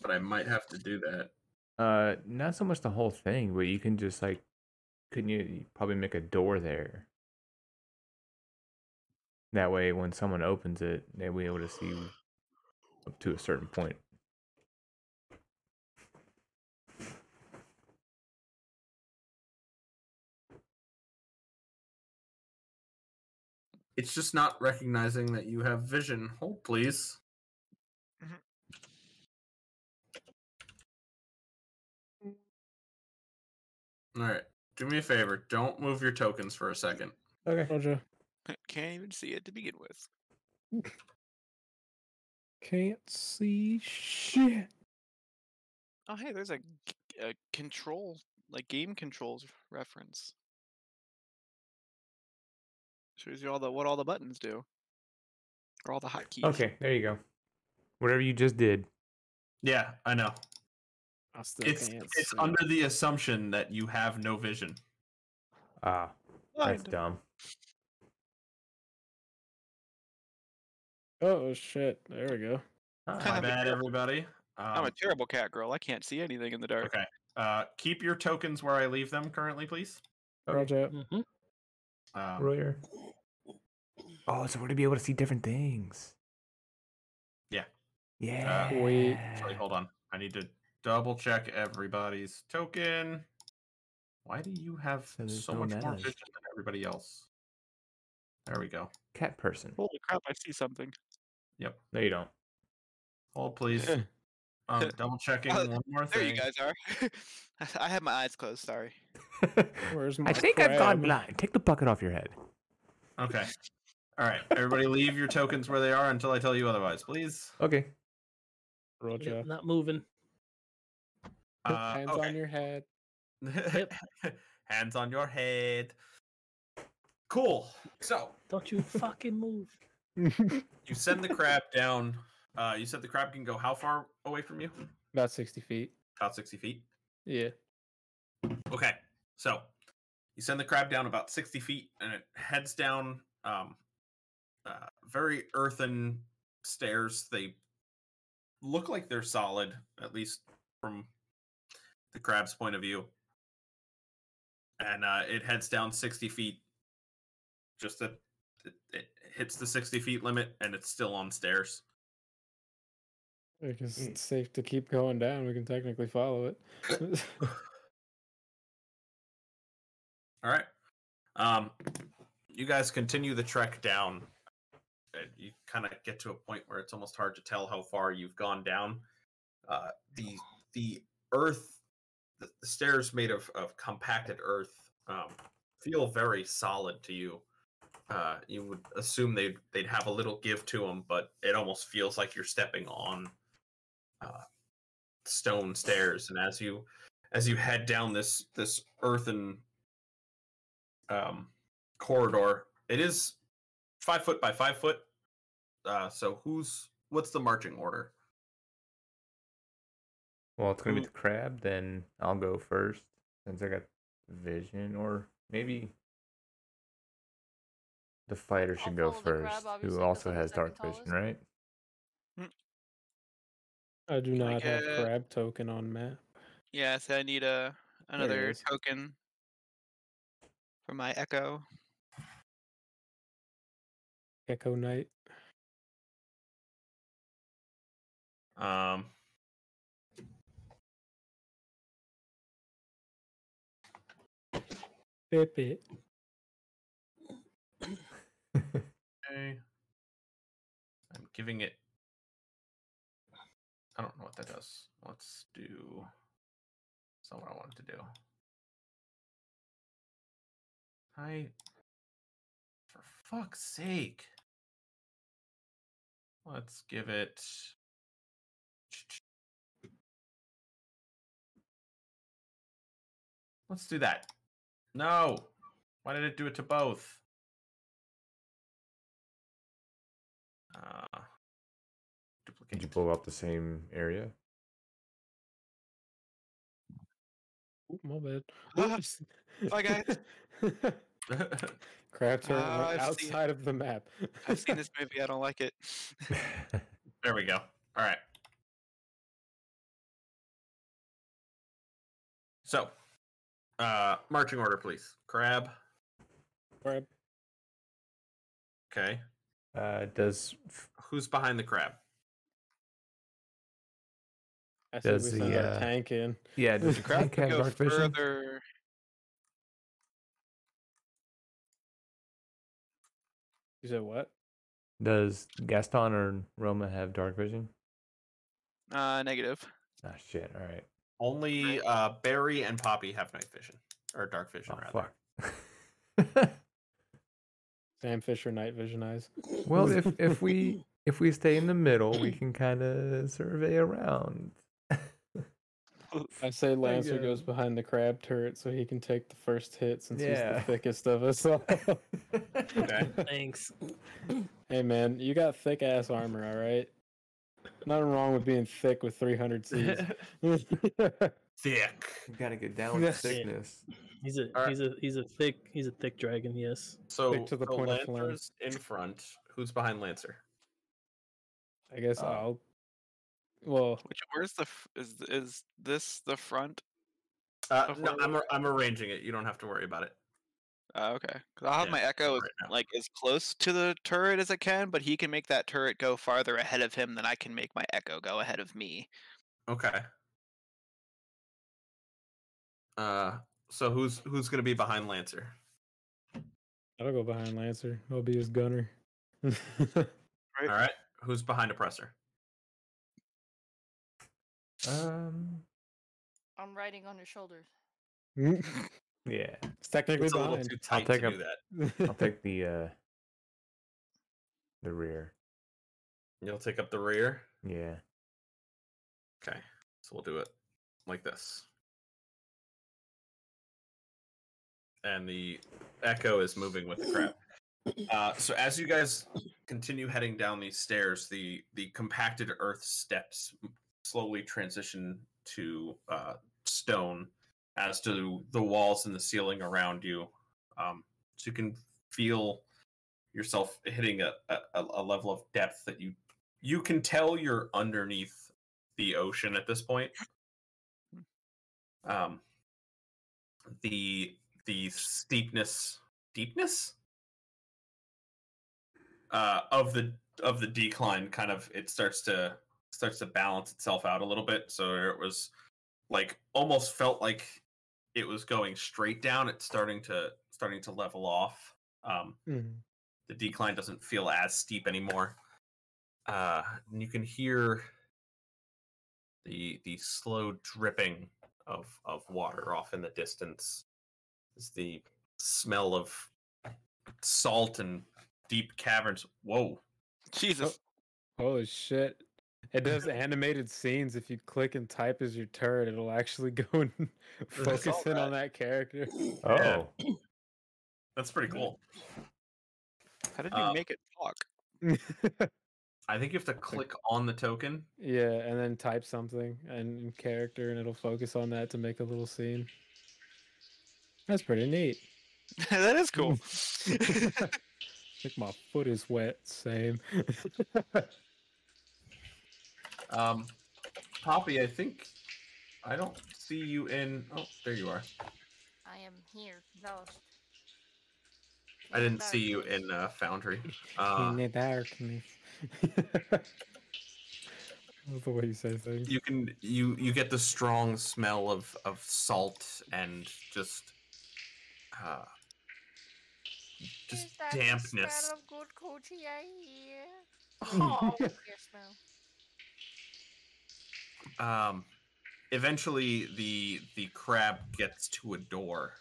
B: but I might have to do that.
E: Uh, not so much the whole thing, but you can just like, couldn't you you probably make a door there? That way, when someone opens it, they'll be able to see up to a certain point.
B: It's just not recognizing that you have vision. Hold, please. All right. Do me a favor. Don't move your tokens for a second.
E: Okay.
A: Roger.
D: Can't even see it to begin with.
A: Can't see shit.
D: Oh, hey, there's a, g- a control, like game controls reference. Shows you all the what all the buttons do, or all the hotkeys.
E: Okay, there you go. Whatever you just did.
B: Yeah, I know.
A: I still
B: It's
A: can't
B: it's
A: see.
B: under the assumption that you have no
D: <laughs>
B: vision.
E: Ah, that's
D: Blind.
E: dumb.
A: Oh shit. There we go.
B: My
E: Ah,
D: I'm a
B: bad,
D: terrible-
B: everybody.
D: I'm a
B: Um,
D: terrible cat girl. I can't see anything in the dark.
B: okay. Uh, keep your tokens where I leave them currently, please.
A: Roger.
G: Mhm.
B: Um,
E: Royer. Oh, so we're to be able to see different things.
B: Yeah.
E: Yeah.
A: Wait.
B: Actually, hold on. I need to double check everybody's token. Why do you have
E: So there's
B: so
E: no
B: much more
E: matters.
B: vision than everybody else? There we go.
E: Cat person.
D: Holy crap! I see something.
E: No, you <laughs> don't.
B: Hold
D: <laughs>
B: please. Um, double checking
D: Uh,
B: one more
D: There
B: thing.
D: you guys are. <laughs> I- I had my eyes closed. Sorry.
A: Where's my
E: I think I've gone
A: crab?
E: blind. Take the bucket off your head.
B: Okay.
D: <laughs>
B: All right. Everybody, leave your tokens where they are until I tell you otherwise, please.
E: Okay.
G: Yep,
A: Roger.
G: Not moving.
B: Uh,
A: Hands
B: okay.
A: on your head.
B: <laughs>
G: Yep.
B: Hands on your head. Cool. So
G: Don't
A: <laughs>
G: you fucking move.
B: you send the crab down. Uh, you said the crab can go how far away from you?
A: About sixty feet.
B: About 60 feet.
A: Yeah.
B: Okay. So you send the crab down about 60 feet and it heads down um, uh, very earthen stairs. They look like they're solid, at least from the crab's point of view. And uh, it heads down 60 feet. Just that it, it hits the 60 feet limit and it's still on stairs.
A: I guess
E: Mm.
A: it's safe to keep going down. We can technically follow it. <laughs>
B: All right. Um, you guys continue the trek down. Uh, You kind of get to a point where it's almost hard to tell how far you've gone down. Uh, the the earth, the, the stairs made of of compacted earth, um, feel very solid to you. Uh, you would assume they'd they'd have a little give to them, but it almost feels like you're stepping on uh, stone stairs. And as you as you head down this this earthen um, corridor. It is five foot by five foot. Uh, so who's what's the marching order?
E: Well, it's gonna be
B: Who-
E: the crab. Then I'll go first since I got vision, or maybe the fighter
H: I'll
E: should go
H: follow the crab,
E: first,
H: obviously,
E: who
H: 'cause
E: also
H: I'm the
E: has dark
H: second
E: vision, right? <laughs>
A: I do not have
D: uh,
A: crab token on map.
D: Yes, I need a another
A: is.
D: token for my echo.
A: Gecko Knight.
B: Um,
A: Bip it.
B: okay. I'm giving it. I don't know what that does. Let's do. That's not what I wanted to do. I. For fuck's sake. Let's give it. Let's do that. No. Why did it do it to both? Uh,
E: Did you
B: duplicate.
E: blow up the same area?
A: Ooh, my bad.
D: Ah,
A: Oops.
D: bye, guys.
A: <laughs>
B: <laughs>
A: Crab turn
D: Ah,
A: went
D: I've seen it.
A: outside of the map.
D: I've seen this movie. I don't like it. <laughs>
B: there we go. All right. So, uh, marching order, please. Crab.
A: <laughs> Crab.
B: Okay.
E: <laughs> uh, does
B: Who's behind the crab?
A: I said we
E: Does the,
A: send our
E: uh,
A: tank in.
E: yeah? Does the
A: Does
E: crab have
D: Go
E: dark vision?
D: further.
A: You said what?
E: Does Gaston or Roma have dark vision?
D: Uh, negative.
E: Ah, shit. All right.
B: Only uh, Barry and Poppy have night vision or dark vision,
E: Oh,
B: rather.
E: <laughs> fuck.
A: Sam Fisher night vision eyes.
E: well, <laughs> if if we if we stay in the middle, we can kind of survey around.
A: I say Lancer goes
E: go.
A: behind the crab turret so he can take the first hit since he's
E: Yeah.
A: the thickest of us
E: <laughs>
A: all.
B: Okay.
G: Thanks.
A: <laughs>
G: <laughs>
A: hey man, you got thick ass armor, all right? Nothing wrong with being thick with 300 C's.
E: <laughs>
A: <laughs>
B: Thick.
C: You gotta get down with
A: Yeah.
C: sickness.
G: He's a
B: Alright.
G: he's a he's a thick he's a thick dragon. Yes.
B: So,
A: to the
B: so
A: point of flame.
B: Lancer's in front. Who's behind Lancer?
A: I guess
E: Oh.
A: I'll. Well,
D: Which where's the f- is th- is this the front?
B: Uh,
D: Of
B: no,
D: what
B: I'm, ar- I'm arranging it. You don't have to worry about it.
D: Uh, okay, 'Cause I'll have
B: Yeah,
D: my echo
B: right
D: as-
B: now.
D: like as close to the turret as I can, but he can make that turret go farther ahead of him than I can make my echo go ahead of me. <laughs>
B: Okay. Uh, so who's who's gonna be behind Lancer?
A: I'll go behind Lancer. I'll be his gunner. <laughs>
B: All right. Who's behind Oppressor?
E: Um.
H: I'm riding on your shoulders.
A: it's
E: Yeah.
A: technically
B: It's a little
A: behind.
B: too tight to
E: take
B: do
E: a-
B: that.
E: I'll take the uh. The rear.
B: You'll take up the rear.
E: Yeah.
B: Okay. So we'll do it like this. And the echo is moving with the crab. Uh, so as you guys continue heading down these stairs, the the compacted earth steps slowly transition to uh, stone, as do the walls and the ceiling around you. Um, so you can feel yourself hitting a, a, a level of depth that you you can tell you're underneath the ocean at this point. Um, the the steepness deepness uh, of the of the decline kind of it starts to starts to balance itself out a little bit. So it was like almost felt like it was going straight down. It's starting to starting to level off. Um,
A: Mhm.
B: the decline doesn't feel as steep anymore. Uh, and you can hear the the slow dripping of of water off in the distance. Is the smell of salt and deep caverns. Whoa!
D: Jesus,
A: Holy shit. It does animated scenes. If you click and type as your turret, it'll actually <laughs> go and focus in on that character.
E: Oh.
B: Yeah. That's pretty cool.
D: how did you
B: Uh,
D: make it talk? <laughs>
B: I think you have to click on the token.
A: yeah, and then type something and in character, and it'll focus on that to make a little scene. That's pretty neat.
D: that is cool. <laughs>
A: Like my foot is wet. Same. <laughs>
B: Um, Poppy, I think I don't see you in. Oh, there you are.
H: I am here, lost.
B: I didn't
H: Dark
B: see you
H: place.
B: in uh, Foundry. Uh,
A: the darkness. <laughs> That's the way you say things.
B: you can you you get the strong smell of of salt and just uh just
H: Is that The
B: dampness
H: smell of good coochie I
B: <laughs>
H: hear?
A: Oh.
H: Oh, your smell.
B: um eventually the the crab gets to a door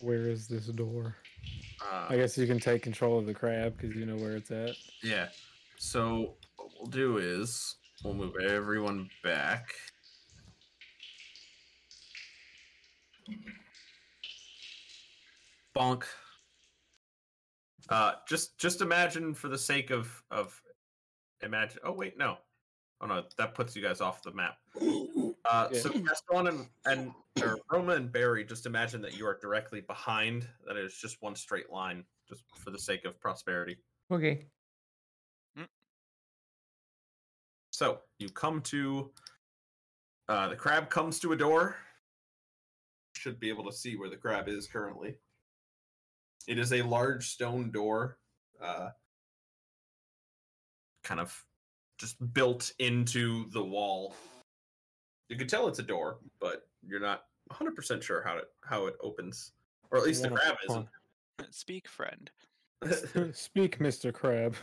A: Where is this door?
B: uh
A: I guess you can take control of the crab because you know where it's at.
B: yeah so what we'll do is we'll move everyone back Bonk. Uh, just just imagine for the sake of of imagine. Oh wait, no, oh no, that puts you guys off the map. Uh, So Gaston and and or Roma and Barry, just imagine that you are directly behind. That is just one straight line, just for the sake of prosperity.
E: Okay.
B: So you come to uh, the crab comes to a door. Should be able to see where the crab is currently. It is a large stone door, uh, kind of just built into the wall. You can tell it's a door, but you're not 100% sure how it how it opens, or at least the crab
A: Wonderful.
D: Speak, friend.
A: <laughs>
B: isn't. <laughs>
A: Speak, Mr. Crab.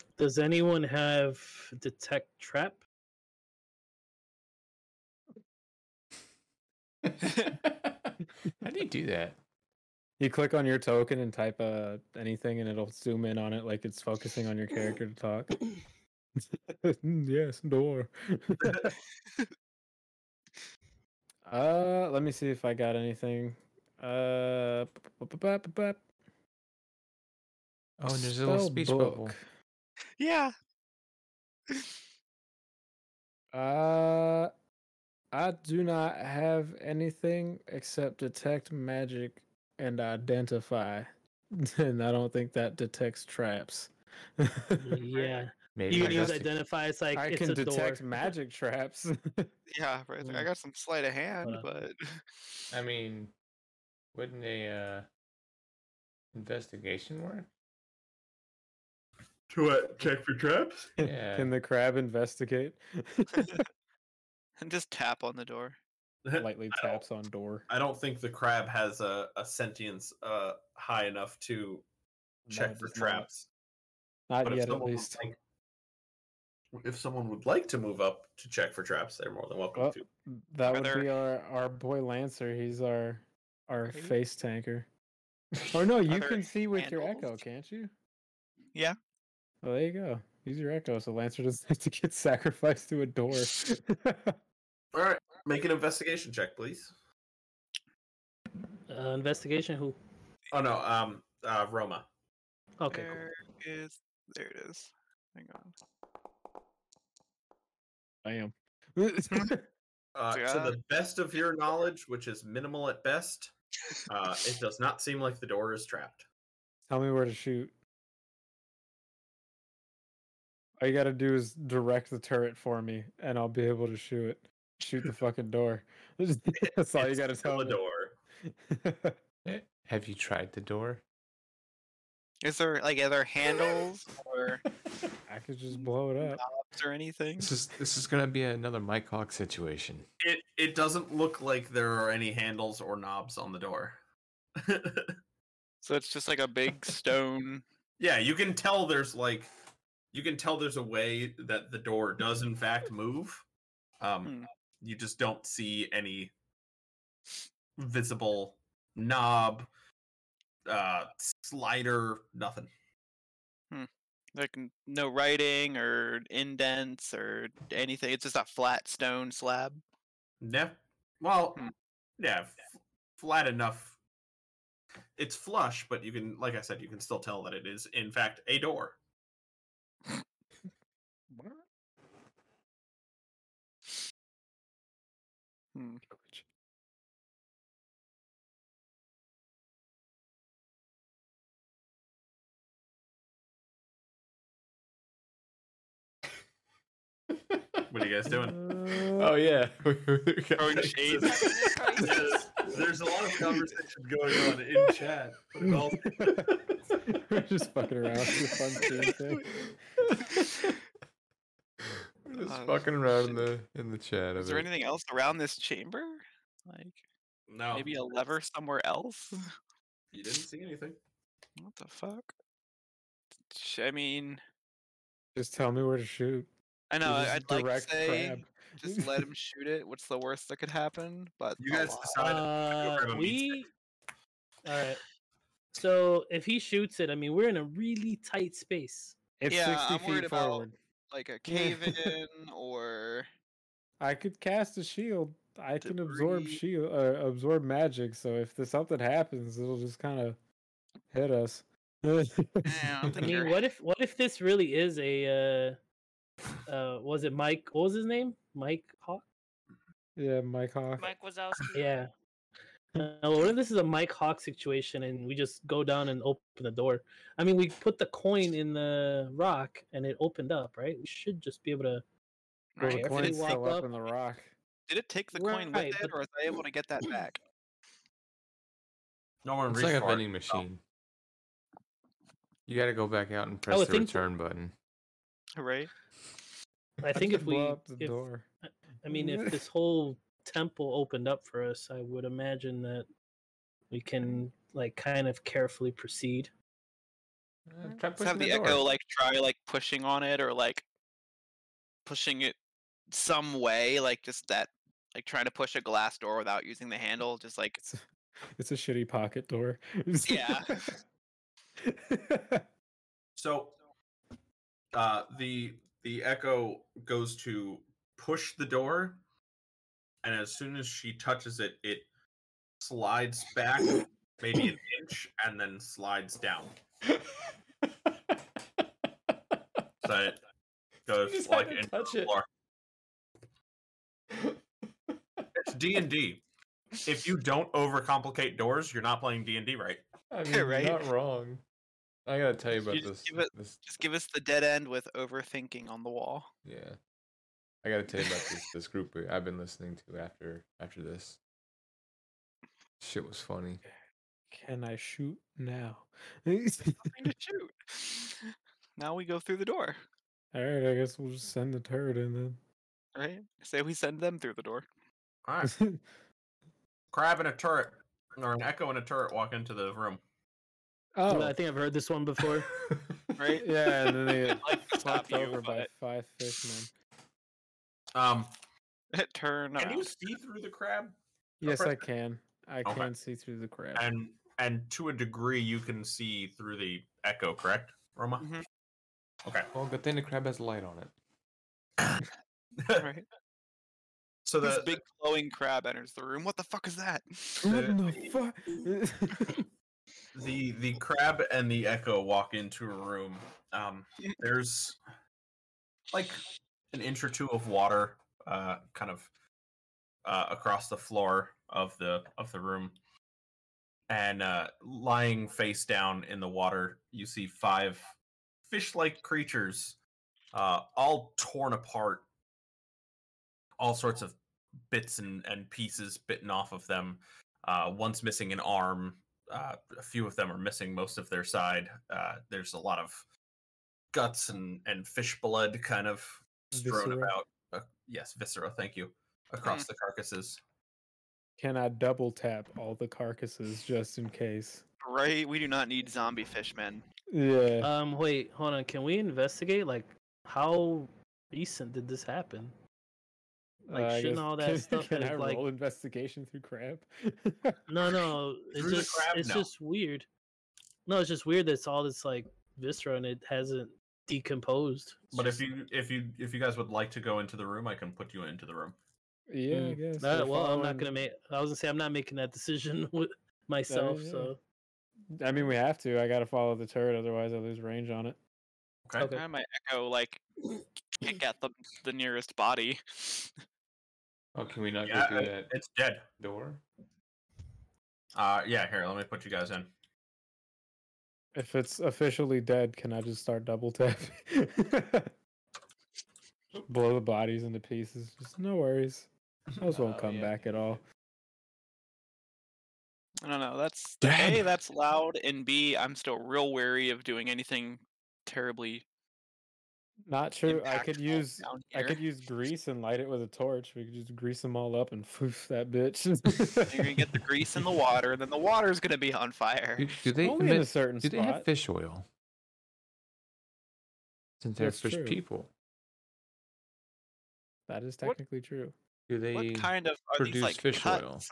A: <laughs>
G: Does anyone have detect
A: <laughs>
G: trap?
E: How do you do that?
A: you click on your token and type uh, anything, and it'll zoom in on it like it's focusing on your character to talk. <laughs> Mm, yes, door. uh, let me see if I got anything. Uh, oh,
C: Oh, and there's a little speech bubble.
D: Yeah.
A: Uh, I do not have anything except detect magic and identify, <laughs> and I don't think that detects traps. <laughs>
G: Yeah.
E: Maybe
G: You
E: I
G: can use
E: just-
G: identify. It's Mm-hmm. like
A: I
G: it's
A: can
G: a
A: detect
G: <laughs> door.
A: magic traps. <laughs>
D: Yeah, right. there. I
G: Mm.
D: got some sleight of hand, but <laughs>
E: I mean, wouldn't a uh, investigation work?
B: to what? Check for traps.
E: Yeah.
A: Can the crab
G: <laughs>
A: investigate?
D: and <laughs> just tap on the door.
A: Lightly
B: I don't-
A: taps on door.
B: I don't think the crab has a, a sentience uh, high enough to
A: No,
B: check for
A: does not.
B: traps.
A: Not,
B: But if
A: yet, at
B: someone would
A: least.
B: like- if someone would like to move up to check for traps, they're more than welcome
A: Well,
B: to.
A: That
D: Are
A: would
D: there-
A: be our our boy Lancer. He's our our
D: Are you-
A: face
D: <laughs>
A: tanker. Or no, you
D: there
A: can see with your echo,
D: handles?
A: can't you?
D: Yeah.
A: Well, there you go. Use your echo, so Lancer doesn't <laughs> have to get sacrificed to a
D: <laughs>
A: door.
B: All right, make an investigation check, please.
G: Uh, investigation. Who?
B: Oh no, um, uh, Roma.
G: Okay. Cool.
D: There is- There it is. Hang on.
A: I am.
D: Hmm.
B: Uh, to
D: Yeah.
B: the best of your knowledge, which is minimal at best, uh, it does not seem like the door is trapped.
A: <laughs> Tell me where to shoot. All you gotta do is direct the turret for me, and I'll be able to shoot it. Shoot
D: <laughs>
A: the fucking door. <laughs> That's all you
B: It's
A: gotta <laughs>
B: still
A: tell
B: a door.
A: me.
E: Eh, Have you tried the door?
D: Is there like other handles or
A: <laughs> I could just blow it up.
D: knobs or anything?
C: This is this is gonna be another Mike Hawk situation.
B: It it doesn't look like there are any handles or knobs on the door. <laughs>
D: So it's just like a big stone.
B: Yeah, you can tell there's like you can tell there's a way that the door does in fact move. Um
D: Hmm.
B: you just don't see any visible knob uh slider nothing.
D: Like n- no writing or indents or anything. It's just a flat stone slab.
B: Yeah. Well,
D: Hmm.
B: yeah, f- flat enough. It's flush, but you can like I said you can still tell that it is in fact a door.
D: Hmm.
B: What are you guys doing?
E: Oh yeah. <laughs>
D: Throwing shade.
B: there's, <laughs> there's a lot of conversation going on in chat, but it all
A: We're just fucking around. It's a fun scene thing.
E: We're
C: Oh,
E: just
D: Uh,
E: fucking around in
D: shit.
E: the in the chat.
D: Is
E: of
D: there
E: it.
D: anything else around this chamber? Like
B: No.
D: maybe uh, a lever somewhere else? <laughs>
B: You didn't see anything.
D: What the fuck? Sh- I mean,
A: Just tell me where to shoot.
D: I know.
A: This is
D: I'd like to
A: direct
D: say
A: crab.
D: just let him shoot it. What's the worst that could happen? But
B: You
D: a
B: guys
D: lot.
B: decide.
G: Uh,
B: grab a meat
G: we. All right. So if he shoots it, I mean, we're in a really tight space.
A: It's
D: Yeah,
A: 60
D: I'm
A: feet
D: worried about-
A: forward.
D: like a cave in or
A: I could cast a shield. I can absorb
B: Debris.
A: shield, uh, absorb magic. So if there's something happens, it'll just kind of hit us.
D: Yeah, I'm
G: I
D: thinking-
G: mean, what if what if this really is a uh, uh was it Mike? What was his name? Mike Hawk?
A: <laughs> yeah, Mike Hawk.
H: Mike Wazowski.
G: Yeah. Uh, what if this is a Mike Hawk situation and we just go down and open the door? I mean, we put the coin in the rock and it opened up, right? We should just be able to.
A: Well,
D: Right,
A: the
G: if
D: did
A: coin's
D: it
G: they walk
A: still up
G: up-
A: in the rock.
D: Did it take the coin
G: Right,
D: with it,
G: but-
D: or was I able to get
E: <clears throat>
D: that back?
B: No one
C: It's
B: reached
C: like a
B: for it.
E: oh.
C: vending machine. You got to go back out
A: Oh,
C: and press
G: would
C: the
G: think-
C: return button.
D: Hooray!
A: <laughs>
G: I think if we,
A: blow up the
G: if,
A: door.
G: I mean, if
B: <laughs>
G: this whole temple opened up for us, I would imagine that we can like kind of carefully proceed.
E: Uh, try
D: Let's have
E: pushing
D: the
E: door.
D: echo like try like pushing on it or like pushing it some way, like just that, like trying to push a glass door without using the handle, just like
A: <laughs> It's, it's a shitty pocket door. <laughs>
D: Yeah.
B: So uh the the echo goes to push the door and as soon as she touches it it slides back maybe an inch and then
E: <laughs>
B: slides down. So it goes
E: just had
B: like
E: to
B: into
E: touch
B: the
E: it. <laughs>
B: floor. It's D and D. If you don't overcomplicate doors, you're not playing D and D right.
D: <laughs>
E: I mean,
D: Yeah,
E: you're
D: right?
E: not wrong. I gotta tell you
D: You
E: about this.
D: just give it-
E: this,
D: just give us the dead end with overthinking on the wall. <laughs>
E: yeah, I gotta tell you about this. This group we- I've been listening to after after this. Shit was funny.
A: Can I shoot now? <laughs>
D: Trying to shoot. <laughs> Now we go through the door,
A: All right, I guess we'll just send the turret in
D: right? Say we send them through the door.
B: All right.
A: then.
B: crab in a turret or an echo in a turret walk into the room.
A: oh,
G: I think I've heard this
B: <laughs>
G: one before.
A: <laughs>
D: Right? <laughs>
A: yeah, and then
G: <laughs>
A: they get
D: Like,
A: <laughs>
D: stop
A: fucked
D: you,
A: over by
D: but-
A: five fishmen.
B: Um,
D: Turn
B: can you
D: around.
B: see through the crab?
A: Yes, I
B: press-
A: can. I
B: Okay.
A: can see through the crap.
B: And and to a degree, you can see through the echo, correct, Roma?
D: Mhm.
B: Okay.
C: Well, good thing the crab has light on it.
A: <laughs>
D: Right?
B: <laughs> So
D: this
B: the
D: Mm-hmm. big glowing crab enters the room. What the fuck is that?
A: What in the fuck?
B: the the crab and the echo walk into a room. Um, there's like an inch or two of water, uh, kind of uh, across the floor of the of the room, and uh, lying face down in the water, you see five fish-like creatures, uh, all torn apart, all sorts of bits and, and pieces bitten off of them. Uh, one's missing an arm, uh, a few of them are missing most of their side. Uh, there's a lot of guts and, and fish blood kind of strewn
A: Viscera.
B: about. Uh, yes, viscera. Thank you. Across the carcasses.
A: <laughs> can I double tap all the carcasses just in case?
D: <laughs> Right? We do not need zombie fishmen.
A: Yeah.
G: Um, wait, hold on. Can we investigate? Like, how recent did this happen? like,
A: I
G: shouldn't
A: guess- <laughs>
G: all that
A: can,
G: stuff
A: Can
G: that
A: I
G: is, like-
A: roll investigation through crab? <laughs>
B: <laughs>
G: No, no. It's
B: Through the
G: just
B: crab?
G: it's
B: No.
G: just weird. No, it's just weird. that It's all this like viscera and it hasn't decomposed. It's
B: But if
G: just-
B: you if you if you guys would like to go into the room, I can put you into the room.
A: yeah, I
G: Mm.
A: guess.
G: Nah,
A: we're
G: well, I'm not
A: following-
G: gonna make. I was gonna say I'm not making that decision <laughs> with myself.
A: yeah.
G: So
A: I mean, we have to. I got to follow the turret, otherwise I lose range on it.
B: Okay.
G: Okay.
D: I might echo like
A: <clears throat>
D: kick at the the nearest body. <laughs>
C: Oh, can we not
B: Yeah,
C: go through that
B: It's dead.
C: door?
B: Uh, yeah. Here, let me put you guys in.
A: If it's officially dead, can I just start double tapping? <laughs> Blow the bodies into pieces. Just no worries. Those won't
C: Oh,
A: come
C: yeah.
A: back at all.
D: I don't know. That's a. That's loud, and b. I'm still real wary of doing anything terribly.
A: Not sure. I could
D: impactful
A: use
D: down
A: I
D: here.
A: could use grease and light it with a torch. We could just grease them all up and foof that bitch.
D: <laughs> You're gonna get the grease in the water, then the water's gonna be on fire.
C: Do, do they
A: Only in a
C: emit-
A: certain
C: do
A: spot.
C: they have fish oil? Since they're
A: That's
C: fish
A: true.
C: people,
A: <laughs> That is
D: What-
A: technically true.
C: do they?
D: What kind of are
C: produce
D: these like
C: fish
D: cuts?
C: oil.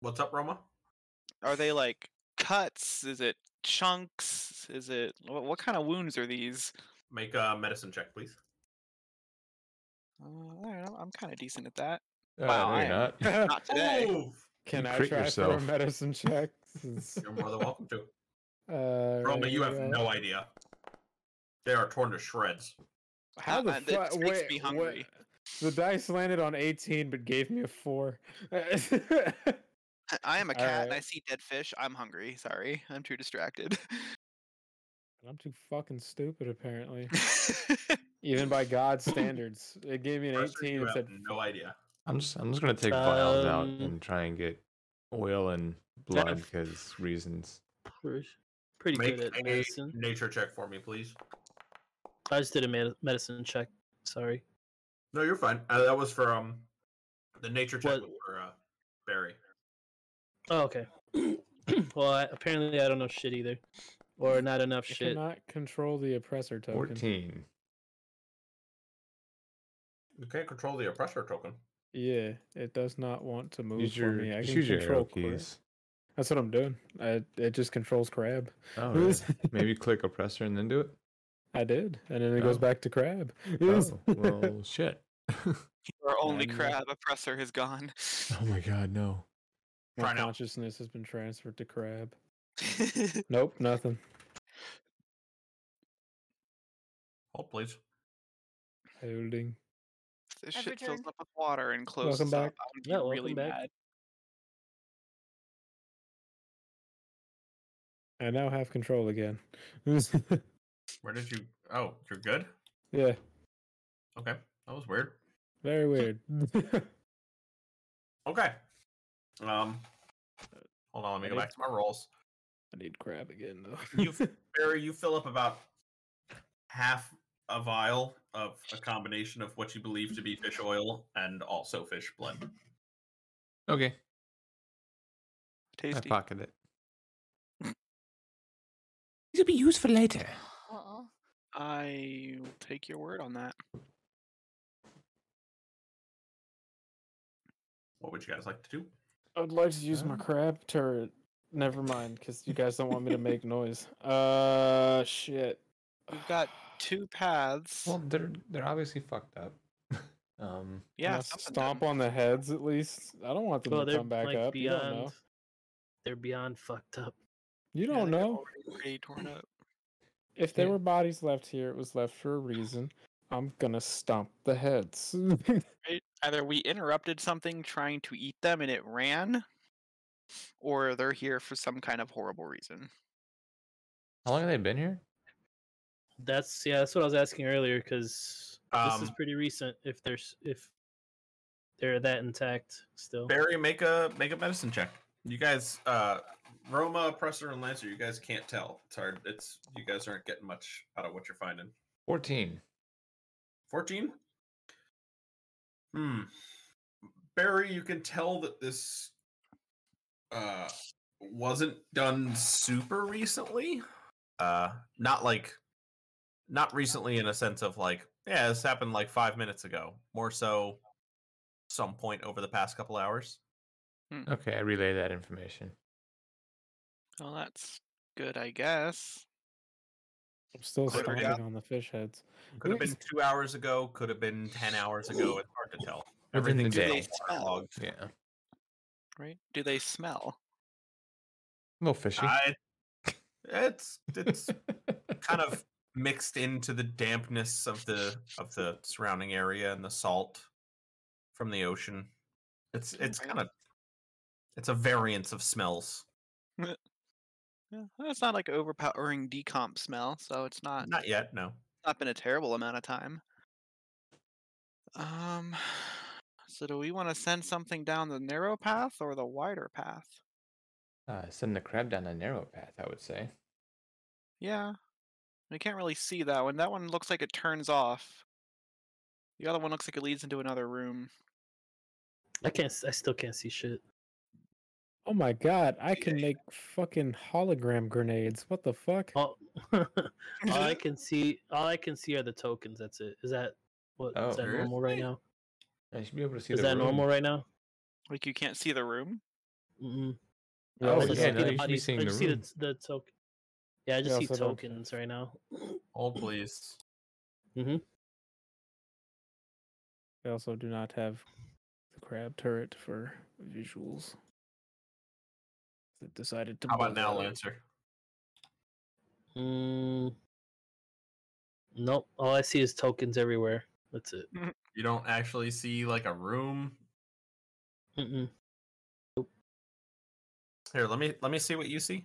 B: What's up, Roma?
D: Are they like cuts? Is it chunks? Is it what, what kind of wounds are these?
B: Make a medicine check, please.
D: Uh, all right, I'm, I'm kind of decent at that.
E: Uh,
D: Wow,
E: no,
D: I
E: you're
D: am.
A: <laughs>
E: not.
D: Not today.
B: Ooh,
A: Can I
E: crit
A: try for a
E: yourself.
A: medicine check? Since,
B: you're more than welcome <laughs> to.
A: uh,
B: Roma, you have
A: yeah.
B: no idea. They are torn to shreds.
A: How the
D: uh, that
A: fuck?
D: just makes
A: Wait,
D: me
A: what-
D: hungry.
A: The dice landed on 18, but gave me a four.
D: <laughs>
A: <laughs>
D: I am
A: All
D: a cat and
A: right.
D: I see dead fish. I'm hungry. Sorry, I'm too distracted. <laughs>
A: I'm too fucking stupid, apparently. Even by God's standards, it gave me an
B: Mercer,
A: 18
B: you
A: and
B: have
A: said,
B: no idea.
E: I'm just I'm just gonna take vials out
G: Um,
E: and try and get oil and
G: that-
E: blood because reasons.
G: We're pretty
B: Make
G: good
B: a
G: at medicine.
B: nature check for me, please.
G: I just did a med- medicine check. Sorry.
B: No, you're fine. Uh, that was for um, the nature check
G: What-
B: for uh, Barry.
G: Oh, okay. <clears throat> well, I, apparently I don't know shit either, or not enough
A: I
G: shit.
A: cannot control the oppressor token.
E: Fourteen.
B: You can't control the oppressor token.
A: Yeah, it does not want to move
E: Use
A: for
E: your
A: me. I
E: just
A: can
E: use your
A: control
E: arrow
A: crab.
E: keys.
A: That's what I'm doing. I, it just controls crab.
E: Oh,
A: <laughs>
E: really? maybe click oppressor and then do it.
A: I did, and then it goes
E: Oh.
A: back to crab.
E: Oh, well, shit. oh
D: Our only
A: I'm-
D: crab oppressor has gone. <laughs>
E: my god, no.
A: <laughs> My
B: Try now.
A: consciousness has been transferred to crab. Nope, nothing.
B: Hold, Oh, please.
A: Holding.
D: this
H: I've
D: shit fills
H: returned.
D: up with water and closes
A: back.
D: up. I'm
G: Yeah, welcome
D: really
G: back.
D: mad.
A: I now have control <laughs> again.
B: Where did you? Oh, you're good.
A: yeah,
B: Okay, that was weird.
A: very weird.
B: Okay. Um, hold on. Let me go back to my rolls.
A: I need crab again though. <laughs>
B: You, Barry, you fill up about half a vial of a combination of what you believe to be fish oil and also fish blood.
E: Okay, I
D: Tasty.
E: pocket it.
C: It'll be used for later.
F: Uh-uh.
D: I will take your word on that.
B: What would you guys like to do?
A: I would like to use my
E: Huh?
A: crab turret. Never mind, because you guys don't want me to <laughs> make noise. Uh, shit.
D: We've got two paths.
E: Well, they're they're obviously fucked <laughs> up. um,
A: Can I
D: yeah,
A: s-
D: something
A: stomp on the heads at least. I don't want them
G: Well,
A: to
G: they're
A: come back
G: like
A: up. You don't
G: beyond.
A: know.
G: They're beyond fucked up.
A: You
D: Yeah,
A: don't
D: they're
A: know.
D: already Pretty torn up.
A: If there
E: Yeah.
A: were bodies left here, it was left for a reason. I'm gonna stomp the heads. <laughs>
D: Right? Either we interrupted something trying to eat them and it ran, or they're here for some kind of horrible reason.
E: how long have they been here?
G: That's yeah. That's what I was asking earlier because this is
B: Um,
G: pretty recent. If there's if they're that intact still.
B: Barry, make a make a medicine check. You guys, uh, Roma, Oppressor, and Lancer, you guys can't tell. It's hard. It's you guys aren't getting much out of what you're finding.
E: Fourteen.
B: 14 hmm barry you can tell that this uh wasn't done super recently uh not like not recently in a sense of like yeah this happened like five minutes ago more so some point over the past couple hours
E: Okay, I relay that information.
D: Well, that's good, I guess.
A: I'm still
B: Clear it
A: stomping
B: out.
A: on the fish heads.
B: could have been two hours ago could have been ten hours ago it's hard to tell
E: Within the
B: everything's
E: day.
B: still
D: They smell.
B: waterlogged.
E: Yeah, a
D: Right? Do they smell?
E: little fishy.
B: I, it's it's kind of mixed into the dampness of the of the surrounding area and the salt from the ocean. It's it's
D: Okay.
B: kind of it's a variance of smells.
D: Yeah, well, it's not like overpowering decomp smell, so it's not
B: Not yet, no.
D: not been a terrible amount of time. Um, <sighs> so do we want to send something down the narrow path or the wider path?
E: uh, send the crab down a narrow path. I would say.
D: Yeah, we can't really see that one. That one looks like it turns off. The other one looks like it leads into another room.
G: I can't. s- I still can't see shit.
A: Oh my god, I can make fucking hologram grenades. What the fuck?
G: All, <laughs> all <laughs> I
A: <laughs>
G: can see. All I can see are the tokens. That's it. Is that what? Is
E: Oh,
G: that normal right now?
E: I should be able to see.
G: Is
E: the
G: that
E: room.
G: normal right now?
D: Like you can't see the room.
G: Mm-mm.
A: Yeah,
E: Oh,
G: Mm-hmm. I
A: so
G: just
E: yeah,
G: see
E: no,
G: the
E: you should be
G: bodies-
E: seeing
G: I
E: the
G: just see the,
E: room.
G: t- the token. Yeah, I just
A: Yeah,
G: see
A: so don't-
G: tokens right now.
B: Hold please.
G: Mhm.
A: I also do not have the crab turret for visuals. They've decided to.
B: How
A: pull
B: about
A: that
B: now,
A: out.
B: Lancer?
G: Mm, nope. All I see is tokens everywhere. That's it.
B: You don't actually see like a room.
G: Mm-mm.
B: Here, let me let me see what you see.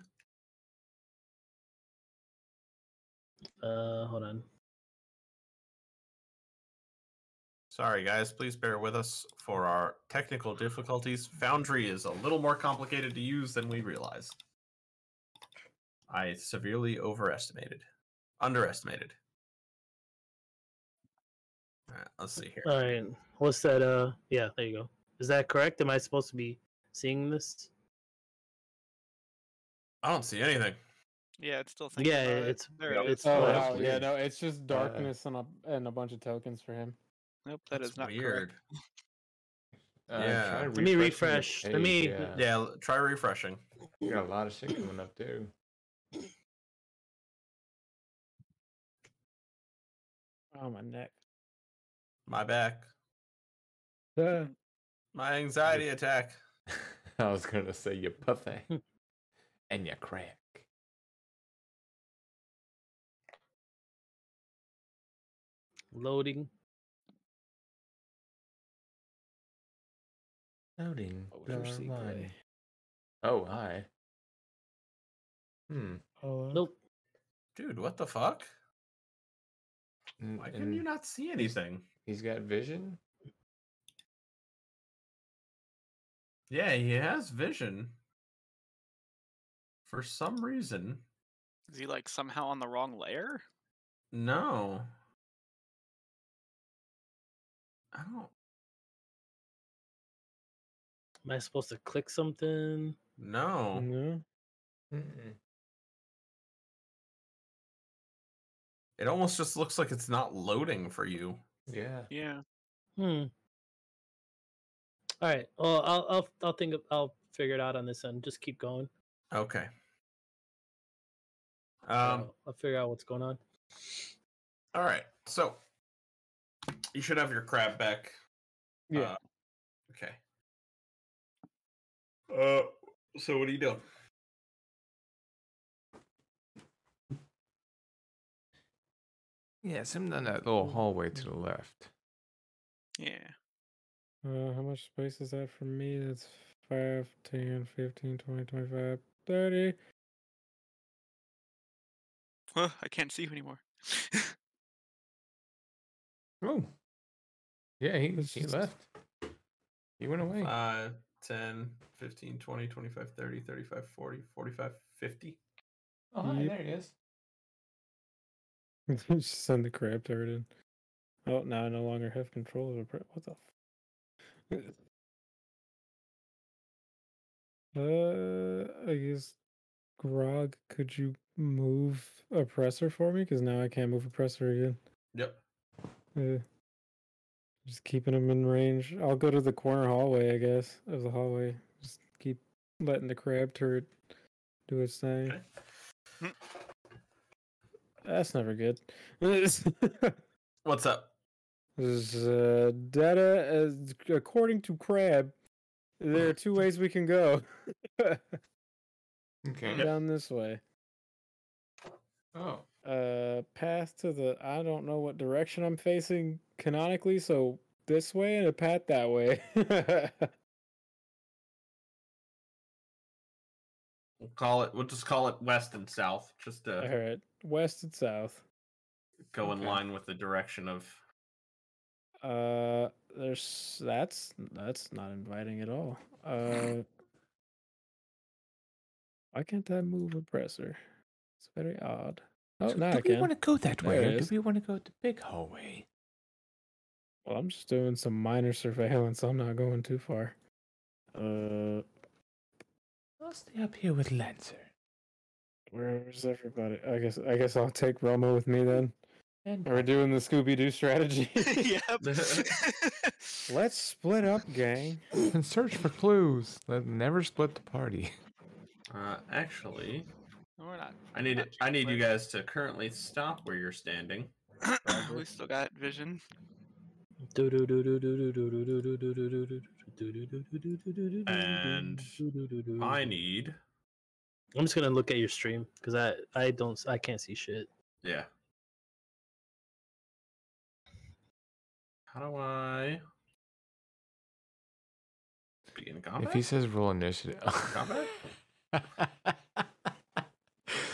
G: Uh, hold on.
B: Sorry, guys. Please bear with us for our technical difficulties. Foundry is a little more complicated to use than we realize. I severely overestimated, underestimated. All right, let's see here.
G: All right. What's that? Uh, yeah. There you go. Is that correct? Am I supposed to be seeing this?
B: I don't see anything.
D: Yeah, it's still thinking.
G: Yeah,
D: about it.
G: it's-
D: there.
G: yeah,
D: it is.
G: it's-
A: Oh
E: Oh,
A: wow,
E: that's
A: yeah,
E: weird.
A: no, it's just darkness and a and a bunch of tokens for him.
D: nope, that
B: That's
D: is not
B: weird.
D: correct.
E: Uh,
B: Yeah.
E: try
B: Let
G: me
E: refreshing
G: refresh.
E: the
G: Let me-
E: page, Yeah.
B: Yeah, l- try refreshing.
E: You got a lot of <clears throat> shit coming up too. <laughs>
A: Oh my neck.
B: My back, my anxiety attack.
E: I was gonna say your puffy <laughs> and your crack.
G: Loading.
E: Loading.
A: What would your
E: the
A: C
E: line.
A: play?
E: Oh hi. Hmm.
A: Hello?
G: Nope.
B: Dude, what the fuck?
E: N-
B: Why can
E: and
B: you not see anything?
E: He's got vision.
B: Yeah, he has vision. For some reason,
D: Is he like somehow on the wrong layer?
B: no. I don't
G: Am I supposed to click
E: Mm.
G: something?
B: know.
A: No.
E: Mm-mm.
B: It almost just looks like it's not loading for you.
E: Yeah.
D: Yeah.
G: Hmm. All right. Well, I'll I'll I'll think of, I'll figure it out on this end. Just keep going.
B: Okay.
G: I'll-
B: Um,
G: I'll figure out what's going on.
B: all right. So you should have your crab back.
A: Yeah.
B: Uh, okay. Uh, so what are you doing?
E: Yeah, something down that little hallway to the left.
D: Yeah.
A: Uh, how much space is that for me? That's 5, 10, 15, 20, 25, 30.
D: Huh, I can't see you anymore. <laughs>
E: Oh. Yeah, he,
A: It's
E: he
A: just-
E: left. He went away.
B: 5, 10, 15, 20, 25, 30, 35, 40, 45, 50.
E: oh, hi,
A: yep.
E: there he is.
A: <laughs> Just send the crab turret in. Oh, now I no longer have control of a pre- What the? F- <laughs> uh, I guess Grog, could you move oppressor for me? Because now I can't move oppressor again.
B: Yep.
A: Yeah. Just keeping him in range. I'll go to the corner hallway, I guess, of the hallway. Just keep letting the crab turret do its thing.
B: Okay.
A: That's never good. <laughs> this
B: What's up?
A: is uh, data. As, according to Crab, there are two ways we can go.
E: Okay.
A: Down this way.
E: Oh.
A: Uh, path to the. I don't know what direction I'm facing canonically, so this way and a path that way. <laughs>
B: We'll call it. We'll just call it west and south, just to
A: All right, west and south.
B: go in
E: okay.
B: line with the direction of.
A: Uh, there's that's that's not inviting at all. Uh, why can't I move oppressor? It's very odd. Oh,
E: So
A: now
E: do
A: I
E: we
A: can.
E: want to go that
A: There
E: way,
A: it
E: or do
A: is.
E: we want to go the big hallway?
A: Well, I'm just doing some minor surveillance. I'm not going too far. Uh,
E: I'll stay up here with Lancer
A: where's everybody? I guess I guess I'll take Roma with me then.
E: and
A: Are we doing the Scooby Doo strategy? <laughs>
D: <laughs> yep.
A: Let's split up, gang.
E: and search for clues. Let never split the party.
B: Uh, actually,
D: No, We're not. <clears throat>
B: I need
D: Not
B: I need you
D: chocolate.
B: guys to currently stop where you're standing.
D: we still got vision.
G: And
B: I need.
G: I'm just gonna look at your stream because I I don't s- I can't see shit.
B: Yeah. How do I begin combat?
C: If he says
E: <laughs>
C: roll initiative.
B: Combat?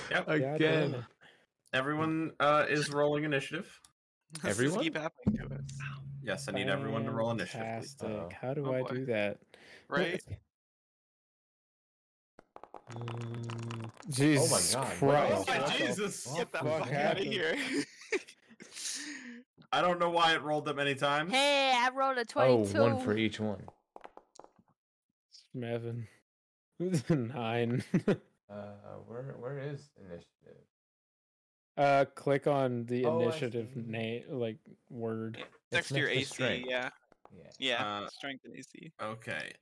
B: Yep.
C: Again.
A: it.
B: Everyone uh, is rolling initiative.
D: Let's just
C: Everyone?
D: keep happening to us,
B: Yes, I need everyone to roll initiative. please.
A: Fantastic.
E: Uh-oh.
A: How do
D: Oh
A: I
D: boy.
A: do that?
D: right?
G: Mm,
A: Jesus
E: God, what
A: Christ!
B: Oh
E: Oh,
B: my
E: fuck.
B: Jesus!
D: Get the
A: fuck
D: fuck out of
A: happened?
D: here.
B: I don't know why it rolled that many times.
H: <laughs> Hey, I rolled a
E: Oh,
H: twenty-two.
E: one for each one.
A: Mevin. <laughs> Nine. <laughs>
E: Uh, where where is initiative?
A: uh, click on the
E: Oh, I
A: initiative
E: see.
A: name, like word.
D: Next to your AC, yeah,
E: Yeah.
D: yeah,
B: Uh,
D: strength and AC.
B: Okay.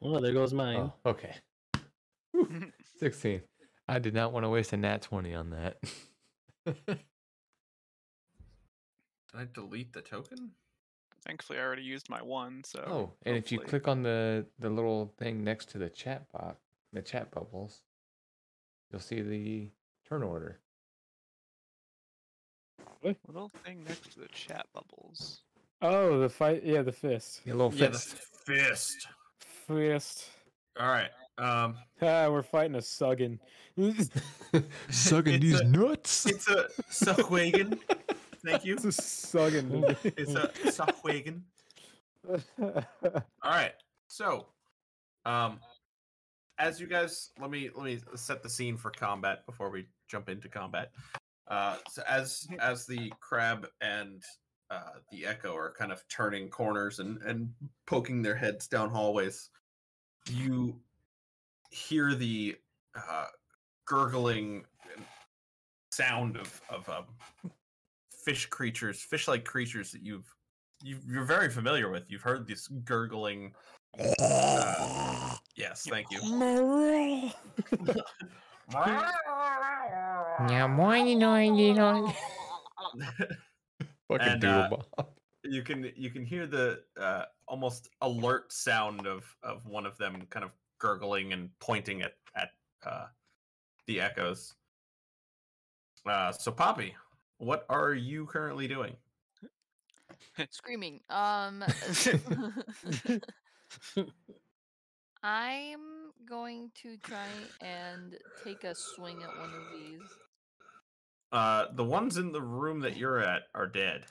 G: well, there goes mine.
E: Oh, okay.
B: <laughs>
E: Whew, Sixteen. I did not want to waste a nat twenty on that. <laughs>
B: Did I delete the token?
D: Thankfully, I already used my one, so
E: oh, and if you
D: hopefully.
E: click on the the little thing next to the chat box, the chat bubbles, you'll see the turn order.
D: little thing next to the chat bubbles.
A: Oh, the fight. Yeah, the fist.
E: The little
B: Yeah, the
E: Oh, fist.
B: fist.
A: Fist.
B: All right. Um,
A: Ah, we're fighting a
E: <laughs>
A: suggin. it's
B: Sucking these
E: nuts.
B: it's a Sahuagin.
A: <laughs>
B: Thank you.
A: a suggin.
B: <laughs>
A: <laughs>
B: It's a Sahuagin. All right. So, um, as you guys, let me let me set the scene for combat before we jump into combat. Uh, so as as the crab and uh, the echo are kind of turning corners and and poking their heads down hallways, you hear the uh, gurgling sound of of um, fish creatures, fish like creatures that you've you, you're very familiar with. You've heard this gurgling. uh, yes, thank you.
E: Now, why you know I need on? Fucking
B: And, uh,
E: doodle bob.
B: you can you can hear the uh, almost alert sound of of one of them kind of gurgling and pointing at at uh, the echoes. Uh, so, Poppy, what are you currently doing?
F: Screaming.
G: <laughs>
F: Um. <laughs> I'm going to try and take a swing at one of these.
B: Uh, the ones in the room that you're at are dead.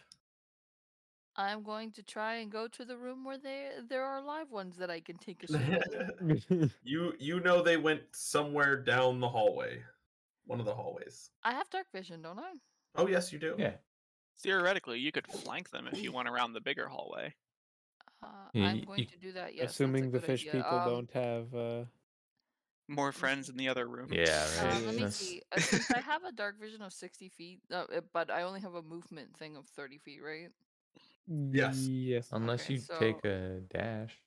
F: I'm going to try and go to the room where they there are live ones that I can take a
B: <laughs>
F: swing at.
B: you you know they went somewhere down the hallway, one of the hallways.
F: I have dark vision, don't I?
B: Oh yes, you do.
E: <laughs> Yeah.
D: Theoretically, you could flank them if you went around the bigger hallway.
F: Uh,
E: Yeah,
F: I'm
E: y-
F: going
E: y-
F: to do that. Yes. that's a
A: Assuming the
F: good
A: fish
F: idea.
A: people
F: Um,
A: don't have. Uh,
D: More friends in the other room.
E: Yeah,
F: Uh,
E: right.
D: <laughs>
F: let me
E: That's-
F: see. Uh, since I have a dark vision of 60 feet, uh, uh, but I only have a movement thing of 30 feet, right?
B: Yes.
A: Yes.
E: Unless
F: Okay,
E: you
F: so-
E: take a dash.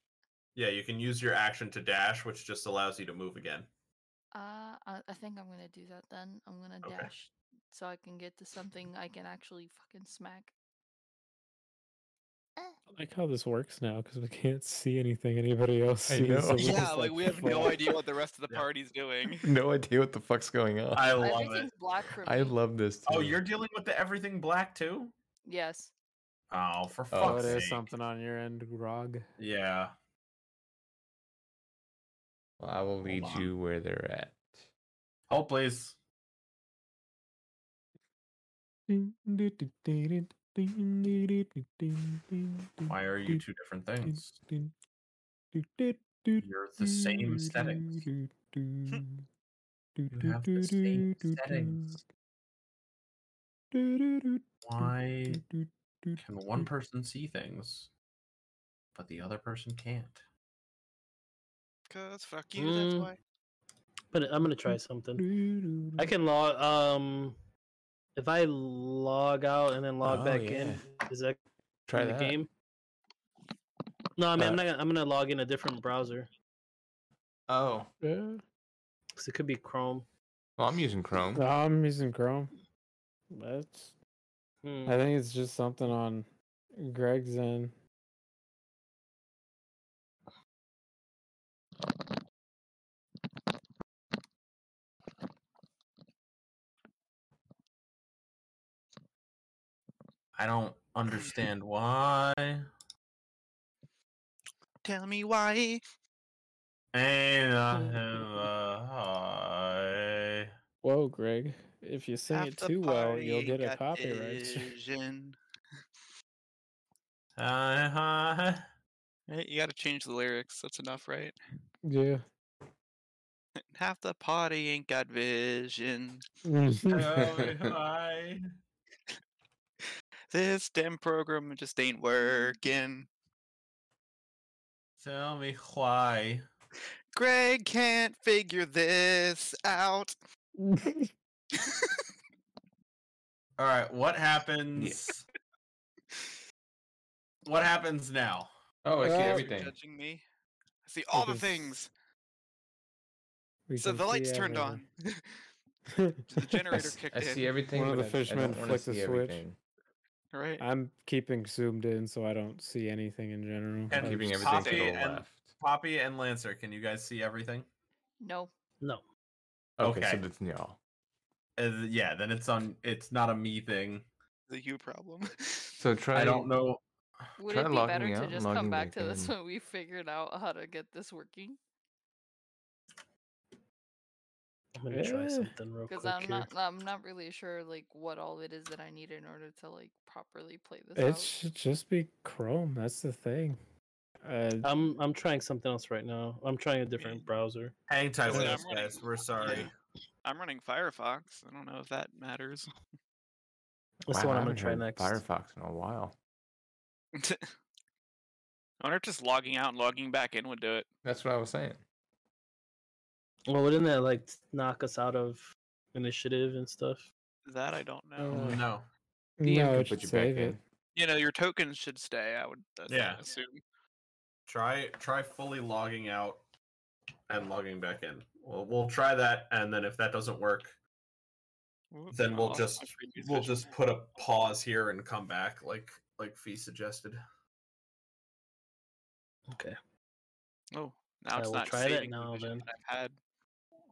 B: Yeah, you can use your action to dash, which just allows you to move again.
F: Uh, I, I think I'm gonna do that then. I'm gonna
B: Okay.
F: dash so I can get to something I can actually fucking smack.
A: I like how this works now because we can't see anything anybody else
E: I
A: sees.
E: know.
A: so we're
E: Yeah,
D: Yeah,
A: just
D: like we have no
A: fuck.
D: idea what the rest of the
B: Yeah.
A: <laughs>
D: party's doing.
E: <laughs> No idea what the fuck's going on.
B: I love it.
F: Everything's black for me.
E: I love this.
B: Oh,
E: too.
B: you're dealing with the everything black too?
F: Yes.
B: Oh, for
A: Oh,
B: fuck's
A: there's
B: sake.
A: something on your end, Grog.
B: Yeah.
E: Well, I will lead
B: on.
E: you where they're at.
B: Oh, please. Why
A: Why
B: are you two different things? You're the same settings.
A: You
B: You have the same settings. Why can
C: Mm-hmm.
E: <laughs>
B: one person see things, but the other person can't?
D: Cause fuck you, that's
G: Mm.
D: why.
G: But I'm gonna try something. I can log. Um, if I log out and then log
E: Oh,
G: back
E: yeah.
G: in, is that
E: Try
G: in the
E: that.
G: game? No, I mean
E: Uh,
G: I'm not. Gonna, I'm gonna log in a different browser
C: Oh.
A: Yeah.
G: because it could be Chrome.
C: Well, I'm using Chrome.
A: Um, No, I'm using Chrome. That's.
G: Hmm.
A: I think it's just something on Greg's in.
B: I don't understand why. <laughs>
D: Tell me why.
B: And I have a high.
A: Whoa, Greg. If you sing it
D: half the
A: too well, you'll
D: party
A: get a
D: got
A: copyright. <laughs>
D: vision.
B: High, high.
D: Right, You got to change the lyrics. That's enough, right? <laughs>
A: yeah.
D: Half the party ain't got vision.
A: Mm.
B: high, high.
D: This damn program just ain't working.
B: Tell me why.
D: Greg can't figure this out.
B: All right, what happens? What happens now?
C: <laughs> Oh, I see
A: Uh,
C: everything.
D: Judging me. I see all the
A: can s-
D: things.
A: We
D: So
A: can
D: the
A: see
D: lights turned on.
A: everything.
D: <laughs> the
C: I,
D: generator
C: s-
D: kicked
C: I
D: in.
C: see everything.
A: One of
C: but
A: the
C: I- I don't
A: fishermen
C: wanna
A: flicked the
C: see
A: switch.
C: everything.
D: Right.
A: I'm keeping zoomed in so I don't see anything in general.
B: And
A: I
C: Keeping
A: just-
C: everything
B: Poppy
C: to the
B: and-
C: left.
B: Poppy and Lancer, can you guys see everything?
F: No.
G: No.
E: Okay,
B: Okay.
E: so that's y'all.
B: Uh, yeah, then it's on. It's not a me thing.
D: The you problem. <laughs>
E: So try.
B: I don't know.
F: Would
E: Try
F: it be
E: logging
F: better
E: out
F: to
E: and
F: just come
E: logging
F: back
E: back
F: to this
E: in.
F: when we figured out how to get this working?
G: I'm gonna try
A: Eh,
G: something real quick
F: Because I'm
G: here.
F: not, I'm not really sure like what all it is that I need in order to like properly play this
A: It
F: out.
A: should just be Chrome. That's the thing. Uh,
G: I'm I'm trying something else right now. I'm trying a different browser.
B: Hang tight with
D: Yeah,
B: us,
D: I'm running.
B: guys. We're sorry.
D: Yeah. I'm running Firefox. I don't know if that matters. <laughs>
G: That's the
E: Wow,
G: one
E: I
G: I'm
E: haven't
G: gonna try
E: heard
G: next.
E: Firefox in a while.
D: I wonder if just logging out and logging back in would do it.
C: That's what I was saying.
G: Well, wouldn't that like knock us out of initiative and stuff?
D: That I don't know.
A: Uh,
B: No.
A: no,
E: could
A: it should save it.
D: You know, your tokens should stay. I would that's what I
B: Yeah.
D: assume.
B: Try try fully logging out and logging back in. We'll, we'll try that, and then if that doesn't work,
D: Whoops,
B: Then
D: I
B: we'll
D: lost my
B: just-
D: previous
B: we'll
D: vision.
B: just put a pause here and come back, like like Fee suggested.
D: Oh, now
G: I
D: it's
G: will
D: not
G: try that
D: saving. the
G: now,
D: vision
G: then.
D: that I've had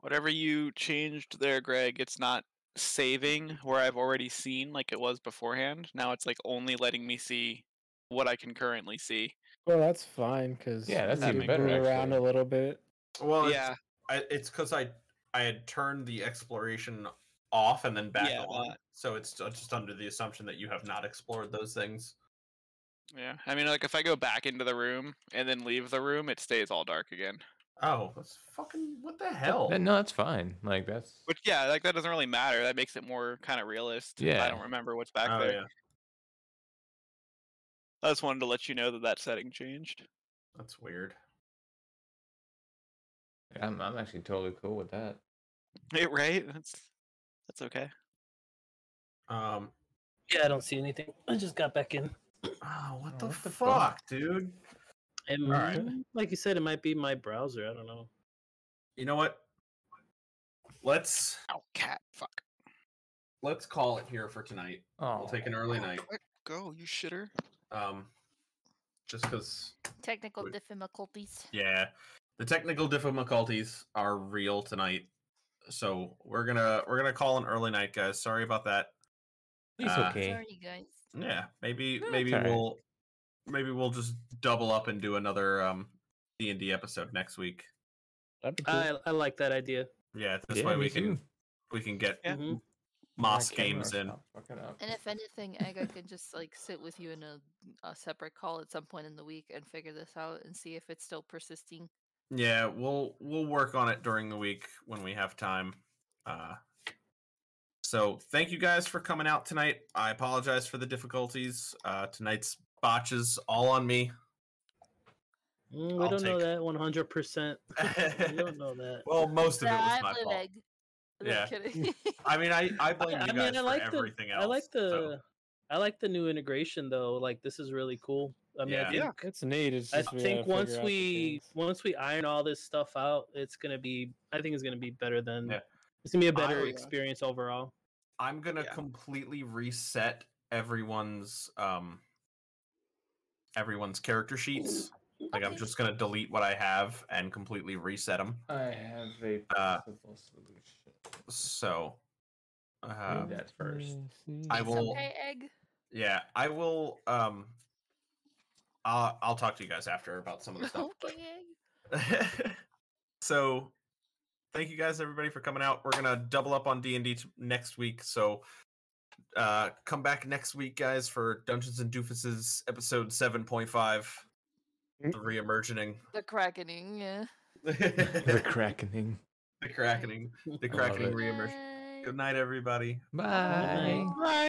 D: whatever you changed there, Greg. It's not saving where I've already seen like it was beforehand. Now it's like only letting me see what I can currently see.
A: Well, that's fine because
E: Yeah, that's
D: even better,
A: around a
E: actually.
A: little bit.
B: Well, Oh, it's-
D: yeah,
B: I, it's because I I had turned the exploration off and then back
D: Yeah,
B: on,
D: that.
B: so it's ju- just under the assumption that you have not explored those things.
D: yeah. I mean, like if I go back into the room and then leave the room, it stays all dark again.
B: Oh, that's fucking what the hell?
E: That- no, that's fine. Like that's.
D: But yeah, like that doesn't really matter. That makes it more kind of realist. I don't
E: Yeah.
D: remember what's back
B: oh
D: there.
B: yeah,
D: I just wanted to let you know that that setting changed.
B: that's weird.
E: I'm, I'm actually totally cool with that.
D: Yeah, right? That's that's okay.
B: Um,
G: Yeah, I don't see anything. I just got back in.
B: oh, what the,
E: what the
B: fuck,
E: fuck?
B: dude?
G: It
B: Alright.
G: m- Like you said, it might be my browser. I don't know.
B: You know what? Let's
D: Ow, cat. Fuck.
B: let's call it here for tonight.
E: Oh,
B: We'll take an early night.
D: Quick, Go, you shitter.
B: Um, just because.
H: Technical
B: Oh, Wait.
H: difficulties.
B: Yeah, the technical difficulties are real tonight, so we're gonna we're gonna call an early night, guys. Sorry about that.
E: He's
B: uh,
E: okay.
H: Sorry, guys.
B: Yeah, maybe
E: No, it's
B: maybe
E: alright.
B: we'll maybe we'll just double up and do another um D and D episode next week.
A: That'd be cool.
G: I I like that idea.
B: Yeah, this
E: Yeah,
B: way
E: me
B: we can
E: too.
B: we can get
D: Yeah.
G: Mhm.
B: Moss
E: My camera
B: games in.
E: stopped fucking up.
F: And if anything, Egg, I could just like sit with you in a, a separate call at some point in the week and figure this out and see if it's still persisting.
B: Yeah, we'll we'll work on it during the week when we have time. Uh so thank you guys for coming out tonight. I apologize for the difficulties. Uh tonight's botches all on me.
G: Mm, we
B: I'll
G: don't know
B: take-
G: that 100. <laughs> percent We don't know that.
B: well, most of it was
H: I
B: my
H: blame
B: fault.
H: Egg.
F: No
B: Yeah. <laughs>
H: <laughs>
F: kidding.
B: I mean, I I blame
G: I
B: you
G: mean,
B: guys
G: I
B: for
G: like the-
B: everything else.
G: I like the
B: so-
G: I like the new integration though. Like this is really cool. I mean,
B: Yeah.
G: I think,
D: Yeah.
A: It's neat. It's
G: I
A: just we
G: think
A: gotta
G: once
A: figure out the
G: we
A: kinks.
G: once we iron all this stuff out, it's gonna be. I think it's gonna be better than.
B: Yeah.
G: It's gonna be a
B: I-
G: better
B: Oh, yeah.
G: experience overall.
B: I'm gonna
D: Yeah.
B: completely reset everyone's um everyone's character sheets. Like I'm
H: Okay.
B: just gonna delete what I have and completely reset them.
I: I have a
B: Uh,
I: possible
E: <laughs>
I: solution.
B: So, uh,
I: Do that first.
B: I
H: It's
B: will-
H: okay, egg.
B: yeah, I will. Um, I'll, I'll talk to you guys after about some of the stuff. but- <laughs>
H: Okay, egg.
B: so thank you guys everybody for coming out we're gonna double up on d&d t- next week so uh come back next week guys for dungeons and doofuses episode 7.5
C: Mm.
B: the
C: <laughs>
B: re-emerging
F: The Krakening, yeah.
E: The
B: the
E: crackening.
B: crackening the
C: I love
B: crackening
C: it.
B: re-emerging
H: Bye.
B: good night everybody
E: Bye.
G: Bye.